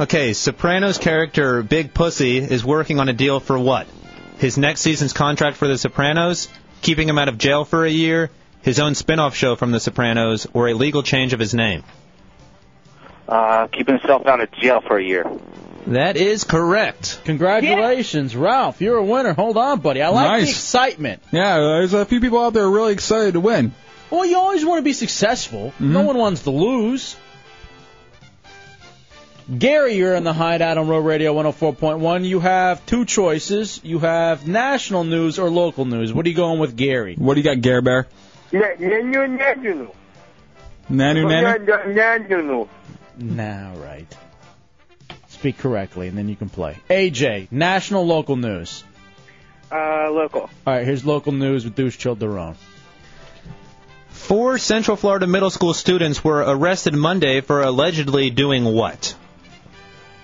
S10: Okay, Sopranos character Big Pussy is working on a deal for what? His next season's contract for The Sopranos, keeping him out of jail for a year, his own spin-off show from The Sopranos, or a legal change of his name.
S9: Uh, keeping himself out of jail for a year.
S10: That is correct.
S3: Congratulations, Ralph. You're a winner. Hold on, buddy. I like the
S4: Nice.
S3: excitement.
S4: Yeah, there's a few people out there really excited to win.
S3: Well, you always want to be successful.
S4: Mm-hmm.
S3: No one wants to lose. Gary, you're in the hideout on Road Radio 104.1. You have two choices. You have national news or local news. What are you going with, Gary?
S4: What do you got, Gary Bear?
S22: Na- Nenu Nenu.
S4: Nanu Nanu?
S22: Nenu.
S3: Now, right. Speak correctly, and then you can play. AJ, national local news.
S22: Uh, local.
S3: All right, here's local news with Deuce Childerone.
S10: Four Central Florida middle school students were arrested Monday for allegedly doing what?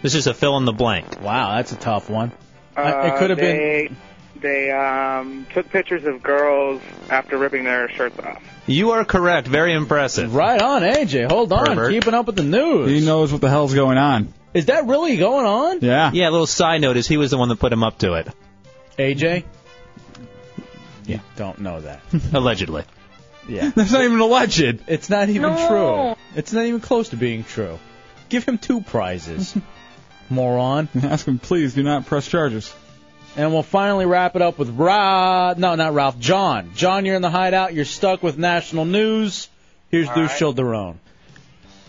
S10: This is a fill in the blank.
S3: Wow, that's a tough one.
S22: Uh,
S10: it could have been-
S22: they, been. They um, took pictures of girls after ripping their shirts off.
S10: You are correct. Very impressive.
S3: Right on, AJ. Hold on.
S10: Pervert.
S3: Keeping up with the news.
S4: He knows what the hell's going on.
S3: Is that really going on?
S4: Yeah.
S10: Yeah, a little side note is he was the one that put him up to it. <laughs>
S3: AJ? Yeah. Don't know that.
S10: Allegedly.
S3: Yeah.
S4: <laughs> That's not even alleged.
S3: It's not even
S10: No.
S3: true. It's not even close to being true. Give him
S4: <laughs>
S3: two prizes. Moron.
S4: Ask him, please do not press charges.
S3: And we'll finally wrap it up with Ra. No, not Ralph. John. John, you're in the hideout. You're stuck with national news. Here's Deuce Childerone.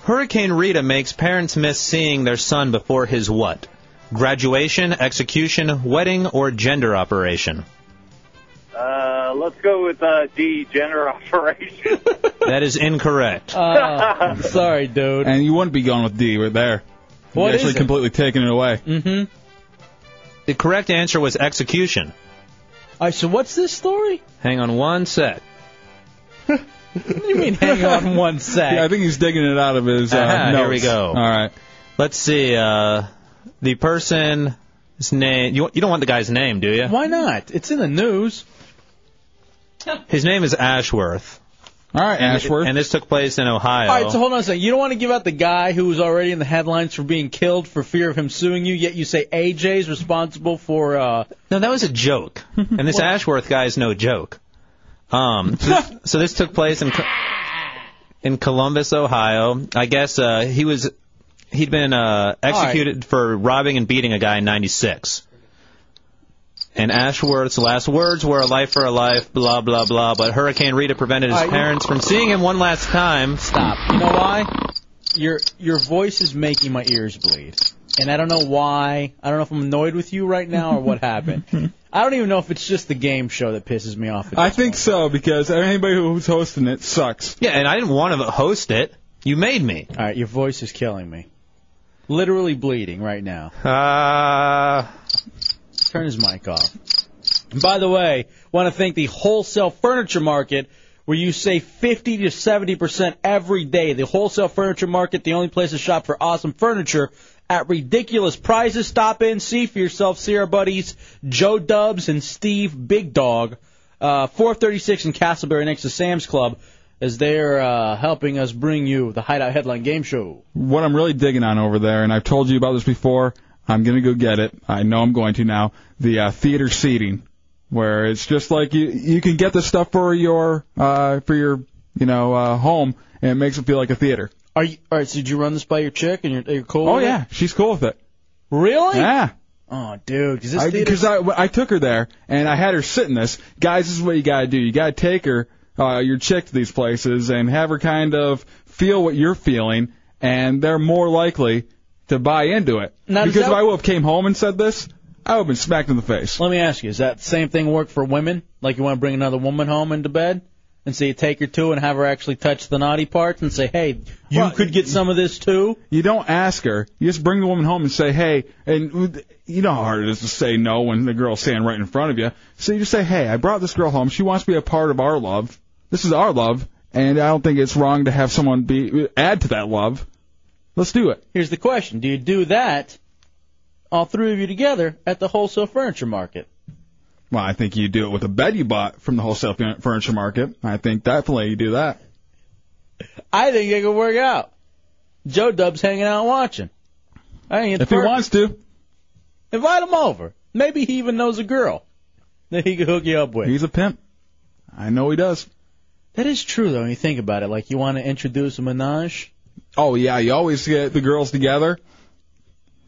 S10: Hurricane Rita makes parents miss seeing their son before his what? Graduation, execution, wedding, or gender operation?
S22: Uh, let's go with uh, D, gender <laughs> operation.
S10: That is
S3: <laughs>
S10: incorrect.
S3: Uh, sorry, dude.
S4: And you wouldn't be going with D. We're there.
S10: What
S4: You're
S10: is
S4: actually
S10: it?
S4: completely taking it away.
S3: Mm-hmm.
S10: The correct answer was execution.
S3: All right, so what's
S4: <laughs>
S3: this story?
S10: Hang on one sec.
S3: you mean hang
S10: <laughs>
S3: on one sec?
S4: Yeah, I think he's digging it out of his uh,
S10: Aha,
S4: notes.
S10: Uh-huh, here we go.
S4: All right.
S10: Let's see. Uh, the person's name. You, you don't want the guy's name, do you?
S3: Why not? It's in the news.
S10: His name is Ashworth.
S4: All right,
S3: Ashworth.
S10: and this took place in Ohio.
S3: All right, so hold on a second. You don't want to give out the guy who was already in the headlines for being killed for fear of him suing you, yet you say AJ's responsible for. uh
S10: no, that was a joke. and this Ashworth guy is no joke. Um, so, this, so this took place in Co- in Columbus, Ohio. I guess uh, he was he'd been uh, executed for robbing and beating a guy in '96. And Ashworth's last words were "a life for a life," blah blah blah. But Hurricane Rita prevented his
S3: All right.
S10: parents from seeing him one last time. Stop.
S3: You know why? Your your voice is making my ears bleed, and I don't know why. I don't know if I'm annoyed with you right now or
S10: <laughs>
S3: what happened. I don't even know if it's just the game show that pisses me off.
S4: I think so because anybody who's hosting it sucks.
S10: Yeah, and I didn't want to host it. You made me.
S3: All right, your voice is killing me. Literally bleeding right now.
S10: Uh...
S3: Turn his mic off. And by the way, want to thank the wholesale furniture market where you save 50 to 70% every day. The wholesale furniture market, the only place to shop for awesome furniture at ridiculous prices. Stop in, see for yourself, see our buddies Joe Dubs and Steve Big Dog, uh, 436 in Castleberry next to Sam's Club. as they're uh, helping us bring you the Hideout Headline Game Show.
S4: what I'm really digging on over there, and I've told you about this before. I'm gonna go get it. I know I'm going to now. The uh, theater seating, where it's just like you you can get the stuff for your uh, for your you know uh, home, and it makes it feel like a theater.
S3: Are you all right? So did you run this by your chick and you're, you're cool?
S4: Oh
S3: with it?
S4: yeah, she's cool with it.
S3: Really?
S4: Yeah.
S3: Oh, dude, is this theater-
S4: because I, I took her there and I had her sit in this. Guys, this is what you gotta do. You gotta take her, uh, your chick to these places and have her kind of feel what you're feeling, and they're more likely to buy into it.
S3: Now, does
S4: because if
S3: that-
S4: I would have came home and said this, I would have been smacked in the face.
S3: Let me ask you: Is that same thing work for women? Like you want to bring another woman home into bed, and so you take her to and have her actually touch the naughty parts and say, "Hey, you could get some of this too."
S4: You don't ask her. You just bring the woman home and say, "Hey," and you know how hard it is to say no when the girl's standing right in front of you. So you just say, "Hey, I brought this girl home. She wants to be a part of our love. This is our love, and I don't think it's wrong to have someone be add to that love. Let's do it."
S3: Here's the question: Do you do that, all three of you together, at the wholesale furniture market?
S4: Well, I think you do it with a bed you bought from the wholesale furn- furniture market. I think definitely you do that.
S3: I think it could work out. Joe Dub's hanging out watching. I think it's
S4: If he
S3: perfect.
S4: wants to,
S3: invite him over. Maybe he even knows a girl that he could hook you up with.
S4: He's a pimp. I know he does.
S3: That is true, though. When you think about it, like you want to introduce a menage.
S4: Oh yeah, you always get the girls together,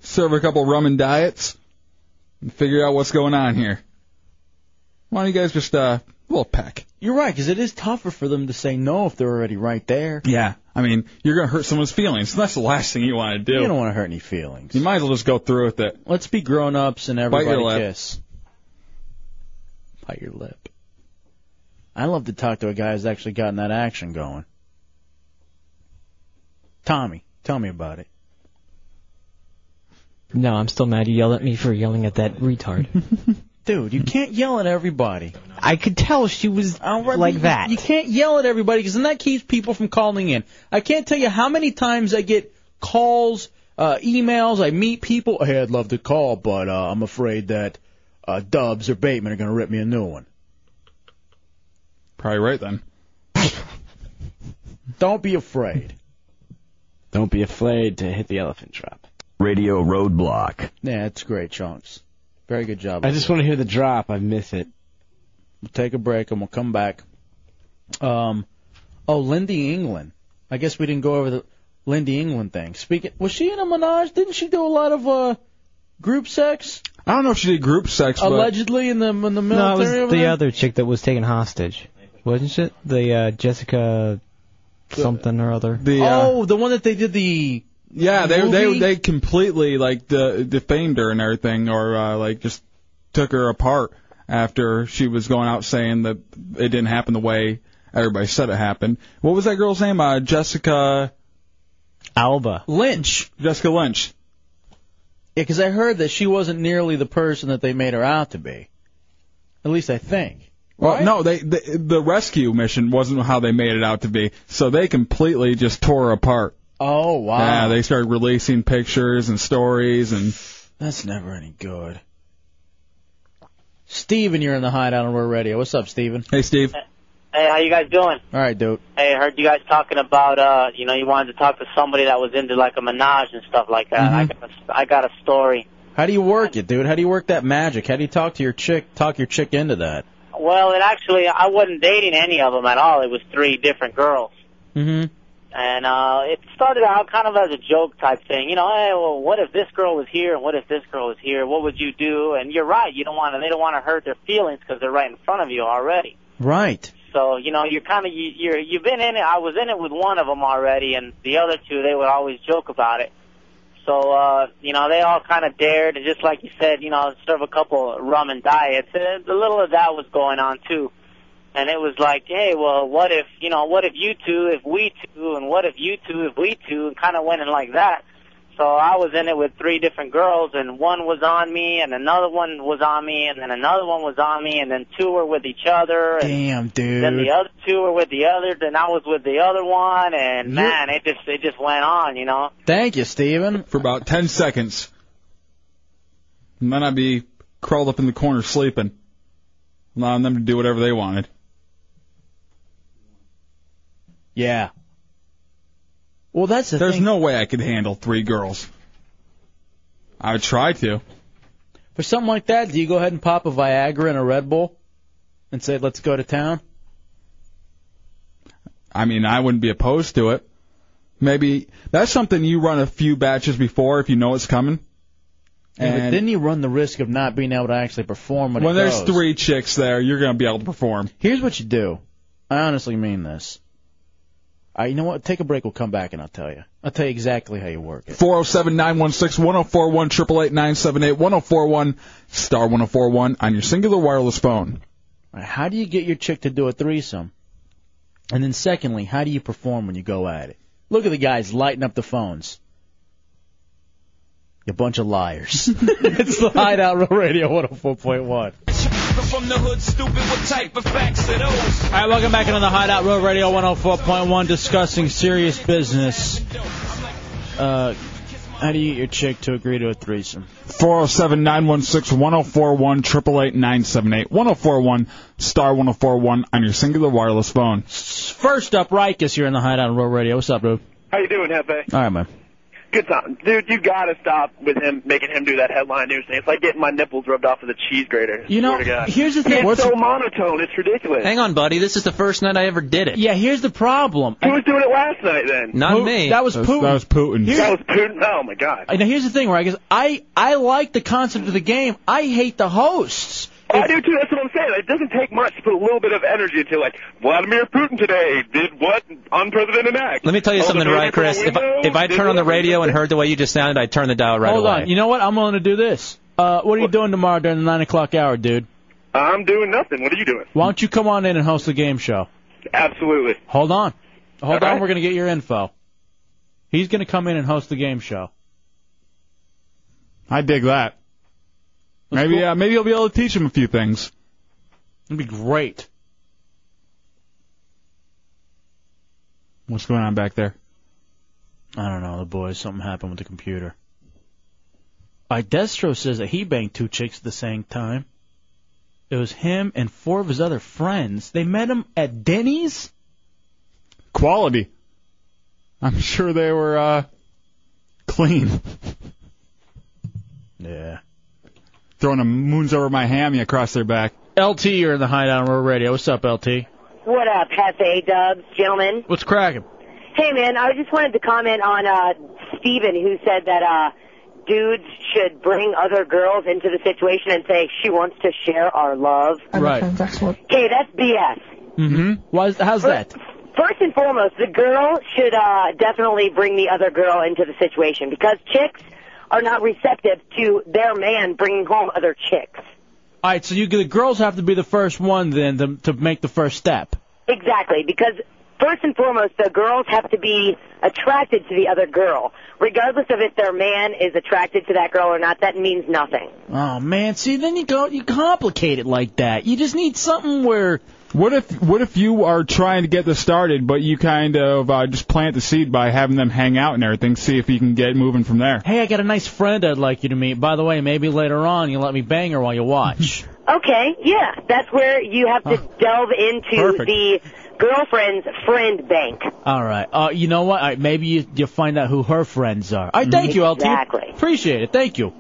S4: serve a couple rum and diets, and figure out what's going on here. Why don't you guys just uh, a little peck?
S3: You're right, because it is tougher for them to say no if they're already right there.
S4: Yeah, I mean you're gonna hurt someone's feelings. That's the last thing you want to do.
S3: You don't want to hurt any feelings.
S4: You might as well just go through with it.
S3: Let's be grown ups and
S4: Bite
S3: everybody
S4: your lip.
S3: kiss. Bite your lip. I love to talk to a guy who's actually gotten that action going. Tommy, tell me about it.
S1: No, I'm still mad you yelled at me for yelling at that
S4: <laughs>
S1: retard.
S3: Dude, you can't yell at everybody.
S1: I could tell she was like that.
S3: You can't yell at everybody because then that keeps people from calling in. I can't tell you how many times I get calls, uh, emails. I meet people. Hey, I'd love to call, but uh, I'm afraid that uh, Dubs or Bateman are going to rip me a new one.
S4: Probably right then.
S3: Don't be afraid.
S5: Don't be afraid to hit the elephant drop.
S2: Radio Roadblock.
S3: Yeah, that's great, Chunks. Very good job.
S5: I just want to hear the drop. I miss it.
S3: We'll take a break and we'll come back. Um, oh, Lindy England. I guess we didn't go over the Lindy England thing. Speaking, was she in a menage? Didn't she do a lot of uh, group sex?
S4: I don't know if she did group sex, but
S3: Allegedly in the in the
S1: No, it
S3: military
S1: was
S3: over
S1: the
S3: there?
S1: other chick that was taken hostage, wasn't she? The uh, Jessica something or other.
S4: the uh,
S3: oh, the one that they did the
S4: yeah, they
S3: movie?
S4: they they completely like de- defamed her and everything, or uh, like just took her apart after she was going out saying that it didn't happen the way everybody said it happened. What was that girl's name? Uh, Jessica
S1: Alba
S3: Lynch.
S4: Jessica Lynch.
S3: Yeah, 'cause I heard that she wasn't nearly the person that they made her out to be. At least I think.
S4: Well, no, they, they the rescue mission wasn't how they made it out to be, so they completely just tore her apart.
S3: Oh wow,
S4: Yeah, they started releasing pictures and stories and
S3: that's never any good. Steven, you're in the hideout on Roar Radio. What's up, Steven?
S4: Hey, Steve.
S24: Hey, how you guys doing?
S3: All right, dude.
S24: Hey, I heard you guys talking about uh, you know, you wanted to talk to somebody that was into like a menage and stuff like
S9: Mm-hmm.
S24: that. I got a, I got a story.
S3: How do you work it, dude? How do you work that magic? How do you talk to your chick, talk your chick into that?
S24: Well, it actually I wasn't dating any of them at all. It was three different girls.
S3: Mm-hmm.
S24: And uh it started out kind of as a joke type thing, you know. Hey, well, what if this girl was here and what if this girl was here? What would you do? And you're right, you don't want to. They don't want to hurt their feelings because they're right in front of you already.
S3: Right.
S24: So you know, you're kind of you, you're you've been in it. I was in it with one of them already, and the other two they would always joke about it. So uh, you know, they all kind of dared, and just like you said, you know, serve a couple rum and diets. And a little of that was going on too. And it was like, hey, well, what if you know, what if you two, if we two, and what if you two, if we two, and kind of went in like that. So I was in it with three different girls, and one was on me, and another one was on me, and then another one was on me, and then two were with each other. And
S3: Damn, dude.
S24: then the other two were with the other. Then I was with the other one, and
S3: You-
S24: man, it just it just went on, you know.
S3: Thank you, Steven.
S4: For about ten seconds. And then I'd be curled up in the corner sleeping. Allowing them to do whatever they wanted.
S3: Yeah. Well, that's the
S4: There's
S3: thing.
S4: no way I could handle three girls. I would try to.
S3: For something like that, do you go ahead and pop a Viagra and a Red Bull and say, let's go to town?
S4: I mean, I wouldn't be opposed to it. Maybe that's something you run a few batches before if you know it's coming.
S3: Yeah, but
S4: And-
S3: then you run the risk of not being able to actually perform when,
S4: When
S3: it
S4: there's
S3: goes.
S4: three chicks there, you're gonna be able to perform.
S3: Here's what you do. I honestly mean this. I, you know what? Take a break. We'll come back and I'll tell you. I'll tell you exactly how you work it.
S4: 407-916-1041-888-978-1041 star 1041 on your singular wireless phone.
S3: All right, How do you get your chick to do a threesome? And then secondly, how do you perform when you go at it? Look at the guys lighting up the phones. You bunch of liars. it's the Hideout Row Radio 104.1.
S20: From the hood, stupid. What type of facts are those?
S3: All right, welcome back into the Hideout Road Radio 104.1 discussing serious business. Uh, how do you get your chick to agree to a threesome?
S4: 407-916-1041 888-978-1041 star 1041 on your singular wireless phone.
S3: First up, Rikus here in the Hideout Road Radio. What's up, dude?
S6: How you doing, Hefe?
S3: All right, man.
S6: Good time, dude. You gotta stop with him making him do that headline news thing. It's like getting my nipples rubbed off with a cheese grater.
S10: You know,
S6: Swear to God.
S10: here's the thing.
S6: It's
S10: What's-
S6: so monotone. It's ridiculous.
S10: Hang on, buddy. This is the first night I ever did it.
S3: Yeah, here's the problem.
S6: Who was doing it last night then?
S10: Not Who- me.
S3: That was That was- Putin. that was Putin.
S6: That was Putin. Oh my God.
S3: Now, here's the thing, Rikus. I, I like the concept of the game. I hate the hosts.
S6: Oh, I do too. That's what I'm saying. It doesn't take much to put a little bit of energy into like Vladimir Putin today did what unprecedented act.
S10: Let me tell you
S6: Oh,
S10: something,
S6: the
S10: right, Chris? If I, if I turn on the radio and heard the way you just sounded, I'd turn the dial right
S3: Hold
S10: away.
S3: on. You know what? I'm going to do this. Uh, what are you doing tomorrow during the 9 o'clock hour, dude?
S6: I'm doing nothing. What are you doing?
S3: Why don't you come on in and host the game show?
S6: Absolutely.
S3: Hold on. Hold on.
S6: All right.
S3: We're going to get your info. He's going to come in and host the game show.
S4: I dig that. maybe uh, maybe you'll be able to teach him a few things.
S3: It'd be great.
S4: What's going on back there?
S3: I don't know, the boys. Something happened with the computer. All right, Destro says that he banged two chicks at the same time. It was him and four of his other friends. They met him at Denny's.
S4: Quality. I'm sure they were uh clean.
S3: <laughs> Yeah.
S4: Throwing a moons over my hammy across their back.
S3: LT, you're in the Hideout Row Radio. What's up, LT?
S12: What up, Hefe, Dubs, gentlemen?
S3: What's cracking?
S12: Hey, man, I just wanted to comment on uh, Steven, who said that uh, dudes should bring other girls into the situation and say, she wants to share our love.
S3: Right.
S12: Hey, that's BS.
S3: Mm-hmm. Why is, how's that?
S12: First and foremost, the girl should uh, definitely bring the other girl into the situation because chicks are not receptive to their man bringing home other chicks.
S3: All right, so you the girls have to be the first one then to, to make the first step.
S12: Exactly, because first and foremost, the girls have to be attracted to the other girl. Regardless of if their man is attracted to that girl or not, that means nothing.
S3: Oh man, see then you go you complicate it like that. You just need something where
S4: What if what if you are trying to get this started, but you kind of uh, just plant the seed by having them hang out and everything, see if you can get moving from there.
S3: Hey, I got a nice friend I'd like you to meet. By the way, maybe later on you let me bang her while you watch.
S12: Okay, yeah, that's where you have to delve into
S3: Perfect.
S12: the girlfriend's friend bank.
S3: All right. Uh, you know what? All right, maybe you you find out who her friends are. All right, thank you, LT.
S12: Exactly.
S3: Appreciate it. Thank you.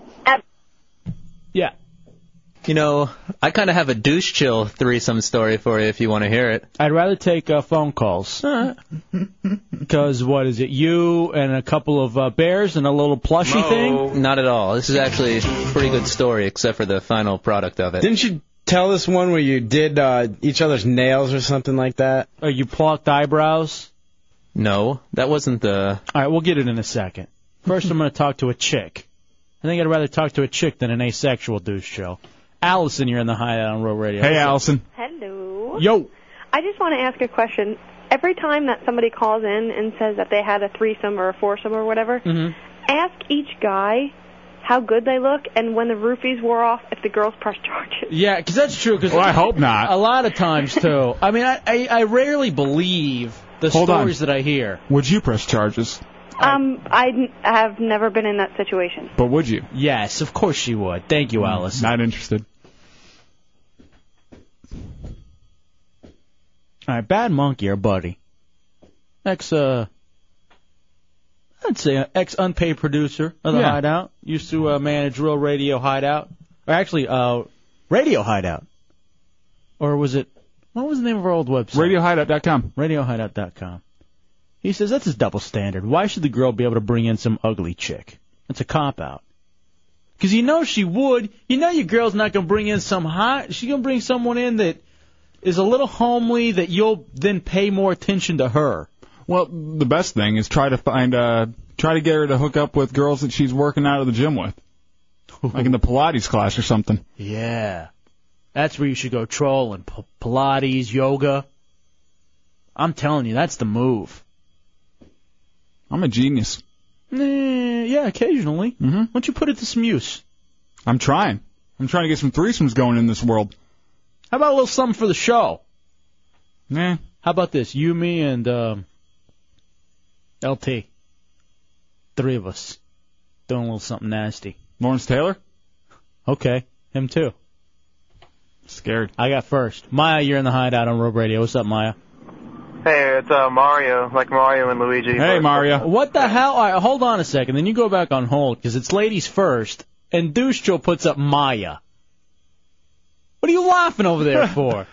S3: Yeah.
S10: You know, I kind of have a douche chill threesome story for you if you want to hear it.
S3: I'd rather take uh, phone calls. Because what is it? You and a couple of uh, bears and a little plushy thing.
S10: Not at all. This is actually a pretty good story, except for the final product of it.
S5: Didn't you tell this one where you did uh, each other's nails or something like that?
S3: Or Oh, you plucked eyebrows?
S10: No, that wasn't the.
S3: All right, we'll get it in a second. First, I'm going to talk to a chick. I think I'd rather talk to a chick than an asexual douche show. Allison, you're in the high on row radio.
S4: Hey, Allison.
S13: Hello.
S3: Yo.
S13: I just want to ask a question. Every time that somebody calls in and says that they had a threesome or a foursome or whatever,
S3: Mm. Mm-hmm.
S13: ask each guy how good they look and when the roofies wore off if the girls pressed charges.
S3: Yeah, 'cause that's true. Cause
S4: Well, I hope not.
S3: A lot of times too. I mean, I I, I rarely believe the
S4: Hold on.
S3: stories that I hear.
S4: Would you press charges?
S13: Um, I n- have never been in that situation.
S4: But would you? Hmm.
S3: Yes, of course she would. Thank you, Allison.
S4: Not interested.
S3: All right, bad monkey, our buddy. ex uh, I'd say uh, ex unpaid producer of the
S4: Yeah.
S3: Hideout. Used to uh, manage Real Radio Hideout, or actually uh, Radio Hideout, or was it? What was the name of our old website? RadioHideout.com. RadioHideout.com. He says that's a double standard. Why should the girl be able to bring in some ugly chick? It's a cop out. Because you know she would. You know your girl's not going to bring in some hot. She's going to bring someone in that is a little homely that you'll then pay more attention to her.
S4: Well, the best thing is try to find uh try to get her to hook up with girls that she's working out of the gym with, like in the Pilates class or something.
S3: Yeah. That's where you should go trolling. P- Pilates, yoga. I'm telling you, that's the move.
S4: I'm a genius.
S3: Eh, yeah, occasionally. Mm-hmm. Why don't you put it to some use?
S4: I'm trying. I'm trying to get some threesomes going in this world.
S3: How about a little something for the show?
S4: Yeah.
S3: How about this? You, me, and um, LT. Three of us doing a little something nasty.
S4: Lawrence Taylor?
S3: Okay, him too.
S4: Scared.
S3: I got first. Maya, you're in the hideout on Rogue Radio. What's up, Maya?
S11: Hey, it's uh, Mario, like Mario and Luigi.
S3: Hey, Mario. What the hell? All right, hold on a second. Then you go back on hold because it's ladies first, and Douchel puts up Maya. What are you laughing over there for?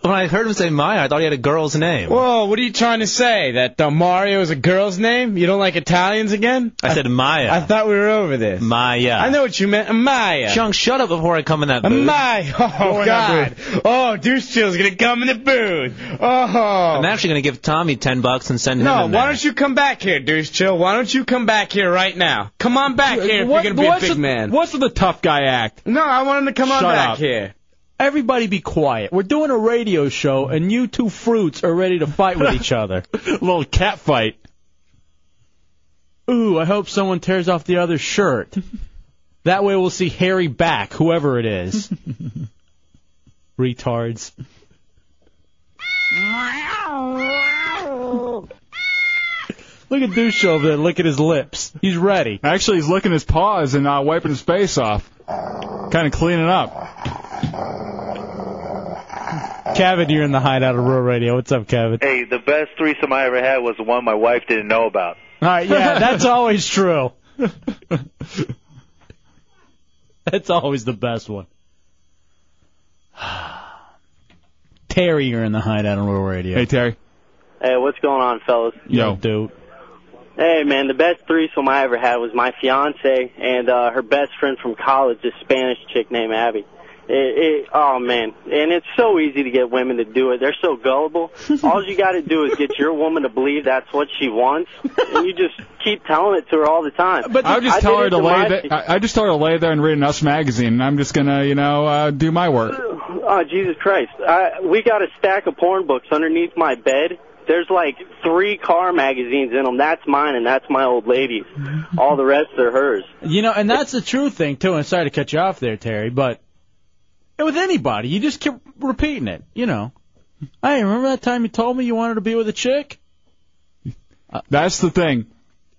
S10: When I heard him say Maya, I thought he had a girl's name.
S5: Whoa, what are you trying to say? That uh, Mario is a girl's name? You don't like Italians again?
S10: I said Maya.
S5: I thought we were over this.
S10: Maya.
S5: I know what you meant. Maya.
S10: Chung, shut up before I come in that booth.
S5: Maya.
S10: Go
S5: Oh,
S10: in
S5: God.
S10: that
S5: Oh, Deuce Chill's going to come in the booth. Oh.
S10: I'm actually going to give Tommy 10 bucks and send him
S5: No,
S10: in
S5: why
S10: there.
S5: don't you come back here, Deuce Chill? Why don't you come back here right now? Come on back here if
S3: What-
S5: you're going to
S3: what's
S5: be a big
S3: the-
S5: man.
S3: What's with the tough guy act?
S5: No, I want him to come on
S3: Shut
S5: back
S3: up.
S5: here.
S3: Everybody be quiet. We're doing a radio show, and you two fruits are ready to fight with each other.
S4: Little cat fight.
S3: Ooh, I hope someone tears off the other's shirt. that way we'll see Harry back, whoever it is. Retards. Look at Douche over there licking his lips. He's ready.
S4: Actually, he's licking his paws and uh, wiping his face off. Kind of cleaning up.
S3: Cavett, you're in the hideout of Rural Radio. What's up, Cavett?
S14: Hey, the best threesome I ever had was the one my wife didn't know about.
S3: All right, <laughs> yeah, that's always true. that's always the best one. <sighs> Terry, you're in the hideout on Rural Radio. Hey,
S4: Terry.
S11: Hey, what's going on, fellas?
S4: Yo,
S3: dude.
S11: Hey, man, the best threesome I ever had was my fiance and uh, her best friend from college, this Spanish chick named Abby. It, it, oh man, and it's so easy to get women to do it. They're so gullible. All you got to do is get your woman to believe that's what she wants, and you just keep telling it to her all the time.
S4: But I would just
S11: did
S4: tell
S11: it
S4: her to lay.
S11: my-
S4: There, I, I just tell her to lay there and read an Us magazine, and I'm just gonna, you know, uh, do my work.
S11: Oh, Jesus Christ. I, we got a stack of porn books underneath my bed. There's like three car magazines in them. That's mine and that's my old lady's. All the rest are hers.
S3: You know, and that's the true thing too. And sorry to cut you off there, Terry, but with anybody, you just keep repeating it. You know, hey, remember that time you told me you wanted to be with a chick?
S4: Uh, That's the thing,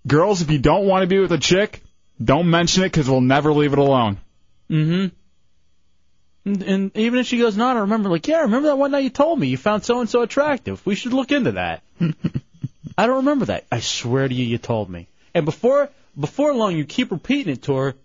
S4: girls. If you don't want to be with a chick, don't mention it because we'll never leave it alone.
S3: Mm-hmm. And, and even if she goes, "No, I don't remember," like, yeah, remember that one night you told me you found so and so attractive. We should look
S4: <laughs>
S3: into that. I don't remember that. I swear to you, you told me. And before before long, you keep repeating it to her.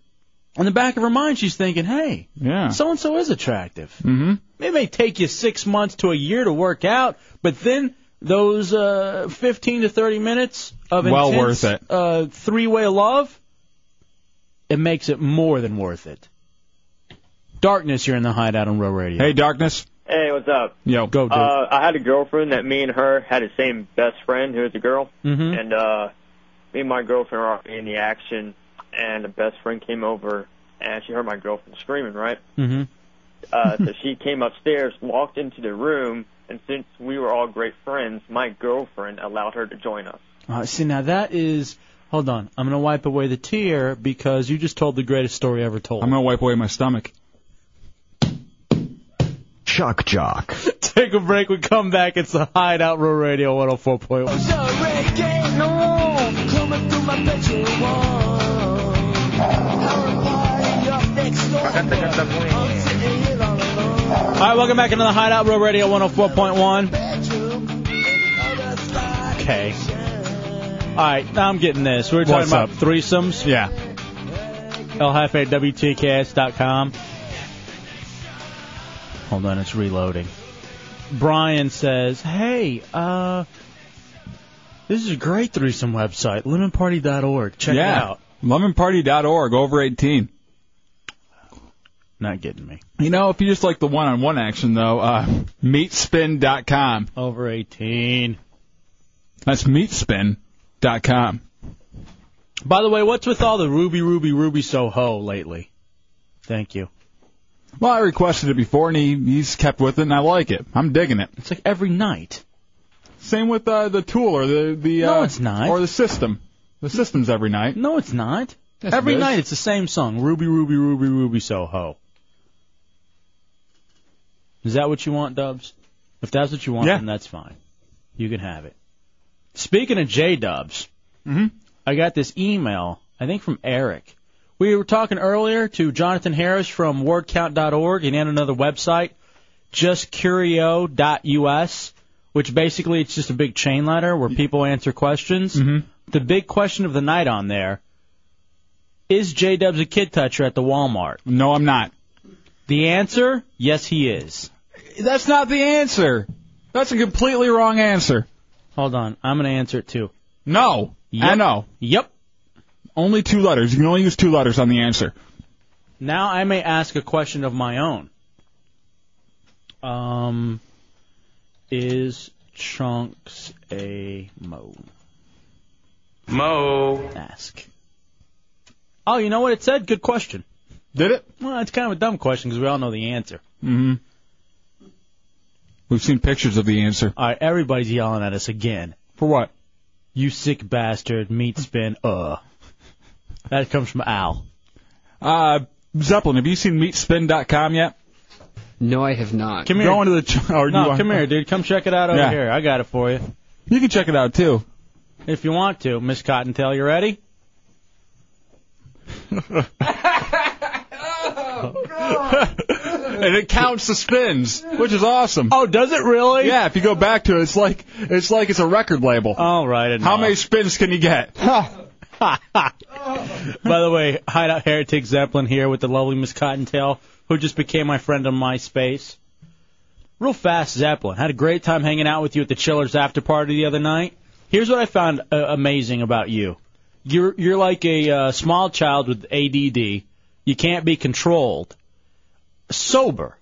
S3: In the back of her mind, she's thinking, "Hey,
S4: yeah,
S3: so and so is attractive."
S4: Mm-hmm.
S3: It may take you six months to a year to work out, but then those uh, 15 to 30 minutes of
S4: Well
S3: intense,
S4: worth it.
S3: Uh, three-way love, it makes it more than worth it. Darkness, you're in the hideout on Row Radio.
S4: Hey, Darkness.
S23: Hey, what's up?
S4: Yo, go, Oh, dude.
S23: Uh, I had a girlfriend that me and her had the same best friend who was a girl,
S4: Mm-hmm.
S3: Mhm.
S10: Mm-hmm,
S23: and uh, me and my girlfriend were in the action, and the best friend came over, and she heard my girlfriend screaming, right?
S3: Mm-hmm.
S23: Uh, so she came upstairs, walked into the room, and since we were all great friends, my girlfriend allowed her to join us.
S3: Uh, see, now that is. Hold on. I'm going to wipe away the tear because you just told the greatest story ever told. I'm
S4: going to wipe away my stomach.
S3: Chuck Jock. <laughs> Take a break. We come back. It's the Hideout Row Radio 104.1. All oh right, welcome back into the Hideout Row Radio 104.1. Okay. All right, now I'm getting this. We were talking
S4: What's
S3: about
S4: up?
S3: threesomes.
S4: Yeah.
S3: LHFAWTKS.com. Hold on, it's reloading. Brian says, "Hey, uh, this is a great threesome website, lemonparty.org. Check it
S4: yeah.
S3: out."
S4: Lemonparty.org, over 18.
S3: Not getting me.
S4: You know, if you just like the one on one action, though, uh, meatspin.com.
S3: Over 18.
S4: That's meatspin.com.
S3: By the way, what's with all the Ruby, Ruby, Ruby Soho lately? Thank you.
S4: Well, I requested it before, and he, he's kept with it, and I like it. I'm digging it.
S3: It's like every night.
S4: Same with uh, the tool or the the. Uh,
S3: No, it's not.
S4: Or the system. The system's every night.
S3: No, it's not.
S4: Yes, it
S3: Every
S4: is.
S3: night it's the same song Ruby, Ruby, Ruby, Ruby Soho. Is that what you want, Dubs? If that's what you want, then that's fine. You can have it. Speaking of J Dubs, I got this email, I think from Eric. We were talking earlier to Jonathan Harris from wordcount.org and then another website, justcurio.us, which basically it's just a big chain letter where people answer questions. Mm-hmm. The big question of the night on there is J Dubs a kid toucher at the Walmart?
S4: No, I'm not.
S3: The answer? Yes, he is.
S4: That's not the answer. That's a completely wrong answer.
S3: Hold on. I'm going to answer it too.
S4: No. I
S3: Yep.
S4: know.
S3: Yep.
S4: Only two letters. You can only use two letters on the answer.
S3: Now I may ask a question of my own. Um, is Chunks a mo?
S14: Mo.
S3: Ask. Oh, you know what it said? Good question.
S4: Did it?
S3: Well, it's kind of a dumb question because we all know the answer.
S4: Mm-hmm. We've seen pictures of the answer.
S3: All right, everybody's yelling at us again.
S4: For what?
S3: You sick bastard, meat spin, uh. That comes from Al.
S4: Uh, Zeppelin, have you seen meatspin.com yet?
S15: No, I have not.
S3: Come here.
S4: Go into the. Ch- <laughs> or do you
S3: no,
S4: want-
S3: come here, dude. Come check it out over
S4: Yeah.
S3: here. I got it for you.
S4: You can check it out too.
S3: If you want to. Miss Cottontail, you ready?
S4: and it counts the spins, which is awesome.
S3: Oh, does it really?
S4: Yeah, if you go back to it, it's like it's like it's a record label.
S3: All right.
S4: How many spins can you
S3: <laughs>
S4: get?
S3: By the way, Hideout Heretic Zeppelin here with the lovely Miss Cottontail, who just became my friend on MySpace. Real fast, Zeppelin. Had a great time hanging out with you at the Chillers after party the other night. Here's what I found uh, amazing about you. You're you're like a uh, small child with ADD. You can't be controlled. Sober.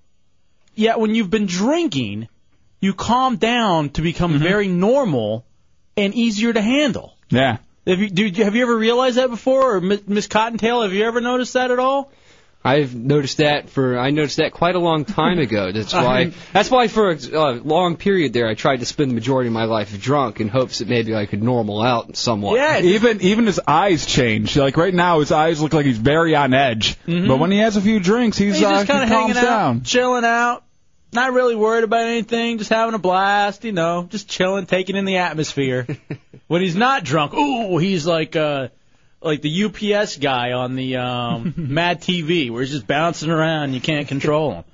S3: Yet when you've been drinking, you calm down to become very normal and easier to handle.
S4: Yeah.
S3: Have you, dude, have you ever realized that before? Or Miss Miss Cottontail, have you ever noticed that at all?
S15: I've noticed that for I noticed that quite a long time ago.
S3: <laughs>
S15: That's why that's why for a uh, long period there I tried to spend the majority of my life drunk in hopes that maybe I could normal out somewhat.
S4: Even even his eyes change. Like right now, his eyes look like he's very on edge.
S10: Mm-hmm.
S4: But when he has a few drinks, he's,
S3: He's
S4: uh,
S3: just kind
S4: he
S3: of
S4: calms
S3: hanging
S4: down.
S3: out, chilling out, not really worried about anything, just having a blast, you know, just chilling, taking in the
S4: <laughs>
S3: atmosphere. when he's not drunk, ooh, he's like uh, like the UPS guy on the
S4: <laughs>
S3: um, Mad TV, where he's just bouncing around, and you can't control him.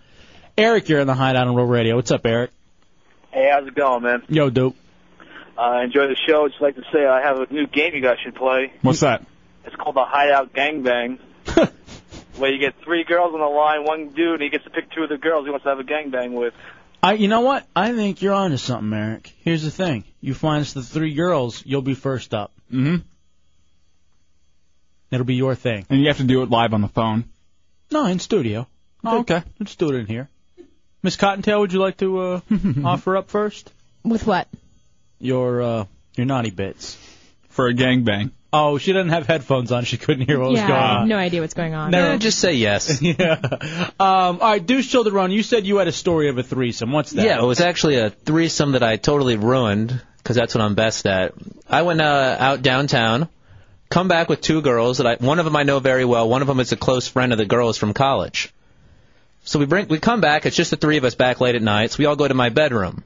S3: Eric, you're in the hideout on Roll Radio. What's up, Eric?
S9: Hey, how's it going, man?
S3: Yo, dope.
S9: Uh, enjoy the show. Just like to say, I have a new game you guys should play.
S4: What's that?
S9: It's called the Hideout
S4: <laughs>
S9: Gangbang. where you get three girls on the line, one dude, and he gets to pick two of the girls he wants to have a gangbang with.
S3: I, you know what? I think you're onto something, Eric. Here's the thing: you find us the three girls, you'll be first up.
S4: Mm-hmm.
S3: It'll be your thing.
S4: And you have to do it live on the phone.
S3: No, in studio.
S4: Oh, okay.
S3: Let's do it in here. Miss Cottontail, would you like to
S4: <laughs>
S3: uh, offer up first
S17: With what?
S3: your uh, your naughty bits?
S4: For a gangbang.
S3: Oh, she didn't have headphones on. She couldn't hear what was
S17: yeah,
S3: going
S17: I
S3: on.
S17: have no idea what's going on.
S10: just say yes.
S3: <laughs> yeah. Um, all right, Deuce Childerone, you said you had a story of a threesome. What's that?
S10: Yeah, it was actually a threesome that I totally ruined because that's what I'm best at. I went uh, out downtown, come back with two girls that I one of them I know very well, one of them is a close friend of the girls from college. So we bring we come back, it's just the three of us back late at night. So we all go to my bedroom.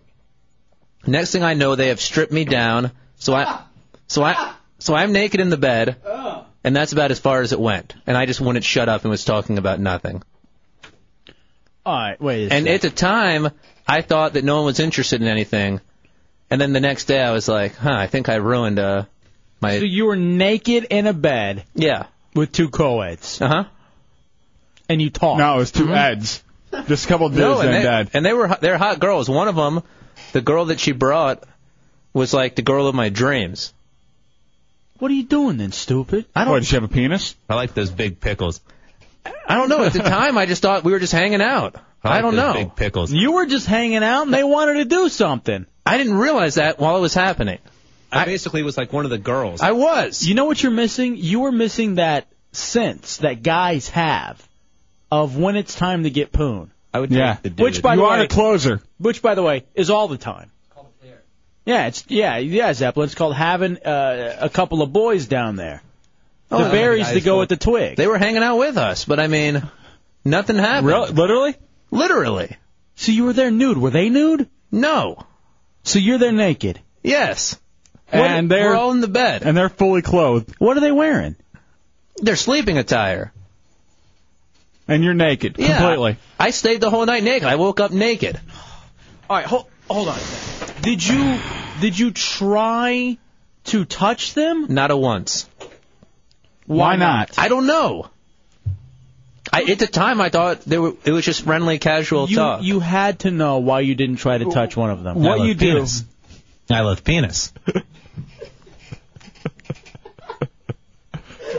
S10: Next thing I know, they have stripped me down. So I so I so I'm naked in the bed. And that's about as far as it went. And I just wouldn't shut up and was talking about nothing.
S3: All right, wait. a
S10: And
S3: sec.
S10: at the time, I thought that no one was interested in anything. And then the next day I was like, huh, I think I ruined uh, my.
S3: So you were naked in a bed.
S10: Yeah.
S3: With two co-eds.
S10: Uh huh.
S3: And you talked.
S4: No, it was 2
S10: Mm-hmm.
S4: eds. Just a couple dudes
S10: No, and
S4: and
S10: they,
S4: dad.
S10: and they were hot- they're hot girls. One of them, the girl that she brought, was like the girl of my dreams.
S3: What are you doing then, stupid?
S10: I don't.
S4: What, does she have a penis?
S10: I like those big pickles. I don't know. At
S4: <laughs>
S10: the time, I just thought we were just hanging out. I, don't know. Big pickles.
S3: You were just hanging out, and they wanted to do something.
S10: I didn't realize that while it was happening. I, basically was like one of the girls.
S3: I was. You know what you're missing? You were missing that sense that guys have of when it's time to get poon.
S10: I would
S4: yeah.
S3: Which by
S4: you
S3: the
S4: are
S3: way,
S4: a closer.
S3: which by the way is all the time. Yeah, it's yeah, yeah, Zeppelin. It's called having uh, a couple of boys down there.
S10: Oh,
S3: the berries to
S10: guys
S3: go
S10: were-
S3: with the twig.
S10: They were hanging out with us, but I mean, nothing happened.
S3: literally?
S10: Literally.
S3: So you were there nude. Were they nude?
S10: No.
S3: So you're there naked.
S10: Yes.
S4: And they're
S10: we're all in the bed.
S4: and they're fully clothed.
S3: What are they wearing?
S10: They're sleeping attire.
S4: And you're naked
S10: Yeah.
S4: completely.
S10: I stayed the whole night naked. I woke up naked.
S3: All right, hold hold on. a second. Did you did you try to touch them?
S10: Not a once.
S4: Why not?
S10: I don't know. I, at the time, I thought they were, it was just friendly, casual
S3: You
S10: talk.
S3: you had to know why you didn't try to touch one of them.
S10: What I love you do- <laughs> penis. I love penis.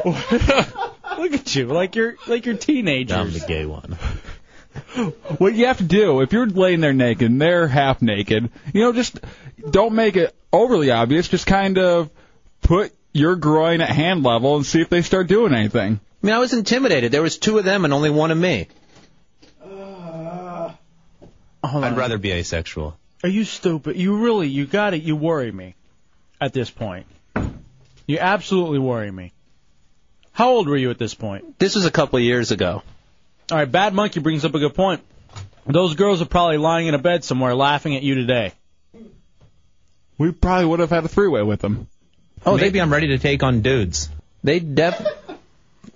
S3: Look at you, like you're like you're teenagers.
S10: I'm the gay one.
S4: <gasps> What you have to do, if you're laying there naked and they're half naked, you know, just don't make it overly obvious. Just kind of put your groin at hand level and see if they start doing anything.
S10: I mean, I was intimidated. There was two of them and only one of me. I'd rather be asexual.
S3: Are you stupid? You really, you got it. You worry me at this point. You absolutely worry me. How old were you at this point?
S10: This was a couple of years ago.
S3: All right, Bad Monkey brings up a good point. Those girls are probably lying in a bed somewhere laughing at you today.
S4: We probably would have had a three-way with them.
S10: Oh, maybe I'm ready to take on dudes. They def.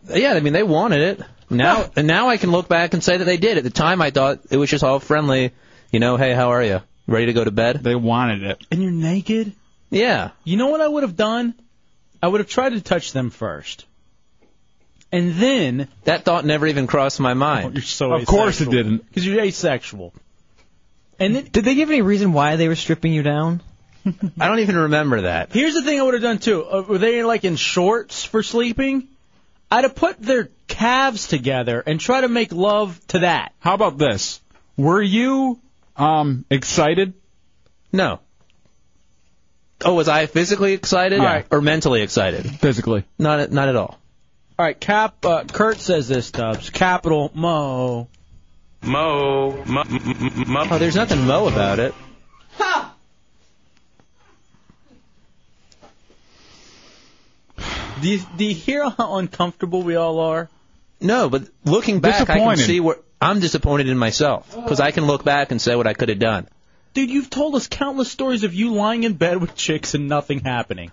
S10: yeah, I mean, they wanted it. Now, and now I can look back and say that they did. At the time, I thought it was just all friendly. You know, hey, how are you? Ready to go to bed?
S4: They wanted it.
S3: And you're naked?
S10: Yeah.
S3: You know what I would have done? I would have tried to touch them first. And then,
S10: That thought never even crossed my mind.
S3: you're so
S4: Of course it didn't.
S3: because you're asexual. And then,
S16: Did they give any reason why they were stripping you down?
S10: I don't even remember that.
S3: Here's the thing I would have done too. Uh, were they like in shorts for sleeping? I'd have put their calves together and try to make love to that.
S4: How about this? Were you um excited?
S10: No. Oh, was I physically excited
S4: All right.
S10: or mentally excited?
S4: Physically.
S10: Not not at all.
S3: All right, Cap. Uh, Kurt says this, Dubs. Capital Mo.
S10: Mo, mo, mo. Oh, there's nothing mo about it.
S3: Do you, do you hear how uncomfortable we all are?
S10: No, but looking back, I can
S4: Disappointed.
S10: see where I'm disappointed in myself because I can look back and say what I could have done.
S3: Dude, you've told us countless stories of you lying in bed with chicks and nothing happening.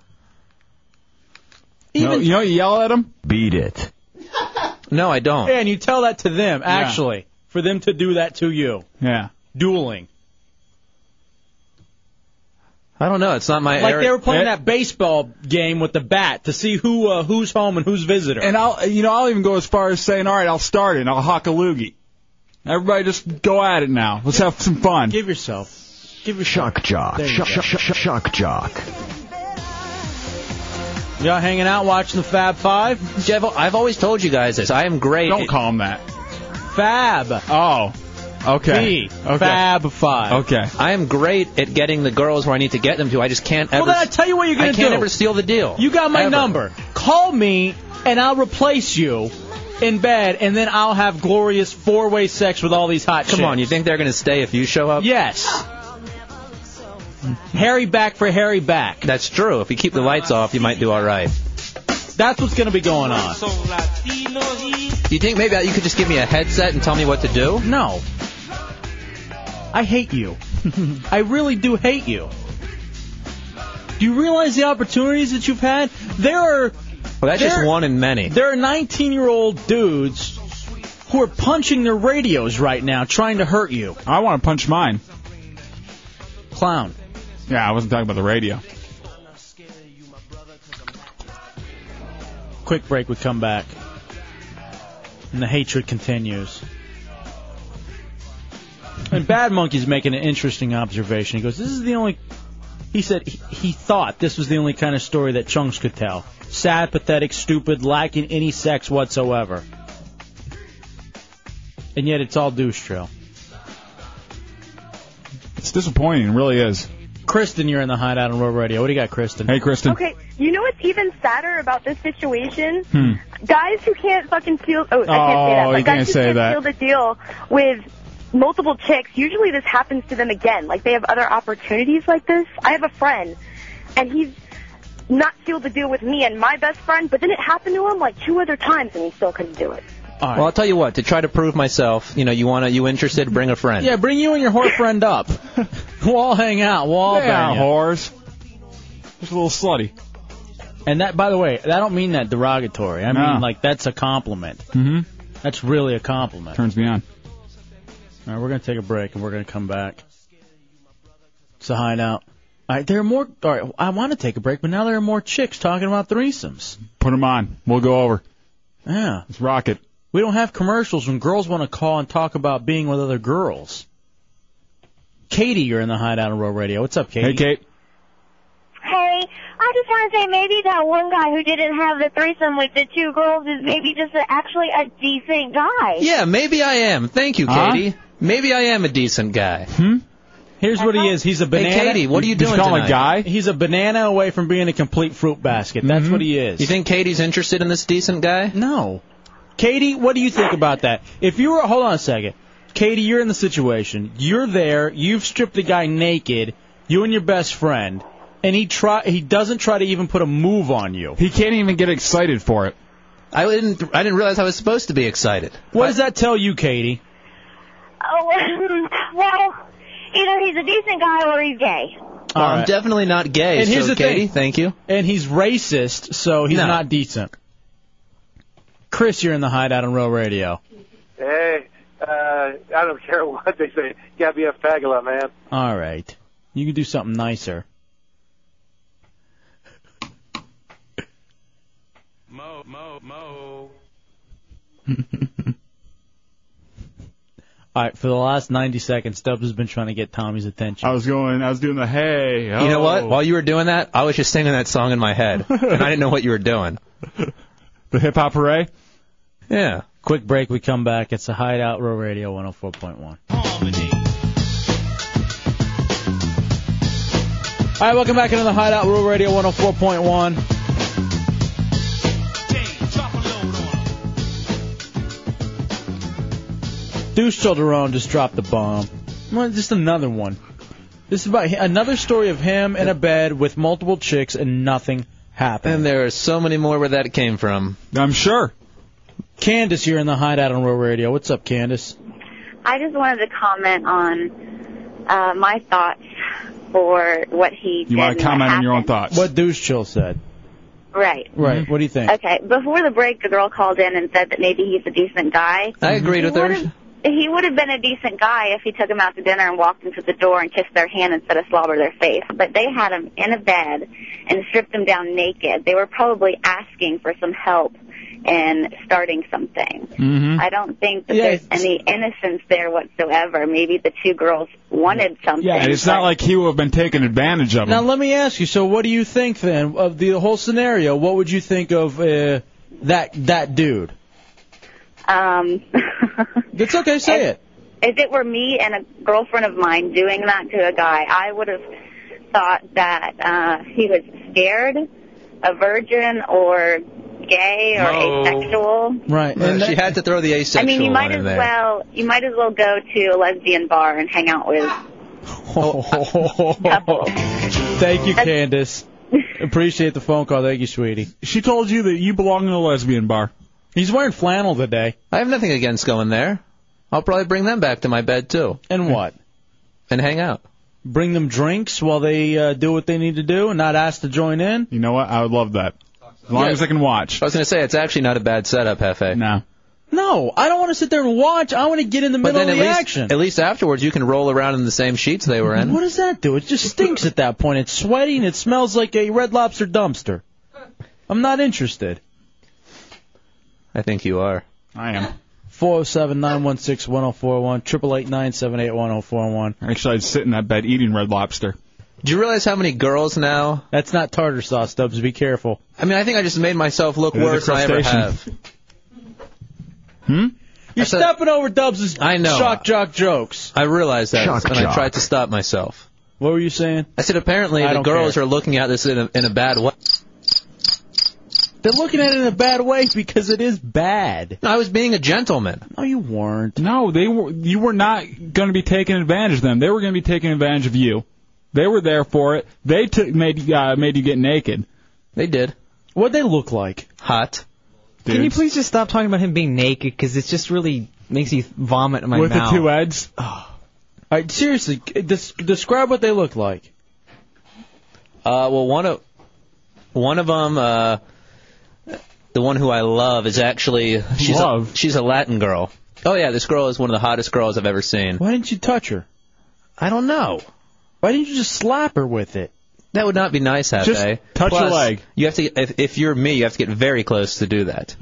S4: You know-
S3: Even
S4: you know, what you yell at them.
S2: Beat it.
S10: No, I don't.
S3: and you tell that to them actually for them to do that to you.
S4: Yeah.
S3: Dueling.
S10: I don't know. It's not my
S3: Like
S10: area.
S3: they were playing
S4: Eh?
S3: that baseball game with the bat to see who uh, who's home and who's visitor.
S4: And I'll you know I'll even go as far as saying, all right, I'll start it. and I'll hock a loogie. Everybody, just go at it now. Let's have some fun.
S3: Give yourself. Give yourself.
S2: Shock jock.
S3: There you
S2: Shock,
S3: go.
S2: shock, shock, shock jock.
S3: Y'all hanging out watching the Fab Five?
S10: Jeff, I've always told you guys this. I am great.
S4: Don't call them that.
S3: Fab.
S4: Oh. Okay.
S3: B.
S4: okay.
S3: Fab Five.
S4: Okay.
S10: I am great at getting the girls where I need to get them to. I just can't
S3: Well,
S10: ever.
S3: then I tell you what you're
S10: I
S3: gonna
S10: can't
S3: do.
S10: ever steal the deal.
S3: you got my
S10: Ever.
S3: number. Call me and I'll replace you in bed, and then I'll have glorious four-way sex with all these hot
S10: Come
S3: chicks.
S10: on, you think they're gonna stay if you show up?
S3: Yes. Harry back for Harry back.
S10: That's true. If you keep the lights off, you might do all right.
S3: That's what's gonna be going on.
S10: You think maybe you could just give me a headset and tell me what to do?
S3: No. I hate you. <laughs> I really do hate you. Do you realize the opportunities that you've had? There are
S10: Well, that's
S3: There-
S10: just one in many.
S3: there are 19-year-old dudes who are punching their radios right now trying to hurt you.
S4: I want to punch mine.
S3: Clown.
S4: Yeah, I wasn't talking about the radio.
S3: Quick break, we come back. And the hatred continues. And Bad Monkey's making an interesting observation. He goes, This is the only. He said he, he thought this was the only kind of story that Chunks could tell. Sad, pathetic, stupid, lacking any sex whatsoever. And yet it's all douche trail.
S4: It's disappointing, it really is.
S3: Kristen, you're in the hideout on Road Radio. What do you got, Kristen?
S4: Hey, Kristen.
S17: Okay, you know what's even sadder about this situation?
S4: Hmm.
S17: Guys who can't fucking seal. Oh, I can't say that.
S4: Oh,
S17: But
S4: you
S17: guys
S4: can't
S17: who
S4: say
S17: can't
S4: that.
S17: seal the deal with multiple chicks. Usually this happens to them again. Like they have other opportunities like this. I have a friend, and he's not sealed the deal with me and my best friend. But then it happened to him like two other times, and he still couldn't do it.
S10: Well, I'll tell you what. To try to prove myself, you know, you want to, you interested? Bring a friend.
S3: Yeah, bring you and your whore friend up. we'll all hang out. We'll all
S10: Yeah,
S3: bang you. whores. Just a little slutty. And that, by the way, I don't mean that derogatory. I
S4: No.
S3: mean like that's a compliment.
S4: Mm-hmm.
S3: That's really a compliment.
S4: Turns me on.
S3: All right, we're gonna take a break and we're gonna come back. It's a hideout. All right, there are more. All right, I want to take a break, but now there are more chicks talking about threesomes.
S4: Put them on. We'll go over.
S3: Yeah.
S4: Let's rock it.
S3: We don't have commercials when girls want to call and talk about being with other girls. Katie, you're in the hideout on Row Radio. What's up, Katie? Hey,
S4: Kate.
S18: Hey, I just want to say maybe that one guy who didn't have the threesome with the two girls is maybe just a, actually a decent guy.
S10: Yeah, maybe I am. Thank you,
S18: Huh?
S10: Katie. Maybe I am a decent guy.
S4: Hmm.
S3: Here's what he is. He's a banana.
S10: Hey, Katie, what are you doing tonight?
S3: He's a banana away from being a complete fruit basket. That's
S10: Mm-hmm.
S3: what he is.
S10: You think Katie's interested in this decent guy?
S3: No. Katie, what do you think about that? If you were, hold on a second. Katie, you're in the situation. You're there. You've stripped the guy naked. You and your best friend, and he try. He doesn't try to even put a move on you.
S4: He can't even get excited for it.
S10: I didn't. I didn't realize I was supposed to be excited.
S3: What does that tell you, Katie?
S18: Oh, <laughs> well, either he's a decent guy or he's gay.
S10: Well,
S3: All
S10: I'm
S3: right.
S10: definitely not gay.
S3: And here's
S10: so,
S3: the
S10: Katie,
S3: thing.
S10: thank you.
S3: And he's racist, so he's
S10: No.
S3: not decent. Chris, you're in the hideout on Real Radio.
S19: Hey, uh, I don't care <laughs> what they say. You gotta be a fagula, man.
S3: All right. You can do something nicer.
S20: Mo, mo, mo.
S21: Mm-hmm.
S3: All right, for the last 90 seconds, Stubbs has been trying to get Tommy's attention.
S4: I was going. I was doing the hey. oh.
S10: You know what? While you were doing that, I was just singing that song in my head, and I didn't know what you were doing.
S4: The hip hop array.
S10: Yeah.
S3: Quick break. We come back. It's the Hideout Row Radio 104.1. All right, welcome back into the Hideout Row Radio 104.1. Deuce Childerone just dropped the bomb. Well, just another one. This is about hi- another story of him in a bed with multiple chicks and nothing happened.
S10: And there are so many more where that came from.
S4: I'm sure.
S3: Candace, you're in the Hideout on Row Radio. What's up, Candace?
S21: I just wanted to comment on uh, my thoughts for what he
S3: You
S21: did.
S3: want
S21: and
S3: to
S21: what
S3: comment on your own Mm-hmm.
S4: thoughts?
S3: What Deuce Chill said.
S21: happened. Right.
S3: Right. What do you think?
S21: Okay. Before the break, the girl called in and said that maybe he's a decent guy.
S10: I agreed with
S21: He
S10: her.
S21: would've- He would have been a decent guy if he took him out to dinner and walked into the door and kissed their hand instead of slobber their face. But they had him in a bed and stripped him down naked. They were probably asking for some help and starting something.
S10: Hmm?
S20: Mm-hmm.
S21: I don't think that there's any innocence there whatsoever. Maybe the two girls wanted something.
S4: And it's not like he would have been taken advantage of.
S3: Now let me ask you. So, what do you think then of the whole scenario? What would you think of uh, that that dude?
S21: Um,
S3: It's okay, say it.
S21: if it were me and a girlfriend of mine doing that to a guy, I would have thought that uh, he was scared, a virgin, or gay, or
S10: No.
S21: asexual.
S3: <laughs> Right.
S10: And she had to throw the asexual
S21: I mean, you might
S10: one in
S21: as
S10: there.
S21: well you might as well go to a lesbian bar and hang out with.
S16: Oh.
S21: <laughs>
S3: Thank you, Candace. Appreciate the phone call. Thank you, sweetie.
S4: She told you that you belong in a lesbian bar.
S3: He's wearing flannel today.
S10: I have nothing against going there. I'll probably bring them back to my bed too.
S3: And what?
S10: And hang out.
S3: Bring them drinks while they uh, do what they need to do and not ask to join in.
S4: You know what? I would love that. As long
S10: Yeah.
S4: as I can watch.
S10: I was gonna say it's actually not a bad setup, Hefe.
S4: No.
S3: No, I don't want to sit there and watch. I want to get in the
S10: But
S3: middle
S10: then
S3: of
S10: at
S3: the
S10: least,
S3: action.
S10: at least afterwards, you can roll around in the same sheets they were in.
S3: What does that do? It just stinks at that point. It's sweaty and it smells like a Red Lobster dumpster. I'm not interested.
S10: I think you are.
S4: I am.
S3: 407 916 1041, 888 oh
S4: Actually, I'd sit in that bed eating Red Lobster.
S10: Do you realize how many girls now?
S3: That's not tartar sauce, Dubs. Be careful.
S10: I mean, I think I just made myself look
S3: It is a
S10: worse than I ever
S3: crustacean.
S10: have.
S4: <laughs> Hmm?
S3: You're stepping over Dubs'
S10: I know.
S3: shock jock jokes.
S10: I realized that,
S3: Shock
S10: and
S3: jock.
S10: I tried to stop myself.
S3: What were you saying?
S10: I said apparently
S3: I
S10: the
S3: don't
S10: girls
S3: care.
S10: are looking at this in a, in a bad way.
S3: They're looking at it in a bad way because it is bad.
S10: I was being a gentleman.
S3: No, you weren't.
S4: No, they were. You were not going to be taking advantage of them. They were going to be taking advantage of you. They were there for it. They took made uh, made you get naked.
S10: They did.
S3: What'd they look like?
S10: Hot.
S16: Can you please just stop talking about him being naked? Because it just really makes you vomit in my
S4: With the
S16: mouth.
S4: two heads.
S3: All right, seriously, c- des- describe what they look like.
S10: Uh, well, one of one of them, uh, the one who I love, is actually she's a, she's a Latin girl. Oh yeah, this girl is one of the hottest girls I've ever seen.
S3: Why didn't you touch her?
S10: I don't know.
S3: Why didn't you just slap her with it?
S10: That would not be nice, Hefe.
S3: Just touch her
S10: Plus,
S3: leg.
S10: You have to. If, if you're me, you have to get very close to do that.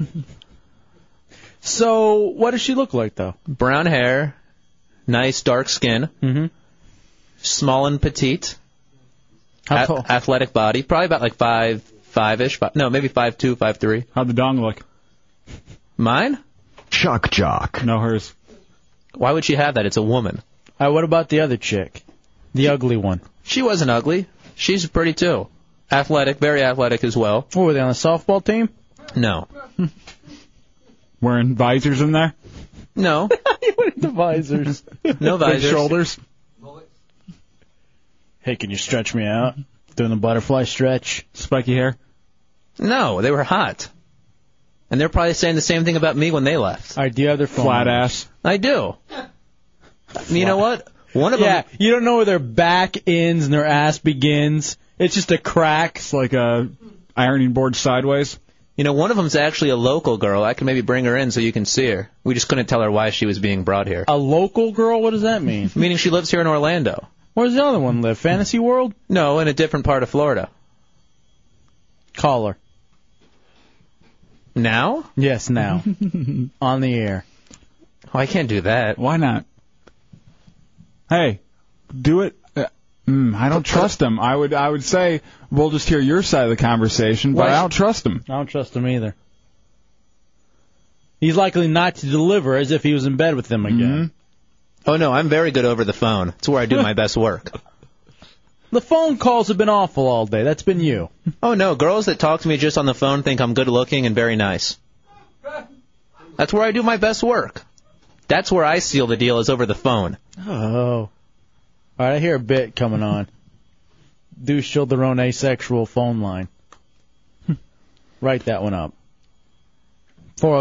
S3: So, what does she look like, though?
S10: Brown hair, nice dark skin,
S3: mm-hmm.
S10: small and petite,
S3: How
S10: ath-
S3: tall?
S10: athletic body, probably about like five five ish, but no, maybe five two, five three.
S4: How'd the dong look?
S10: Mine?
S2: Shock jock.
S4: No, hers.
S10: Why would she have that? It's a woman.
S3: All right, Uh, what about the other chick? The ugly one.
S10: She wasn't ugly. She's pretty too. Athletic, very athletic as well.
S3: What were they on the softball team?
S10: No.
S4: Wearing visors in there.
S3: <laughs>
S10: No.
S3: the visors. <laughs>
S10: No
S4: Big
S10: visors.
S4: shoulders.
S3: Hey, can you stretch me out? Doing the butterfly stretch.
S4: Spiky hair.
S10: No, they were hot. And they're probably saying the same thing about me when they left.
S3: All right, the other phone
S10: Flat
S4: ass.
S10: I do. You know what? One of
S3: yeah,
S10: them.
S3: you don't know where their back ends and their ass begins. It's just a crack.
S4: It's like a ironing board sideways.
S10: You know, one of them's actually a local girl. I can maybe bring her in so you can see her. We just couldn't tell her why she was being brought here.
S3: A local girl? What does that mean?
S10: Meaning she lives here in Orlando.
S3: <laughs> Where's the other one live? Fantasy World?
S10: No, in a different part of Florida.
S3: Call her.
S10: Now?
S3: Yes, <laughs> now. On the air.
S10: Oh, I can't do that.
S4: Why not? Hey, do it. Uh, mm, I don't trust them. I would I would say we'll just hear your side of the conversation, but
S3: Why-
S4: I don't trust them.
S3: I don't trust him either. He's likely not to deliver as if he was in bed with them again.
S10: Oh, no, I'm very good over the phone. It's where I do my best work.
S3: The phone calls have been awful all day. That's been you.
S10: <laughs> Oh, no, girls that talk to me just on the phone think I'm good looking and very nice. That's where I do my best work. That's where I seal the deal is over the phone.
S3: Oh. All right, I hear a bit coming on. <laughs> Deuce Childerone asexual phone line. <laughs> Write that one up.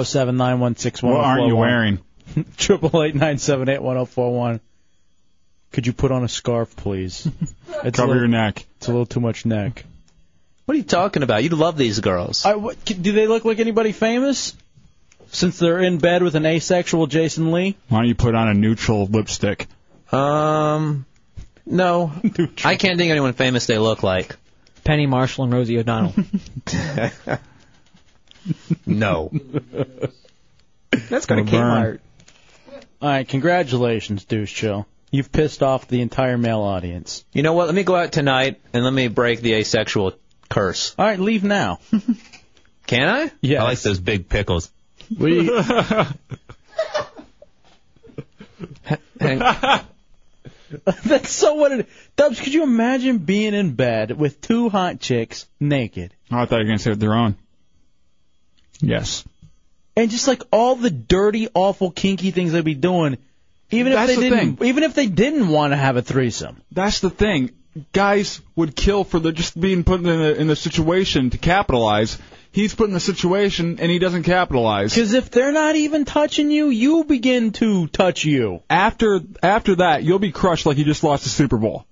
S3: 407 916
S4: What aren't you wearing?
S3: oh <laughs> Triple eight nine seven eight one zero four one. Could you put on a scarf, please? It's a
S4: <laughs> Cover
S3: little-
S4: your neck.
S3: It's a little too much neck.
S10: What are you talking about? You love these girls.
S3: I, what, do they look like anybody famous? Since they're in bed with an asexual Jason Lee?
S4: Why don't you put on a neutral lipstick?
S10: Um,
S3: <laughs>
S10: no. I can't think of anyone famous they look like.
S16: Penny Marshall and
S3: <laughs>
S16: Rosie O'Donnell.
S10: no.
S16: That's going to
S3: Burn.
S16: Kmart.
S3: All right, congratulations, Deuce Chill. You've pissed off the entire male audience.
S10: <laughs> You know what? Let me go out tonight and let me break the asexual curse.
S3: All right, leave now. <laughs>
S10: Can I?
S3: Yes.
S10: I like those big pickles.
S3: <laughs> We,
S10: Hang-
S3: that's so what it. Dubs, could you imagine being in bed with two hot chicks naked
S4: Oh, I thought you were going to say their own. Yes.
S3: and just like all the dirty, awful, kinky things they'd be doing, even
S4: That's
S3: if they
S4: the
S3: didn't, even if they didn't want to have a threesome.
S4: That's the thing. Guys would kill for the just being put in the in the situation to capitalize. He's put in the situation and he doesn't capitalize.
S3: Because if they're not even touching you, you begin to touch you.
S4: After after that, you'll be crushed like you just lost the Super Bowl.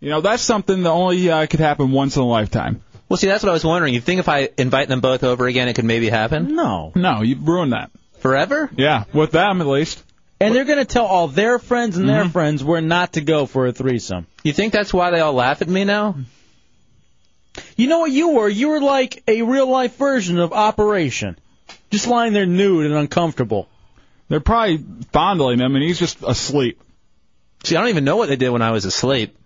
S4: You know that's something that only uh, could happen once in a lifetime.
S10: well, see, that's what I was wondering. You think if I invite them both over again, it could maybe happen?
S3: No.
S4: No, you've ruined that.
S16: Forever?
S4: Yeah, with them at least. Mm-hmm.
S3: And they're going to tell all their friends and their friends where not to go for a threesome.
S10: You think that's why they all laugh at me now?
S3: You know what you were? You were like a real life version of Operation. Just lying there nude and uncomfortable.
S4: They're probably fondling him, and he's just asleep.
S10: See, I don't even know what they did when I was asleep.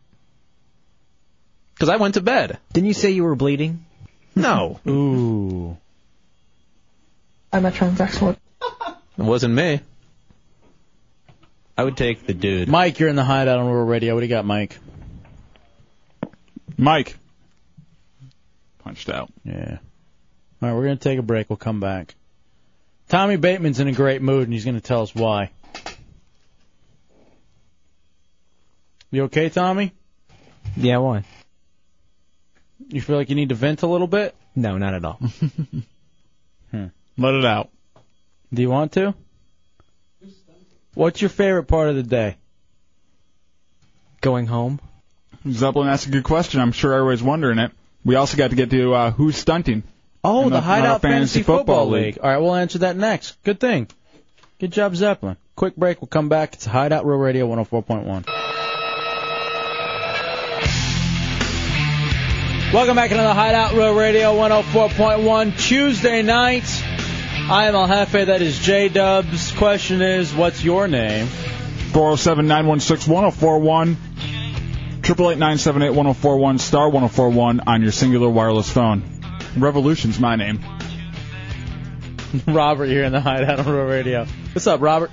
S10: Because I went to bed.
S16: Didn't you say you were bleeding?
S10: No.
S3: Ooh.
S7: I'm a transsexual.
S10: It wasn't me. I would take the dude.
S3: Mike, you're in the hideout on Rural Radio. What do you got, Mike?
S4: Mike. Punched out.
S3: Yeah. All right, we're going to take a break. We'll come back. Tommy Bateman's in a great mood, and he's going to tell us why. You okay, Tommy?
S16: Yeah, why?
S3: You feel like you need to vent a little bit? Hmm.
S16: No, not
S3: <laughs>
S16: at all.
S4: Let it out.
S3: Do you want to? What's your favorite part of the day?
S16: Going home.
S4: Zeppelin asked a good question. I'm sure everybody's wondering it. We also got to get to uh, who's stunting.
S3: Oh,
S4: In
S3: the, Hideout
S4: in our
S3: Fantasy, Football, League. All right, we'll answer that next. Good thing. Good job, Zeppelin. Quick break. We'll come back. It's Hideout Real Radio 104.1. Welcome back into the Hideout Real Radio 104.1 Tuesday night. I am El Jefe. That is J Dubs. Question is, what's your name? <laughs>
S4: 407 916 1041. 888 1041 star 1041 on your singular wireless phone. Revolution's my name.
S3: Robert here in the Hideout on Real Radio. What's up, Robert?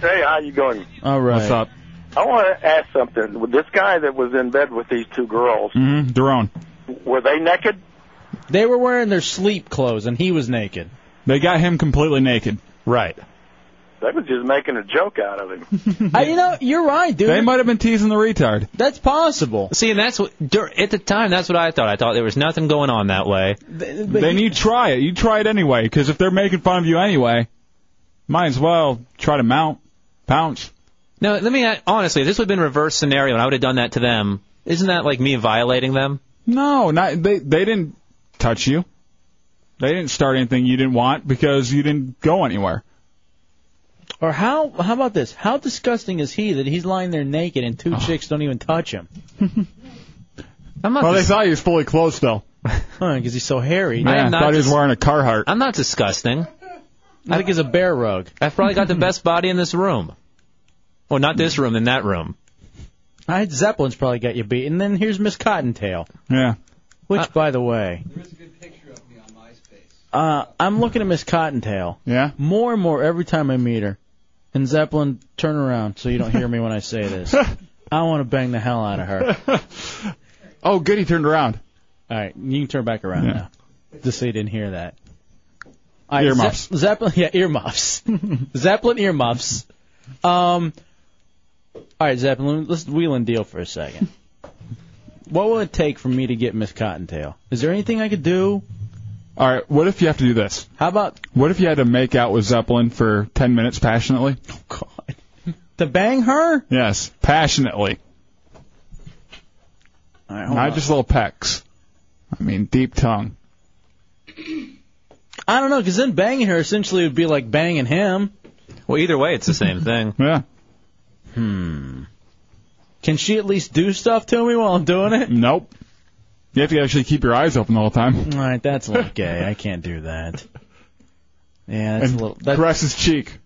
S1: Hey, how you going?
S3: All right. What's
S4: up?
S1: I want to ask something. This guy that was in bed with these two girls,
S4: Mm-hmm. Daron.
S1: were they naked?
S3: They were wearing their sleep clothes, and he was naked.
S4: They got him completely naked.
S3: Right.
S1: They was just making a joke out of him.
S3: <laughs> I, you know, you're right, dude.
S4: They might have been teasing the retard.
S3: That's possible.
S10: See, and that's what dur at the time. That's what I thought. I thought there was nothing going on that way.
S4: Then you try it. You try it anyway, because if they're making fun of you anyway, might as well try to mount, pounce.
S10: No, let me honestly. This would have been reverse scenario, and I would have done that to them. Isn't that like me violating them?
S4: No, not they. They didn't touch you. They didn't start anything you didn't want because you didn't go anywhere.
S3: Or how? How about this? How disgusting is he that he's lying there naked and
S4: Oh.
S3: two chicks don't even touch
S4: <laughs>
S3: him?
S10: I'm not
S4: well, they thought he was fully clothed though.
S3: Because he's so hairy.
S4: Yeah, thought he was wearing a Carhartt.
S10: I'm not disgusting.
S3: I think it's a bear rug.
S10: I've probably got the best body in this room. Well, not this room, in that room.
S3: I had Zeppelin's probably got you beat. And then here's Miss Cottontail,
S4: Yeah.
S3: which, by the way, uh, I'm looking at Miss Cottontail.
S4: Yeah.
S3: More and more every time I meet her. And Zeppelin, turn around so you don't hear me when I
S4: <laughs>
S3: say this. I want to bang the hell out of her.
S4: Oh, good, he turned around.
S3: All right, you can turn back around now. Just so you didn't hear that. All right,
S4: Earmuffs.
S3: Ze- Zeppelin, yeah, earmuffs. <laughs> Zeppelin earmuffs. Um, all right, Zeppelin, let's wheel and deal for a second. What will it take for me to get Miss Cottontail? Is there anything I could do?
S4: All right, what if you have to do this?
S3: How about
S4: What if you had to make out with Zeppelin for 10 minutes passionately?
S3: Oh, <laughs> to bang her?
S4: Yes, passionately.
S3: All right, hold
S4: Not
S3: on.
S4: just little pecks. I mean, deep tongue.
S3: I don't know, because then banging her essentially would be like banging him.
S10: Well, either way, it's the same thing.
S4: Yeah.
S3: Hmm. Can she at least do stuff to me while I'm doing it?
S4: Nope. You have to actually keep your eyes open the whole time.
S3: All right, that's a little gay. I can't
S4: <laughs>
S3: do that. Yeah, that's
S4: and
S3: a little. That's,
S4: caress his
S3: <laughs>
S4: cheek.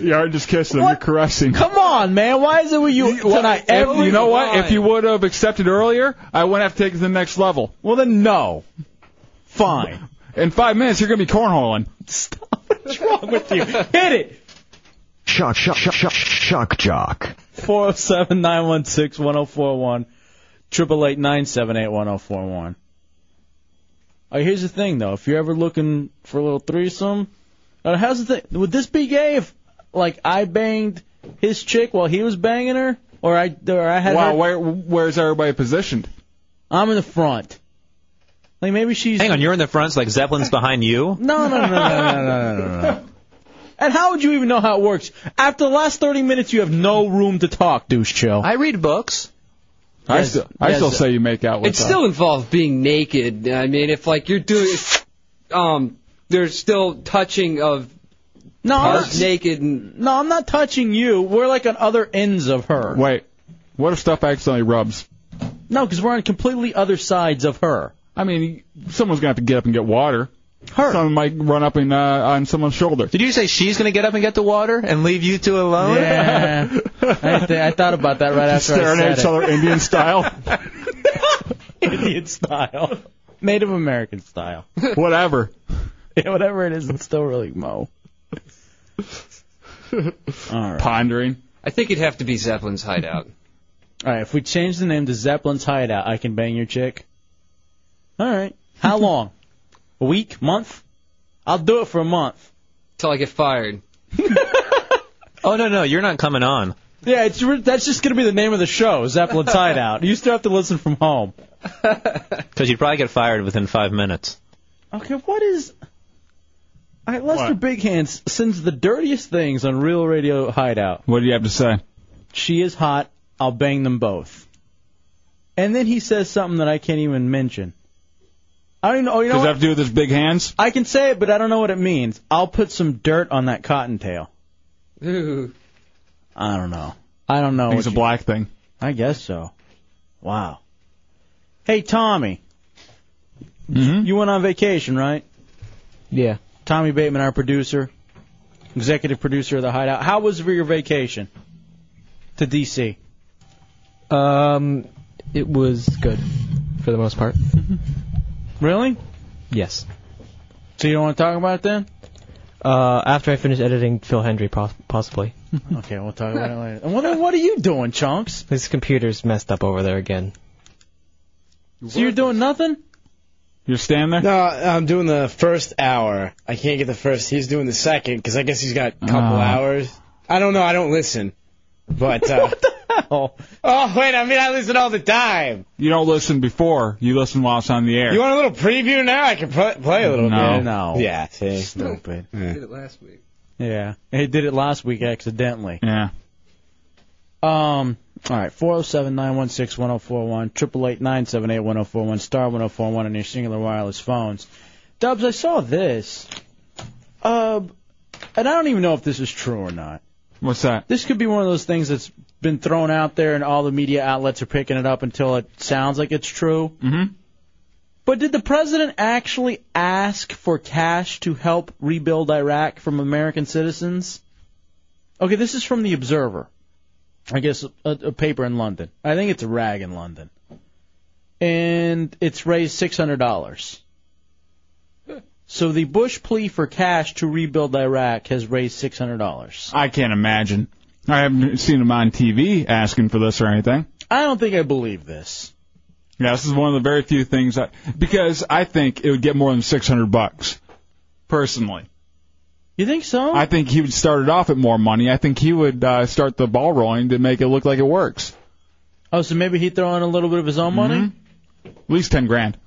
S4: you aren't just kissing him, you're caressing.
S3: Come on, man. Why is it with you tonight? Every
S4: you know what? If you would have accepted earlier, I wouldn't have taken it to the next level.
S3: Well, then no. Fine.
S4: <laughs> In five minutes, you're going to be cornholing.
S3: What's wrong with you? Hit it.
S2: Shock, shock, shock, shock, shock jock.
S3: <laughs> Four zero seven nine one six one zero four one, triple eight nine seven eight one zero four one. All right, Oh, here's the thing though. If you're ever looking for a little threesome, uh, how's the thing? Would this be gay if, like, I banged his chick while he was banging her, or I, or I had
S4: Wow,
S3: her?
S4: where, where's everybody positioned?
S3: I'm in the front. Like maybe she's.
S10: Hang on, you're in the front, so like Zeppelin's behind you.
S3: No, no, no, no, no, no, no, no, no. And how would you even know how it works? After the last 30 minutes, you have no room to talk, douche chill.
S10: I read books.
S4: I
S3: Yes,
S4: still, I
S3: yes.
S4: still say you make out with
S15: It uh, still involves being naked. I mean, if like you're doing, um, there's still touching of
S3: No, I'm
S15: Parts
S3: not-
S15: naked and
S3: No, I'm not touching you. We're like on other ends of her.
S4: Wait, what if stuff accidentally rubs?
S3: No, because we're on completely other sides of her.
S4: I mean, someone's gonna have to get up and get water.
S3: Her.
S4: Someone might run up and uh, on someone's shoulder.
S10: Did you say she's going to get up and get the water and leave you two alone?
S3: Yeah. I, th- I thought about that right after I
S4: staring
S3: said
S4: at each other Indian style?
S3: it. <laughs> Indian style, Native American style.
S4: Whatever.
S3: <laughs> Yeah, whatever it is, it's still really mo.
S4: Pondering.
S15: I think it'd have to be Zeppelin's hideout. <laughs>
S3: All right, if we change the name to Zeppelin's Hideout, I can bang your chick. All right. How long? a week? Month? I'll do it for a month.
S15: Till I get fired.
S10: Oh no no, you're not coming on.
S3: Yeah, it's re- that's just gonna be the name of the show, Zeppelin's
S15: <laughs>
S3: Hideout. You still have to listen from home.
S10: Because you'd probably get fired within five minutes.
S3: Okay, what is? All right, Lester Big Hands sends the dirtiest things on Real Radio Hideout.
S4: What do you have to say?
S3: She is hot. I'll bang them both. And then he says something that I can't even mention. I don't even know. Oh, you know
S4: Does
S3: what?
S4: that have to do with his big hands?
S3: I can say it, but I don't know what it means. I'll put some dirt on that cottontail.
S15: Ooh.
S3: I don't know. I don't know.
S4: Think it's a
S3: what
S4: black thing.
S3: I guess so. Wow. Hey, Tommy.
S4: Mm-hmm.
S3: You went on vacation, right?
S16: Yeah.
S3: Tommy Bateman, our producer, executive producer of the Hideout. How was your vacation to D.C.?
S16: Um, it was good for the most part.
S3: Mm-hmm. Really?
S16: Yes.
S3: So you don't want to talk about it then?
S16: Uh, after I finish editing Phil Hendry, pos- possibly.
S3: okay, we'll talk about it later. And what, what are you doing, Chunks?
S16: His computer's messed up over there again.
S3: So you're doing nothing?
S4: You're standing there?
S5: No, I'm doing the first hour. I can't get the first. He's doing the second because I guess he's got a couple
S4: Ah.
S5: hours. I don't know. I don't listen. But
S3: <laughs>
S5: uh, what the
S3: hell?
S5: Oh wait, I mean I listen all the time.
S4: You don't listen before. You listen while it's on the air.
S5: You want a little preview now? I can pl- play a little
S4: No.
S5: bit.
S3: No.
S5: Yeah. See.
S3: Stupid.
S15: Did it last week.
S3: Yeah. He did it last week accidentally.
S4: Yeah.
S3: Um. All right. Four zero seven nine one six one zero four one triple eight nine seven eight one zero four one star one zero four one on your singular wireless phones. Dubs, I saw this. Uh, and I don't even know if this is true or not.
S4: What's that?
S3: This could be one of those things that's been thrown out there, and all the media outlets are picking it up until it sounds like it's true.
S4: Mm-hmm.
S3: But did the president actually ask for cash to help rebuild Iraq from American citizens? Okay, this is from The Observer. I guess a, a paper in London. I think it's a rag in London. And it's raised $600. So the Bush plea for cash to rebuild Iraq has raised $600.
S4: I can't imagine. I haven't seen him on TV asking for this or anything.
S3: I don't think I believe this.
S4: Yeah, this is one of the very few things I because I think it would get more than six hundred bucks. Personally,
S3: you think so?
S4: I think he would start it off at more money. I think he would uh, start the ball rolling to make it look like it works.
S3: Oh, so maybe he throw in a little bit of his own money?
S4: At least ten grand.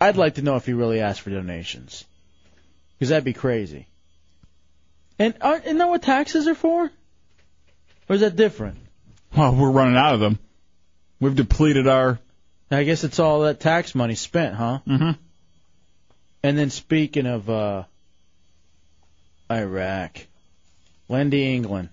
S3: I'd like to know if he really asked for donations. Because that'd be crazy. And aren't, isn't that what taxes are for? Or is that different?
S4: Well, we're running out of them. We've depleted our.
S3: I guess it's all that tax money spent, huh?
S4: Mm-hmm.
S3: And then speaking of uh, Iraq, Lindy England.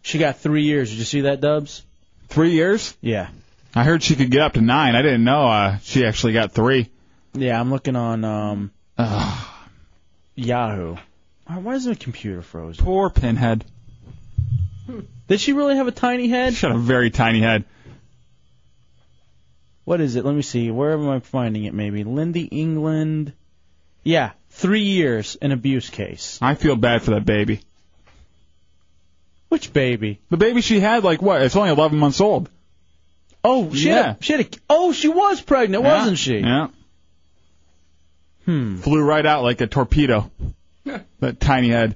S3: She got three years. Did you see that, Dubs?
S4: Three years?
S3: Yeah.
S4: I heard she could get up to nine. I didn't know uh, she actually got three.
S3: Yeah, I'm looking on um, Yahoo. Why- Why is my computer frozen?
S4: Poor Pinhead.
S3: Did she really have a tiny head?
S4: She had a very tiny head.
S3: What is it? Let me see. Where am I finding it? Maybe Lindy England. Yeah, three years in abuse case.
S4: I feel bad for that baby.
S3: Which baby?
S4: The baby she had, like what? It's only eleven months old.
S3: Oh, she
S4: Yeah.
S3: had a, she had a, oh she was pregnant,
S4: Yeah.
S3: wasn't she?
S4: Yeah. Hmm. Flew right out like a
S3: <laughs>
S4: torpedo. that tiny head.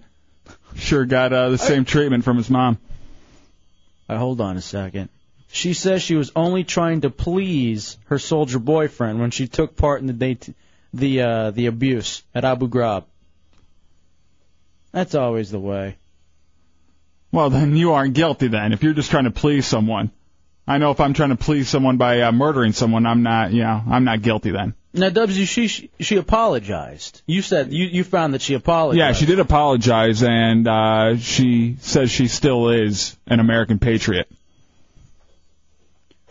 S4: Sure got uh, the same treatment from his mom.
S3: Uh, hold on a second. She says she was only trying to please her soldier boyfriend when she took part in the date, the uh, the abuse at Abu Ghraib. That's always the way.
S4: Well, then you aren't guilty then if you're just trying to please someone. I know if I'm trying to please someone by uh, murdering someone, I'm not, you know, I'm not guilty then.
S3: Now, Dubs, you- she she, she apologized. You said you, you found that she apologized.
S4: Yeah, she did apologize, and uh, she says she still is an American patriot.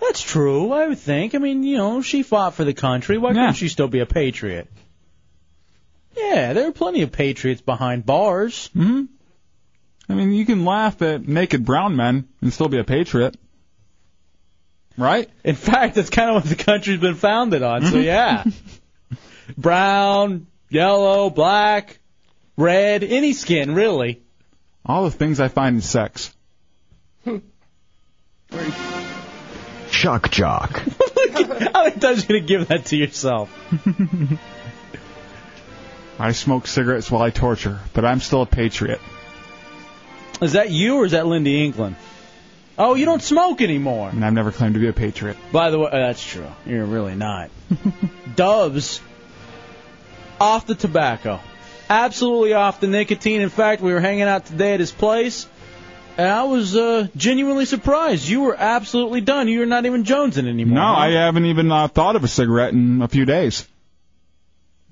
S3: That's true, I would think. I mean, you know, she fought for the country. Why couldn't she still be a patriot? Yeah, there are plenty of patriots behind bars.
S4: hmm I mean, you can laugh at naked brown men and still be a patriot, right?
S3: In <laughs> fact, that's kind of what the country's been founded on. So
S4: Mhm. <laughs>
S3: yeah, brown, yellow, black, red, any skin really.
S4: All the things I find in sex.
S2: Shock jock.
S3: <laughs> How many times you gonna give that to yourself? <laughs>
S4: I smoke cigarettes while I torture, but I'm still a patriot.
S3: Is that you or is that Lindy England? Oh, you don't smoke anymore.
S4: And I've never claimed to be a patriot.
S3: By the way, uh, that's true. You're really not. <laughs> Dubs off the tobacco. Absolutely off the nicotine. In fact, we were hanging out today at his place, and I was uh, genuinely surprised. You were absolutely done. You were not even jonesing anymore.
S4: No,
S3: huh?
S4: I haven't even uh, thought of a cigarette in a few days.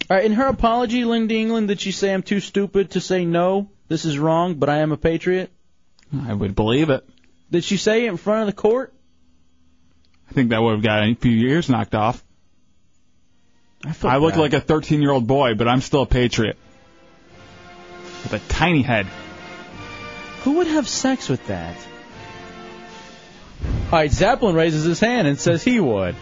S3: All right, in her apology, Lindy England, did she say I'm too stupid to say no? This is wrong, but I am a patriot.
S4: I would believe it.
S3: Did she say it in front of the court?
S4: I think that would have got a few years knocked off. I, look
S3: bad.
S4: like a 13 year old boy, but I'm still a patriot. With a tiny head.
S3: Who would have sex with that? All right, Zeppelin raises his hand and says he would.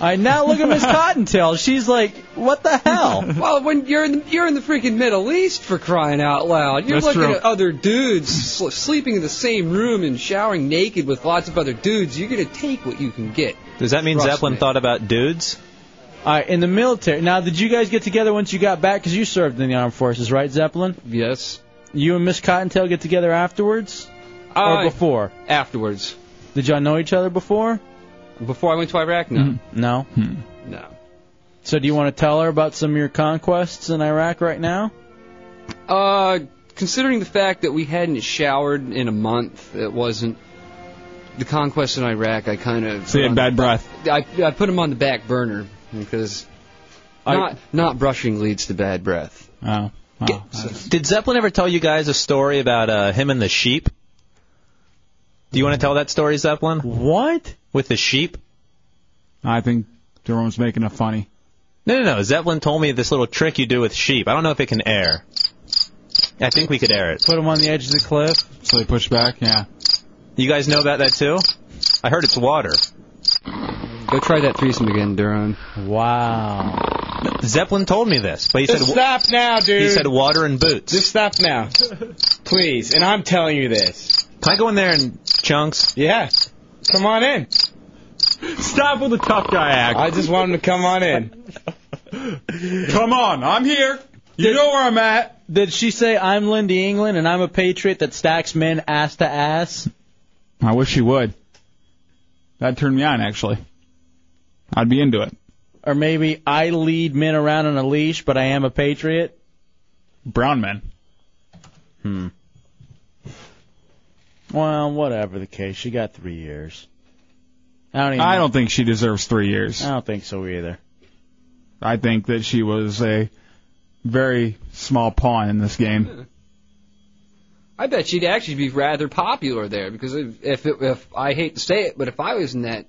S3: All right, now look at Miss Cottontail. She's like, what the hell?
S15: <laughs> well, when you're in the, you're in the freaking Middle East for crying out loud, you're
S3: That's
S15: looking
S3: true.
S15: at other dudes sl- sleeping in the same room and showering naked with lots of other dudes. You're gonna take what you can get.
S10: Does that mean
S15: Trust
S10: Zeppelin
S15: me.
S10: thought about dudes?
S3: All right, in the military. Now, did you guys get together once you got back? Because you served in the armed forces, right, Zeppelin?
S15: Yes.
S3: You and Miss Cottontail get together afterwards?
S15: Uh,
S3: or before?
S15: Afterwards.
S3: Did y'all know each other before?
S15: Before I went to Iraq, no.
S10: Mm-hmm.
S3: No?
S15: No.
S3: So do you want to tell her about some of your conquests in Iraq right now?
S15: Uh, considering the fact that we hadn't showered in a month, it wasn't the conquest in Iraq. I kind of
S4: So you had bad breath.
S15: I I put him on the back burner because
S10: I-
S15: not not brushing leads to bad breath.
S4: Oh.
S10: Did Zeppelin ever tell you guys a story about uh, him and the sheep? Do you want to tell that story, Zeppelin?
S3: What?
S10: With the sheep?
S4: I think Jerome's making a funny.
S10: No, no, no. Zeppelin told me this little trick you do with sheep. I don't know if it can air. I think we could air it.
S3: Put him on the edge of the cliff.
S4: So they push back, yeah.
S10: You guys know about that too? I heard it's water.
S15: Go try that threesome again, Duran.
S3: Wow.
S10: Zeppelin told me this, but he said
S5: stop now, dude.
S10: He said water and boots.
S5: Just stop now, please. And I'm telling you this.
S10: Can I go in there and chunks?
S5: Yeah. Come on in.
S4: Stop with the tough guy act.
S5: I just want him to come on in.
S4: Come on, I'm here. You know where I'm at.
S3: Did she say I'm Lindy England and I'm a patriot that stacks men ass to ass?
S4: I wish you would. That'd turn me on, actually. I'd be into it.
S3: Or maybe I lead men around on a leash, but I am a patriot?
S4: Brown men.
S3: Hmm. Well, whatever the case, she got three years. I don't even.
S4: I don't think she deserves three years.
S3: I don't think so either.
S4: I think that she was a very small pawn in this game.
S15: I bet she'd actually be rather popular there because if if, it, if I hate to say it, but if I was in that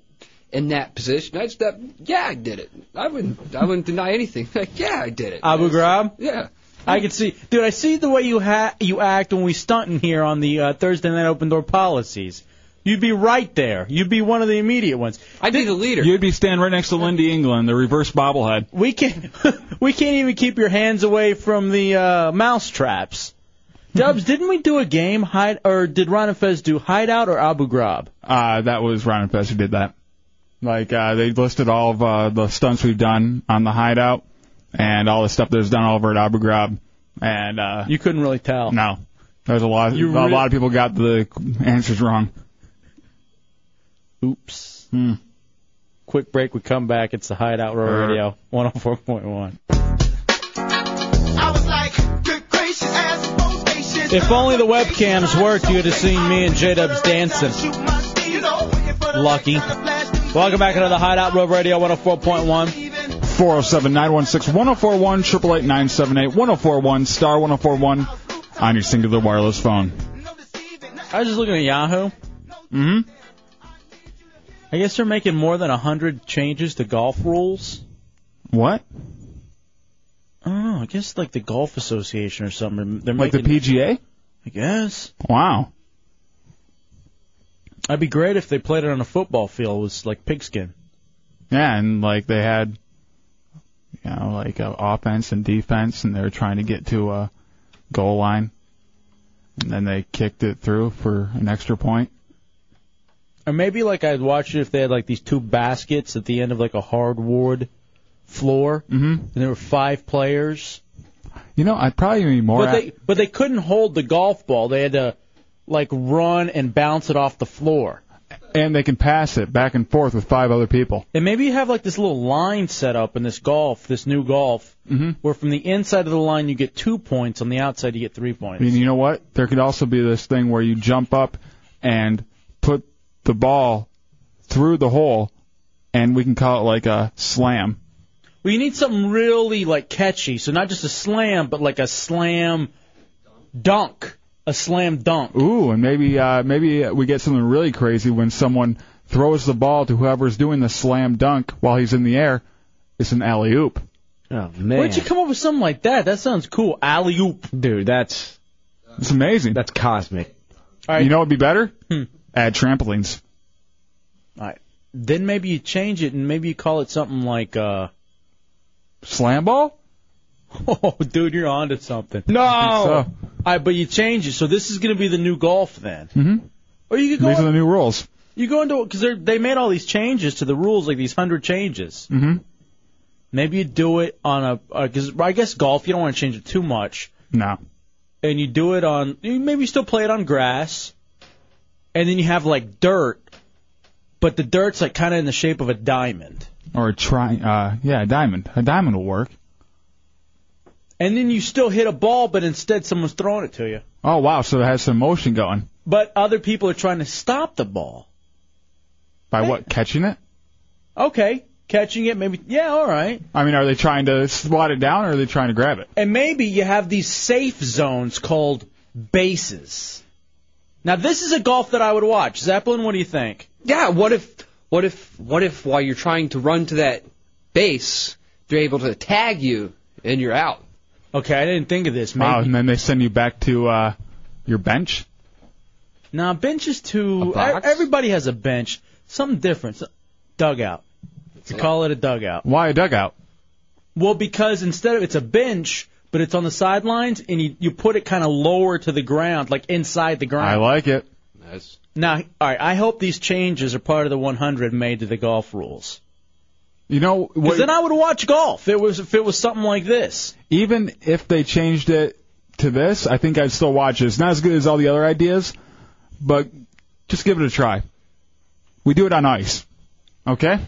S15: in that position, I'd step. Yeah, I did it. I wouldn't. I wouldn't deny anything. <laughs> Like, yeah, I did it.
S3: Abu Ghraib.
S15: Yeah.
S3: I can see, dude. I see the way you ha- you act when we stunting here on the uh, Thursday night open door policies. You'd be right there. You'd be one of the immediate ones.
S15: I'd be the leader.
S4: You'd be standing right next to Lindy England, the reverse bobblehead.
S3: We can't <laughs> we can't even keep your hands away from the uh, mouse traps. <laughs> Dubs, didn't we do a game hide or did Ron and Fez do hideout or Abu Ghraib?
S4: Uh, that was Ron and Fess who did that. Like, uh, they listed all of uh, the stunts we've done on the hideout and all the stuff that was done over at Abu Ghraib. And, uh,
S3: you couldn't really tell.
S4: No. There's a lot,
S3: You
S4: a
S3: re-
S4: lot of people got the answers wrong. Hmm.
S3: Oops. Quick break. We come back. It's the Hideout Row Radio 104.1. If only the webcams worked, you'd have seen me and J Dubs dancing. oh Lucky. Welcome back into the Hideout Row Radio 104.1.
S4: 407 916 1041 888 978 1041 star 1041 on your singular wireless phone.
S3: I was just looking at Yahoo.
S4: hmm
S3: I guess they're making more than a hundred changes to golf rules.
S4: What?
S3: I don't know. I guess like the golf association or something. They're
S4: Like the
S3: making,
S4: PGA?
S3: I guess.
S4: Wow.
S3: That'd be great if they played it on a football field. It was like pigskin.
S4: Yeah, and like they had, you know, like uh, offense and defense, and they were trying to get to a goal line, and then they kicked it through for an extra point.
S3: Or maybe like I'd watch it if they had like these two baskets at the end of like a hardwood floor,
S4: hmm
S3: and there were five players.
S4: You know, I'd probably be more.
S3: but
S4: apt-
S3: they but they couldn't hold the golf ball. They had to like run and bounce it off the floor.
S4: and they can pass it back and forth with five other people.
S3: And maybe you have like this little line set up in this golf, this new golf,
S5: Mm-hmm.
S3: where from the inside of the line you get two points, on the outside you get three
S4: I
S3: points.
S4: mean, you know what? There could also be this thing where you jump up and put the ball through the hole, and we can call it like a slam.
S3: Well, you need something really like catchy, so not just a slam, but like a slam dunk, a slam dunk.
S4: Ooh, and maybe uh, maybe we get something really crazy when someone throws the ball to whoever's doing the slam dunk while he's in the air. It's an alley oop.
S5: Oh
S3: Where'd you come up with something like that? That sounds cool. Alley oop.
S5: Dude, that's
S4: it's amazing.
S5: That's cosmic.
S4: You know what'd be better? Add trampolines.
S3: All right. Then maybe you change it and maybe you call it something like uh
S4: slam ball.
S3: <laughs> Oh, dude, you're onto something.
S4: No.
S3: All right, but you change it. So this is going to be the new golf then.
S4: Mm-hmm.
S3: Or you could go
S4: These are the new rules.
S3: You go into because they made all these changes to the rules, like these hundred changes.
S4: Mm-hmm.
S3: Maybe you do it on a because I guess golf you don't want to change it too much,
S4: No.
S3: and you do it on you maybe still play it on grass, and then you have like dirt, but the dirt's like kind of in the shape of a diamond,
S4: Or a tri. Uh, yeah, a diamond. A diamond will work.
S3: and then you still hit a ball, but instead someone's throwing it to you,
S4: Oh wow, so it has some motion going.
S3: but other people are trying to stop the ball.
S4: By what? Catching it?
S3: Okay, catching it maybe yeah, all right.
S4: I mean, are they trying to swat it down or are they trying to grab it?
S3: And maybe you have these safe zones called bases. Now, this is a golf that I would watch. Zeppelin, what do you think?
S15: Yeah, what if what if what if while you're trying to run to that base, they're able to tag you and you're out.
S3: Okay, I didn't think of this.
S4: Wow, and then they send you back to uh, your bench.
S3: Now, bench is too. e- Everybody has a bench. Something different. S- Dugout. You call it a dugout.
S4: Why a dugout?
S3: Well, because instead of it's a bench, but it's on the sidelines, and you, you put it kind of lower to the ground, like inside the ground.
S4: I like it.
S3: Now, all right, I hope these changes are part of the 100 made to the golf rules.
S4: You know,
S3: Because then I would watch golf. If it was if it was something like this.
S4: even if they changed it to this, I think I'd still watch it. It's not as good as all the other ideas, but just give it a try. We do it on ice. Okay?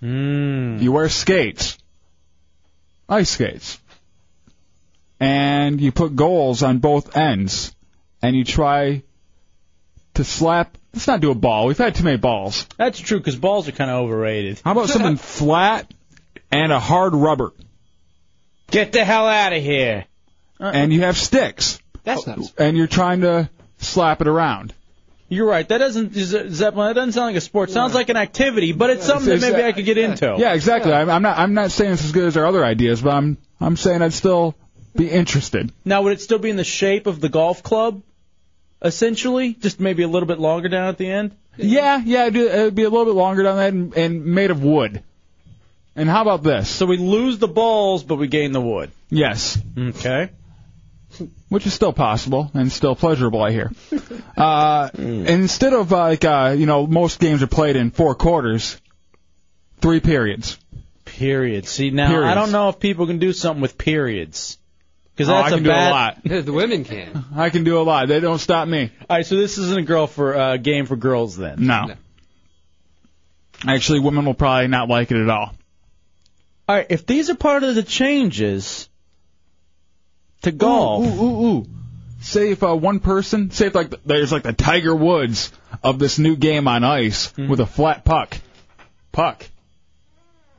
S3: Hmm.
S4: You wear skates. Ice skates. And you put goals on both ends. And you try to slap. Let's not do a ball. We've had too many balls.
S3: That's true because balls are kind of overrated. uh,
S4: How about something flat and a hard rubber?
S3: Get the hell out of here.
S4: And you have sticks.
S15: That's not.
S4: And you're trying to slap it around.
S3: You're right. That doesn't Z- Zeppelin. That doesn't sound like a sport. Sounds like an activity, but it's something that
S4: It's-
S3: maybe
S4: it's-
S3: I could get into.
S4: Yeah, exactly. I'm, I'm not. I'm not saying it's as good as our other ideas, but I'm. I'm saying I'd still be interested.
S3: Now, would it still be in the shape of the golf club, essentially? Just maybe a little bit longer down at the end.
S4: Yeah, yeah. It'd, do- it'd be a little bit longer down that and, and made of wood. And how about this? So
S3: we lose the balls, but we gain the wood.
S4: Yes.
S3: Okay.
S4: Which is still possible and still pleasurable, I hear. <laughs> Uh, Instead of uh, like uh, you know, most games are played in four quarters, three periods.
S3: Period. See now, I
S4: Periods.
S3: don't know if people can do something with periods. Because
S4: Oh, I
S3: that's a
S4: can do a
S3: bad-
S4: lot.
S15: <laughs> the women can.
S4: I can do a lot. They don't stop me.
S3: All right, so this isn't a girl for uh, game for girls then.
S4: No. Actually, women will probably not like it at all.
S3: All right, if these are part of the changes to golf,
S4: Ooh, ooh, ooh, ooh. Say if uh, one person, say if like th- there's like the Tiger Woods of this new game
S3: Hmm.
S4: on ice with a flat puck. Puck.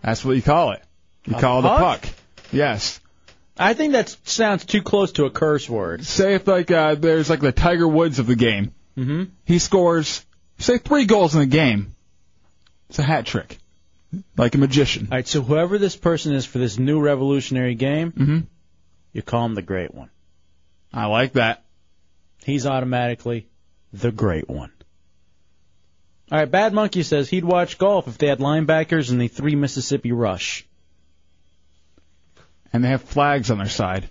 S4: That's what you call it. You call it a puck. Yes.
S3: I think that sounds too close to a curse word.
S4: Say if like uh, there's like the Tiger Woods of the game.
S3: Mm-hmm.
S4: He scores say three goals in a game. It's a hat trick, like a magician.
S3: All right, so whoever this person is for this new revolutionary game,
S4: Mm-hmm.
S3: you call him the great one.
S4: I like that.
S3: He's automatically the great one. All right, Bad Monkey says he'd watch golf if they had linebackers in the three Mississippi rush.
S4: And they have flags on their side.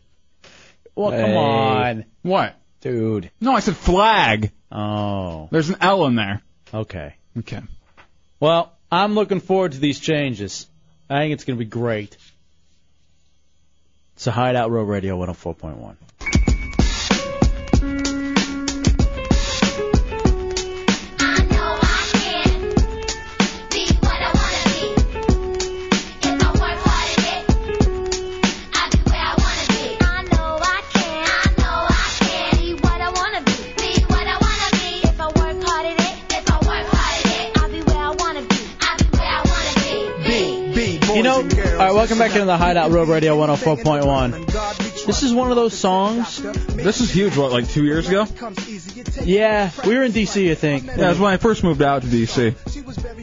S3: Well, come
S4: Hey.
S3: on.
S4: What?
S3: Dude.
S4: No, I said flag.
S3: Oh.
S4: There's an L in there.
S3: Okay.
S4: Okay.
S3: Well, I'm looking forward to these changes. I think it's going to be great. It's a Hideout Row Radio 104.1. You know, all right, welcome back into the Hideout Road Radio 104.1. This is one of those songs.
S4: This is huge. What, like two years ago?
S3: Yeah, we were in D.C., I think.
S4: Yeah, that's when I first moved out to D.C.
S3: This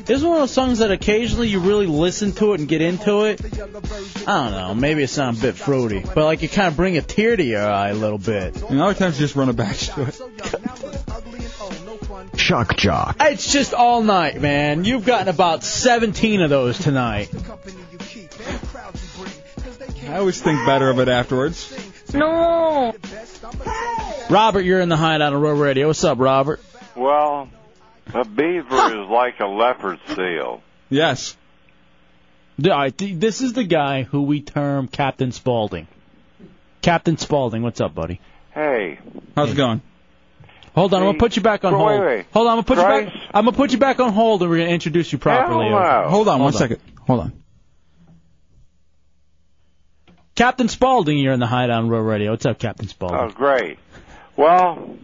S3: is one of those songs that occasionally you really listen to it and get into it. I don't know, maybe it sounds a bit fruity, but like you kind of bring a tear to your eye a little bit.
S4: And other times you just run a batch to it.
S2: Shock Jock.
S3: It's just all night, man. You've gotten about 17 of those tonight.
S4: I always think better of it afterwards.
S3: No. Robert, you're in the hideout on Road Radio. What's up, Robert?
S6: Well, a beaver is like a leopard seal.
S4: Yes.
S3: All right, th- this is the guy who we term Captain Spaulding. Captain Spaulding, what's up, buddy?
S6: Hey,
S4: How's it going?
S3: Hold on, I'm gonna put you back on
S6: Wait,
S3: hold.
S6: wait, wait.
S3: Hold on, I'm gonna put you
S6: Christ.
S3: back. I'm gonna put you back on hold, and we're gonna introduce you properly.
S4: Hell no. Hold on one
S3: one second.
S4: second. Hold on.
S3: Captain Spaulding, you're in the hideout on Road Radio. What's up, Captain Spaulding?
S6: oh great. Well,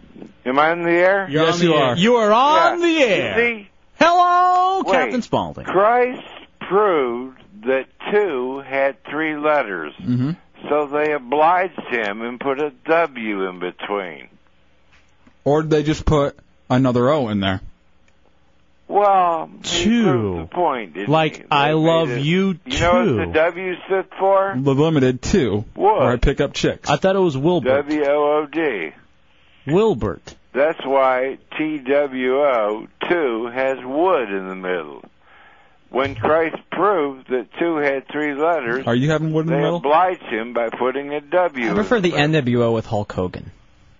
S6: am I in the air?
S3: You're Yes, on the you air. are. You are on the air.
S6: You see,
S3: Hello, Oh,
S6: Wait.
S3: Captain Spaulding.
S6: Christ proved that two had three letters,
S4: Mm-hmm.
S6: so they obliged him and put a W in between.
S4: Or did they just put another O in there?
S6: Well, he
S4: Two.
S6: proved the point, didn't
S4: Like,
S6: he? They
S4: I
S6: made
S4: love
S6: it-
S4: you
S6: You know what
S4: too.
S6: the W stood for?
S4: The limited two.
S6: What?
S4: Where I pick up chicks.
S3: I thought it was Wilbert.
S6: W O O D.
S3: Wilbert.
S6: That's why TWO, 2, has wood in the middle. When Christ proved that 2 had three letters,
S4: Are you having wood in the
S6: they
S4: middle?
S6: obliged him by putting a W.
S16: I prefer
S6: in
S16: the
S6: it.
S16: NWO with Hulk Hogan.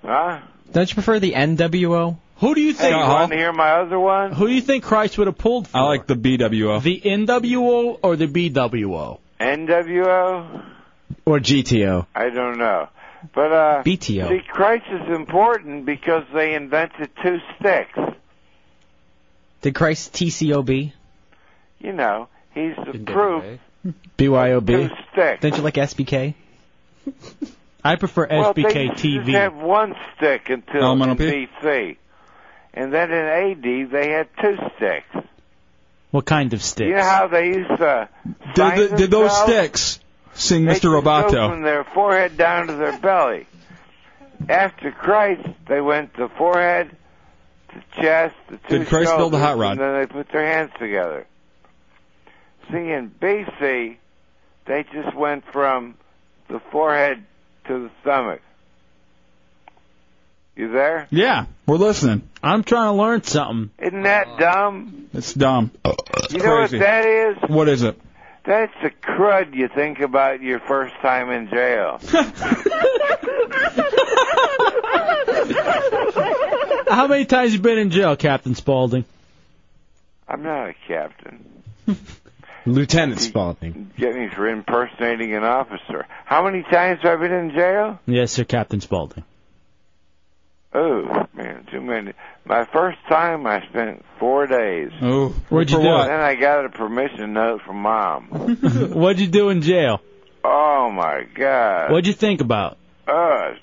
S6: Huh?
S16: Don't you prefer the NWO?
S3: Who do you
S6: Hey, you want to hear my other one?
S3: Who do you think Christ would have pulled for?
S4: I like the BWO.
S3: The NWO or the BWO?
S6: NWO?
S16: Or GTO.
S6: I don't know. But, uh,
S16: BTO.
S6: see, Christ is important because they invented two sticks.
S16: Did Christ TCOB?
S6: You know, he's the proof.
S16: BYOB?
S6: stick.
S16: Don't you like SBK?
S3: I prefer
S6: Well, they just had one stick until
S16: Elemental
S6: in
S16: P?
S6: BC. And then in AD, they had two sticks.
S3: What kind of stick?
S6: You know how they used to
S4: Did,
S6: sign
S4: the, did those
S6: themselves?
S4: sticks sing
S6: They
S4: Mr.
S6: could go
S4: Roboto?
S6: from their forehead down to their belly. After Christ, they went to forehead, to chest, the two
S4: Did Christ build a hot
S6: shoulders,
S4: rod?
S6: And then they put their hands together. See, in BC, they just went from the forehead to the stomach. You there?
S4: Yeah, we're listening.
S3: I'm trying to learn something.
S6: Isn't that dumb?
S4: It's dumb.
S6: You know what
S4: Crazy.
S6: that is?
S4: What is it?
S6: That's the crud you think about your first time in jail.
S3: How many times you been in jail, Captain Spaulding?
S6: I'm not a captain.
S16: Lieutenant Spaulding.
S6: Get me for impersonating an officer. How many times have I been in jail?
S3: Yes, sir, Captain Spaulding.
S6: Oh, man, too many. My first time, I spent four days.
S4: Oh,
S3: what'd you
S6: For
S3: do?
S6: what? Then I got a permission note from mom.
S3: <laughs> What'd you do in jail?
S6: Oh my God.
S3: What'd you think about?
S6: Uh,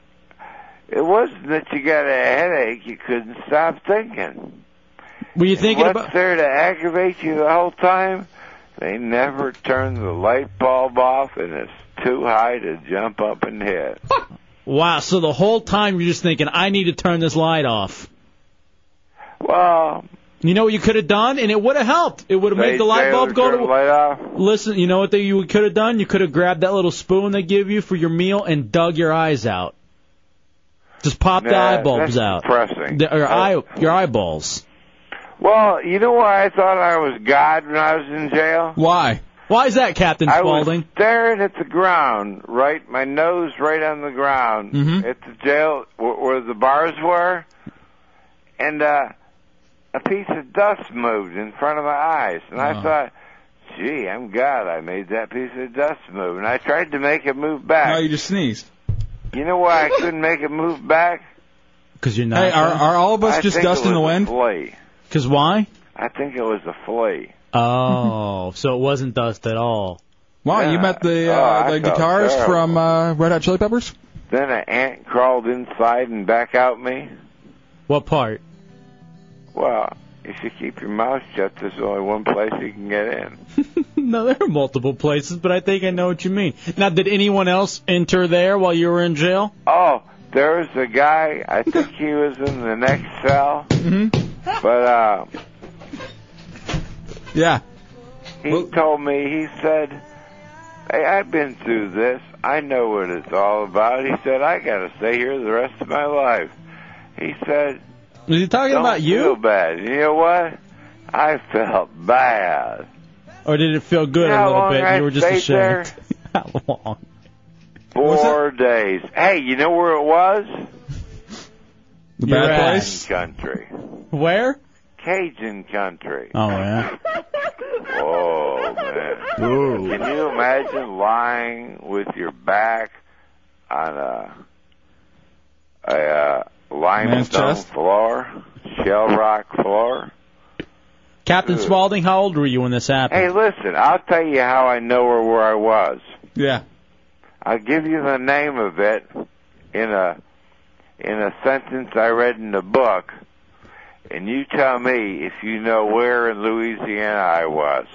S6: it wasn't that you got a headache; you couldn't stop thinking.
S3: Were you thinking
S6: What's
S3: about?
S6: there to aggravate you the whole time? They never turn the light bulb off, and it's too high to jump up
S3: <laughs>
S6: and hit.
S3: Wow, so the whole time you're just thinking, I need to turn this light off.
S6: Well,
S3: You know what you could have done, and it would have helped. It would have
S6: They-
S3: made the
S6: they
S3: light bulb
S6: would
S3: go
S6: turn
S3: to.
S6: the light off.
S3: Listen, you know what they, you could have done? You could have grabbed that little spoon they give you for your meal and dug your eyes out. Just pop the
S6: Nah,
S3: eye bulbs
S6: that's
S3: out.
S6: depressing.
S3: The- or eye, your eyeballs.
S6: well, you know why I thought I was God when I was in jail?
S3: Why? Why is that, Captain
S6: I
S3: Spaulding?
S6: was staring at the ground, right? My nose right on the ground
S3: Mhm.
S6: at the jail where, where the bars were, and uh, a piece of dust moved in front of my eyes, and I
S24: Oh.
S6: thought, "Gee, I'm God. I made that piece of dust move." And I tried to make it move back.
S4: No, Oh, you just sneezed.
S6: You know why I couldn't make it move back?
S3: Because you're not.
S4: Hey, are, are all of us
S6: I
S4: just
S6: think it
S4: dust in
S6: was
S4: the
S6: a
S4: wind?
S6: Flea.
S4: <laughs>
S3: Because why?
S6: I think it was a flea.
S3: Oh, so it wasn't dust at
S4: <laughs>
S3: all.
S4: Wow, you met the
S6: Oh,
S4: uh,
S6: I
S4: the
S6: felt
S4: guitarist
S6: terrible.
S4: from uh, Red Hot Chili Peppers.
S6: Then an ant crawled inside and back out me.
S3: What part?
S6: Well, if you keep your mouth shut, there's only one place you can get in.
S3: no, there are multiple places, but I think I know what you mean. Now, did anyone else enter there while you were in jail?
S6: Oh, there's a guy. I think he was in the next cell.
S4: Mm-hmm.
S6: But uh,
S4: yeah,
S6: he told me. He said, "Hey, I've been through this. I know what it's all about." He said, "I got to stay here the rest of my life." He said,
S3: "Was he talking
S6: Don't
S3: about you?
S6: Feel bad. You know what? I felt bad.
S3: Or did it feel good
S6: You know
S3: a
S6: how
S3: little
S6: long
S3: bit? and
S6: I
S3: You were just
S6: stayed
S3: ashamed. <laughs> How long?
S6: Four days. Hey, you know where it was?
S3: The bad
S6: Cajun
S3: place?
S6: Country.
S3: Where?
S6: Cajun country.
S3: Oh yeah.
S6: Oh man! Can you imagine lying with your back on a a uh, limestone
S3: chest?
S6: floor, shell rock floor?
S3: Captain
S6: Ugh.
S3: Spaulding, how old were you when this happened?
S6: Hey, listen! I'll tell you how I know where where I was.
S4: Yeah.
S6: I'll give you the name of it in a in a sentence I read in a book, and you tell me if you know where in Louisiana I was.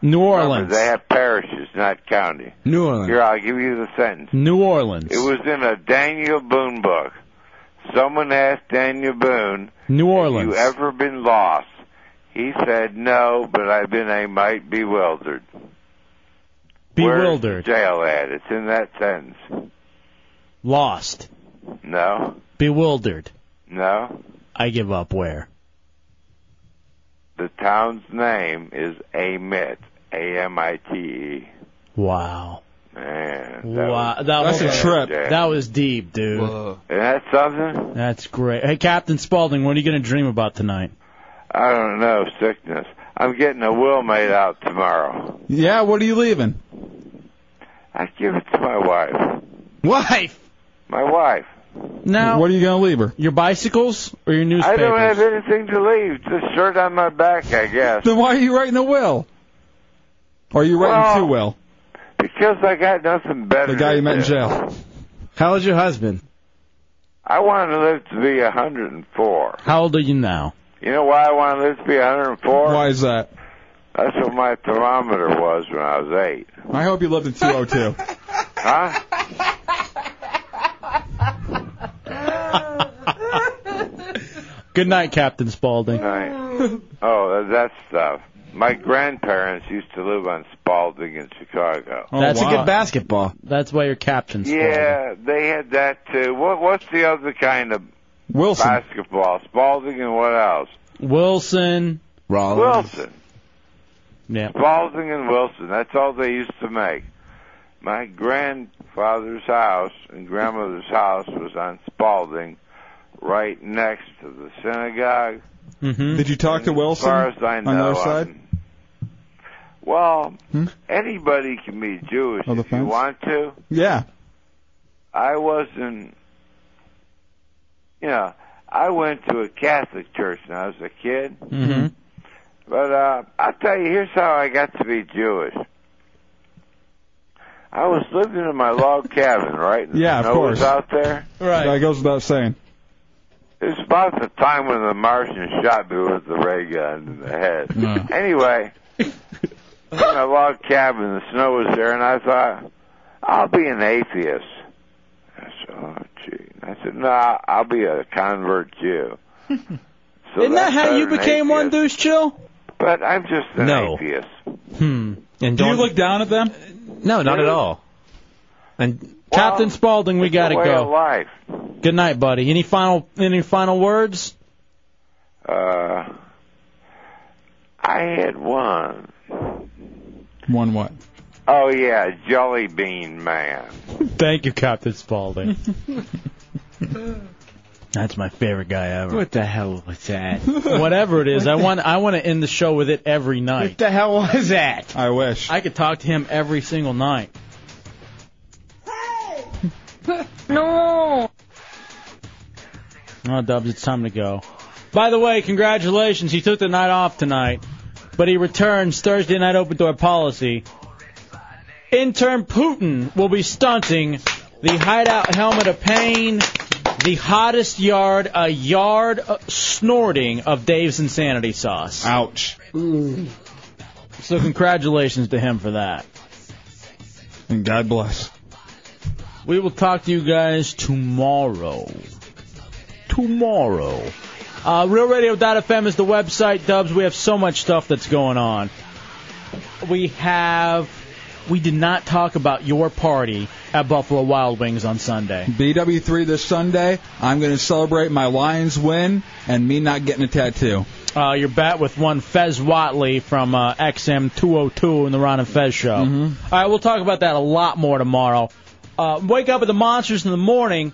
S3: New
S6: Remember,
S3: Orleans.
S6: They have parishes, not county.
S3: New
S6: Here, I'll give you the sentence.
S3: New Orleans.
S6: It was in a Daniel Boone book. Someone asked Daniel Boone,
S3: New
S6: "You
S3: Orleans.
S6: ever been lost?" He said, "No, but I've been a mite bewildered."
S3: Bewildered.
S6: Jail at it's in that sentence.
S3: Lost.
S6: No,
S3: Bewildered.
S6: no.
S3: I give up. Where?
S6: The town's name is Amit. A M I T E.
S3: Wow.
S6: Man, that
S3: wow.
S6: was-
S3: that was
S6: Yeah.
S3: That was deep, dude.
S6: Isn't that something?
S3: That's great. Hey, Captain Spaulding, what are you going to dream about tonight?
S6: I don't know sickness. I'm getting a will made out tomorrow.
S4: Yeah, what are you leaving?
S6: I give it to my wife.
S3: Wife.
S6: My wife.
S3: Now, what are you going to leave her? Your bicycles or your
S6: I
S3: newspapers?
S6: don't have anything to leave. Just shirt on my back, I guess.
S4: Then why are you writing a will? Or are you writing
S6: Well-
S4: too well?
S6: Because I got nothing better.
S4: The guy you
S6: to
S4: met in
S6: do.
S4: jail.
S5: How old's your husband?
S6: I want to live to be 104.
S3: How old are you now?
S6: You know why I want to live to be 104?
S4: Why is that?
S6: That's what my thermometer was when I was eight.
S4: I hope you lived at
S6: <laughs>
S4: 202. <laughs>
S6: Huh?
S3: Good night, Captain Spaulding. <laughs>
S6: Night. Oh, that- that stuff. My grandparents used to live on Spalding in Chicago.
S4: Oh,
S3: That's a good
S5: basketball.
S3: Oh, That's why you're Captain Spaulding.
S6: Yeah, they had that too. What, what's the other kind of
S4: Wilson.
S6: basketball? Spalding and what else?
S3: Wilson.
S6: Wilson.
S3: Yeah.
S6: Spalding and Wilson. That's all they used to make. My grandfather's house and grandmother's house was on Spalding, right next to the synagogue.
S4: Mm-hmm. Did you talk to Wilson
S6: far as I know, um,
S4: on the other
S6: I'm-
S4: side? Hmm?
S6: Well, anybody can be Jewish
S4: On the
S6: if you
S4: fence?
S6: want to.
S4: Yeah.
S6: I wasn't, you know, I went to a Catholic church when I was a kid.
S3: Mm-hmm.
S6: But uh, I'll tell you, here's how I got to be Jewish. I was living in my log cabin, right? The
S4: Yeah, of
S6: snow was
S4: course.
S6: out there.
S3: Right.
S4: That goes without saying.
S6: It's about the time when the Martian shot me with the ray gun in the head. Anyway, in a log cabin. The snow was there, and I thought, I'll be an atheist. I said, oh, gee. I said, no, I'll be a convert Jew. So
S3: Isn't that
S6: that's
S3: how
S6: better
S3: you
S6: than
S3: became one, Deuce Chill?
S6: But I'm just an
S10: No.
S6: atheist.
S3: Hmm.
S10: And
S3: Do you
S10: don't.
S3: look down at them?
S10: no, not at all.
S3: And Captain Spaulding, we gotta
S6: way of
S3: go.
S6: life.
S3: Good night, buddy. Any final any final words?
S6: Uh, I had one.
S4: One what?
S6: Oh yeah, Jolly Bean Man.
S3: Thank you, Captain <laughs> Spaulding. That's my favorite guy ever.
S5: What the hell was that?
S3: <laughs> Whatever it is, I want I want to end the show with it every night. What
S5: the hell was that?
S4: I wish
S3: I could talk to him every single night.
S20: No.
S3: Well, Dubs, it's time to go. By the way, congratulations. He took the night off tonight, but he returns Thursday night open door policy. Intern Putin will be stunting the hideout helmet of pain, the hottest yard, a yard uh, snorting of Dave's insanity sauce.
S4: Ouch.
S3: So, congratulations to him for that.
S4: And God bless.
S3: We will talk to you guys tomorrow. Tomorrow. Uh, RealRadio.fm is the website, Dubs. We have so much stuff that's going on. We have. We did not talk about your party at Buffalo Wild Wings on Sunday.
S4: BW3 this Sunday. I'm going to celebrate my Lions win and me not getting a tattoo.
S3: Uh, you're back with one Fez Watley from uh, XM202 in the Ron and Fez show. All right, we'll talk about that a lot more tomorrow. Uh, wake up at the Monsters in the morning.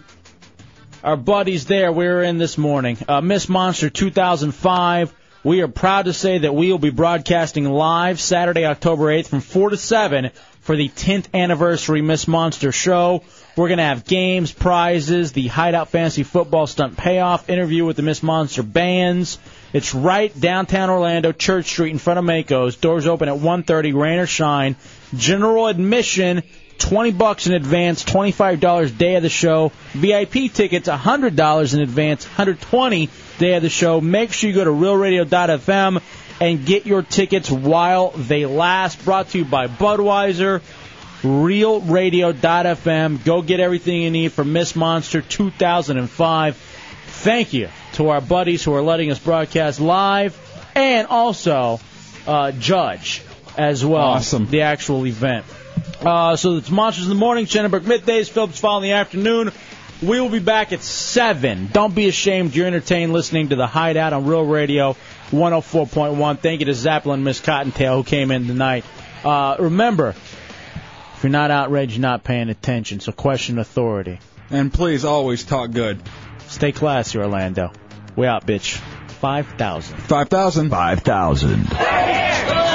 S3: Our buddies there, we are in this morning. Uh, Miss Monster 2005. We are proud to say that we will be broadcasting live Saturday, October 8th from 4 to 7 for the 10th anniversary Miss Monster show. We're going to have games, prizes, the Hideout Fantasy Football Stunt Payoff, interview with the Miss Monster bands. It's right downtown Orlando, Church Street in front of Mako's. Doors open at 1.30, rain or shine. General admission, 20 bucks in advance, $25 day of the show. VIP tickets, $100 in advance, 120 day of the show. Make sure you go to realradio.fm and get your tickets while they last. Brought to you by Budweiser, realradio.fm. Go get everything you need for Miss Monster 2005. Thank you to our buddies who are letting us broadcast live and also uh, judge as well
S4: Awesome.
S3: the actual event. Uh, so it's Monsters in the Morning, Chenenberg Middays, Phillips Fall in the afternoon. We will be back at 7. Don't be ashamed. You're entertained listening to The Hideout on Real Radio 104.1. Thank you to Zaplin, Miss Cottontail, who came in tonight. Uh, remember, if you're not outraged, you're not paying attention. So question authority.
S4: And please always talk good.
S3: Stay classy, Orlando. We out, bitch. 5,000.
S4: 5,000.
S2: 5,000.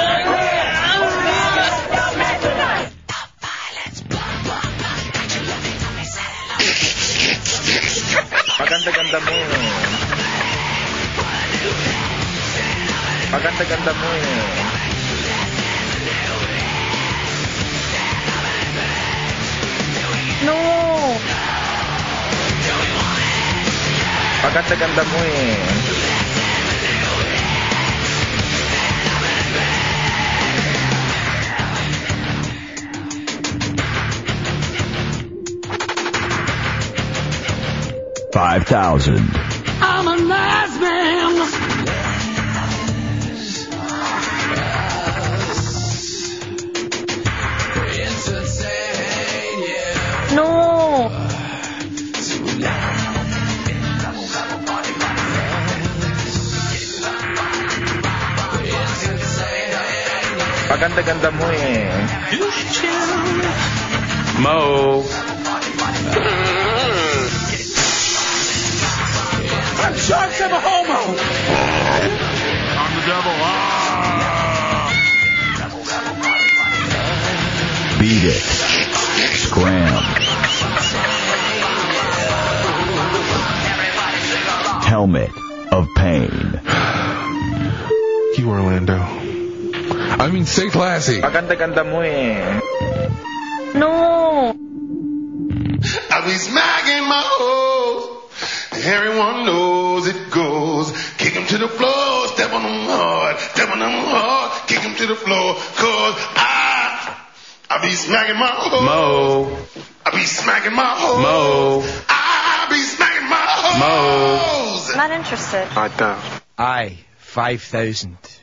S20: Maganda-ganda mo. eh. Maganda-ganda mo. eh. No! Maganda-ganda mo eh.
S2: Five thousand.
S20: I'm a nice man. No.
S14: Maganda-ganda mo eh.
S20: Mo. I'm sharks, I'm a homo. I'm the devil.
S2: Beat it. Scram. Helmet of pain.
S24: You, Orlando. I mean, stay classy.
S14: Maganda-ganda mo eh.
S20: No. I be smacking my hoes. Everyone knows it goes. Kick 'em to the floor. Step on 'em hard. Step on 'em hard. Kick 'em
S9: him to the floor, cause I, I be smacking my hoe.
S1: Mo.
S9: I be smacking my hoe.
S1: Mo.
S9: I be smacking my hoe.
S1: Mo.
S9: Not interested.
S5: I don't. I, 5,000.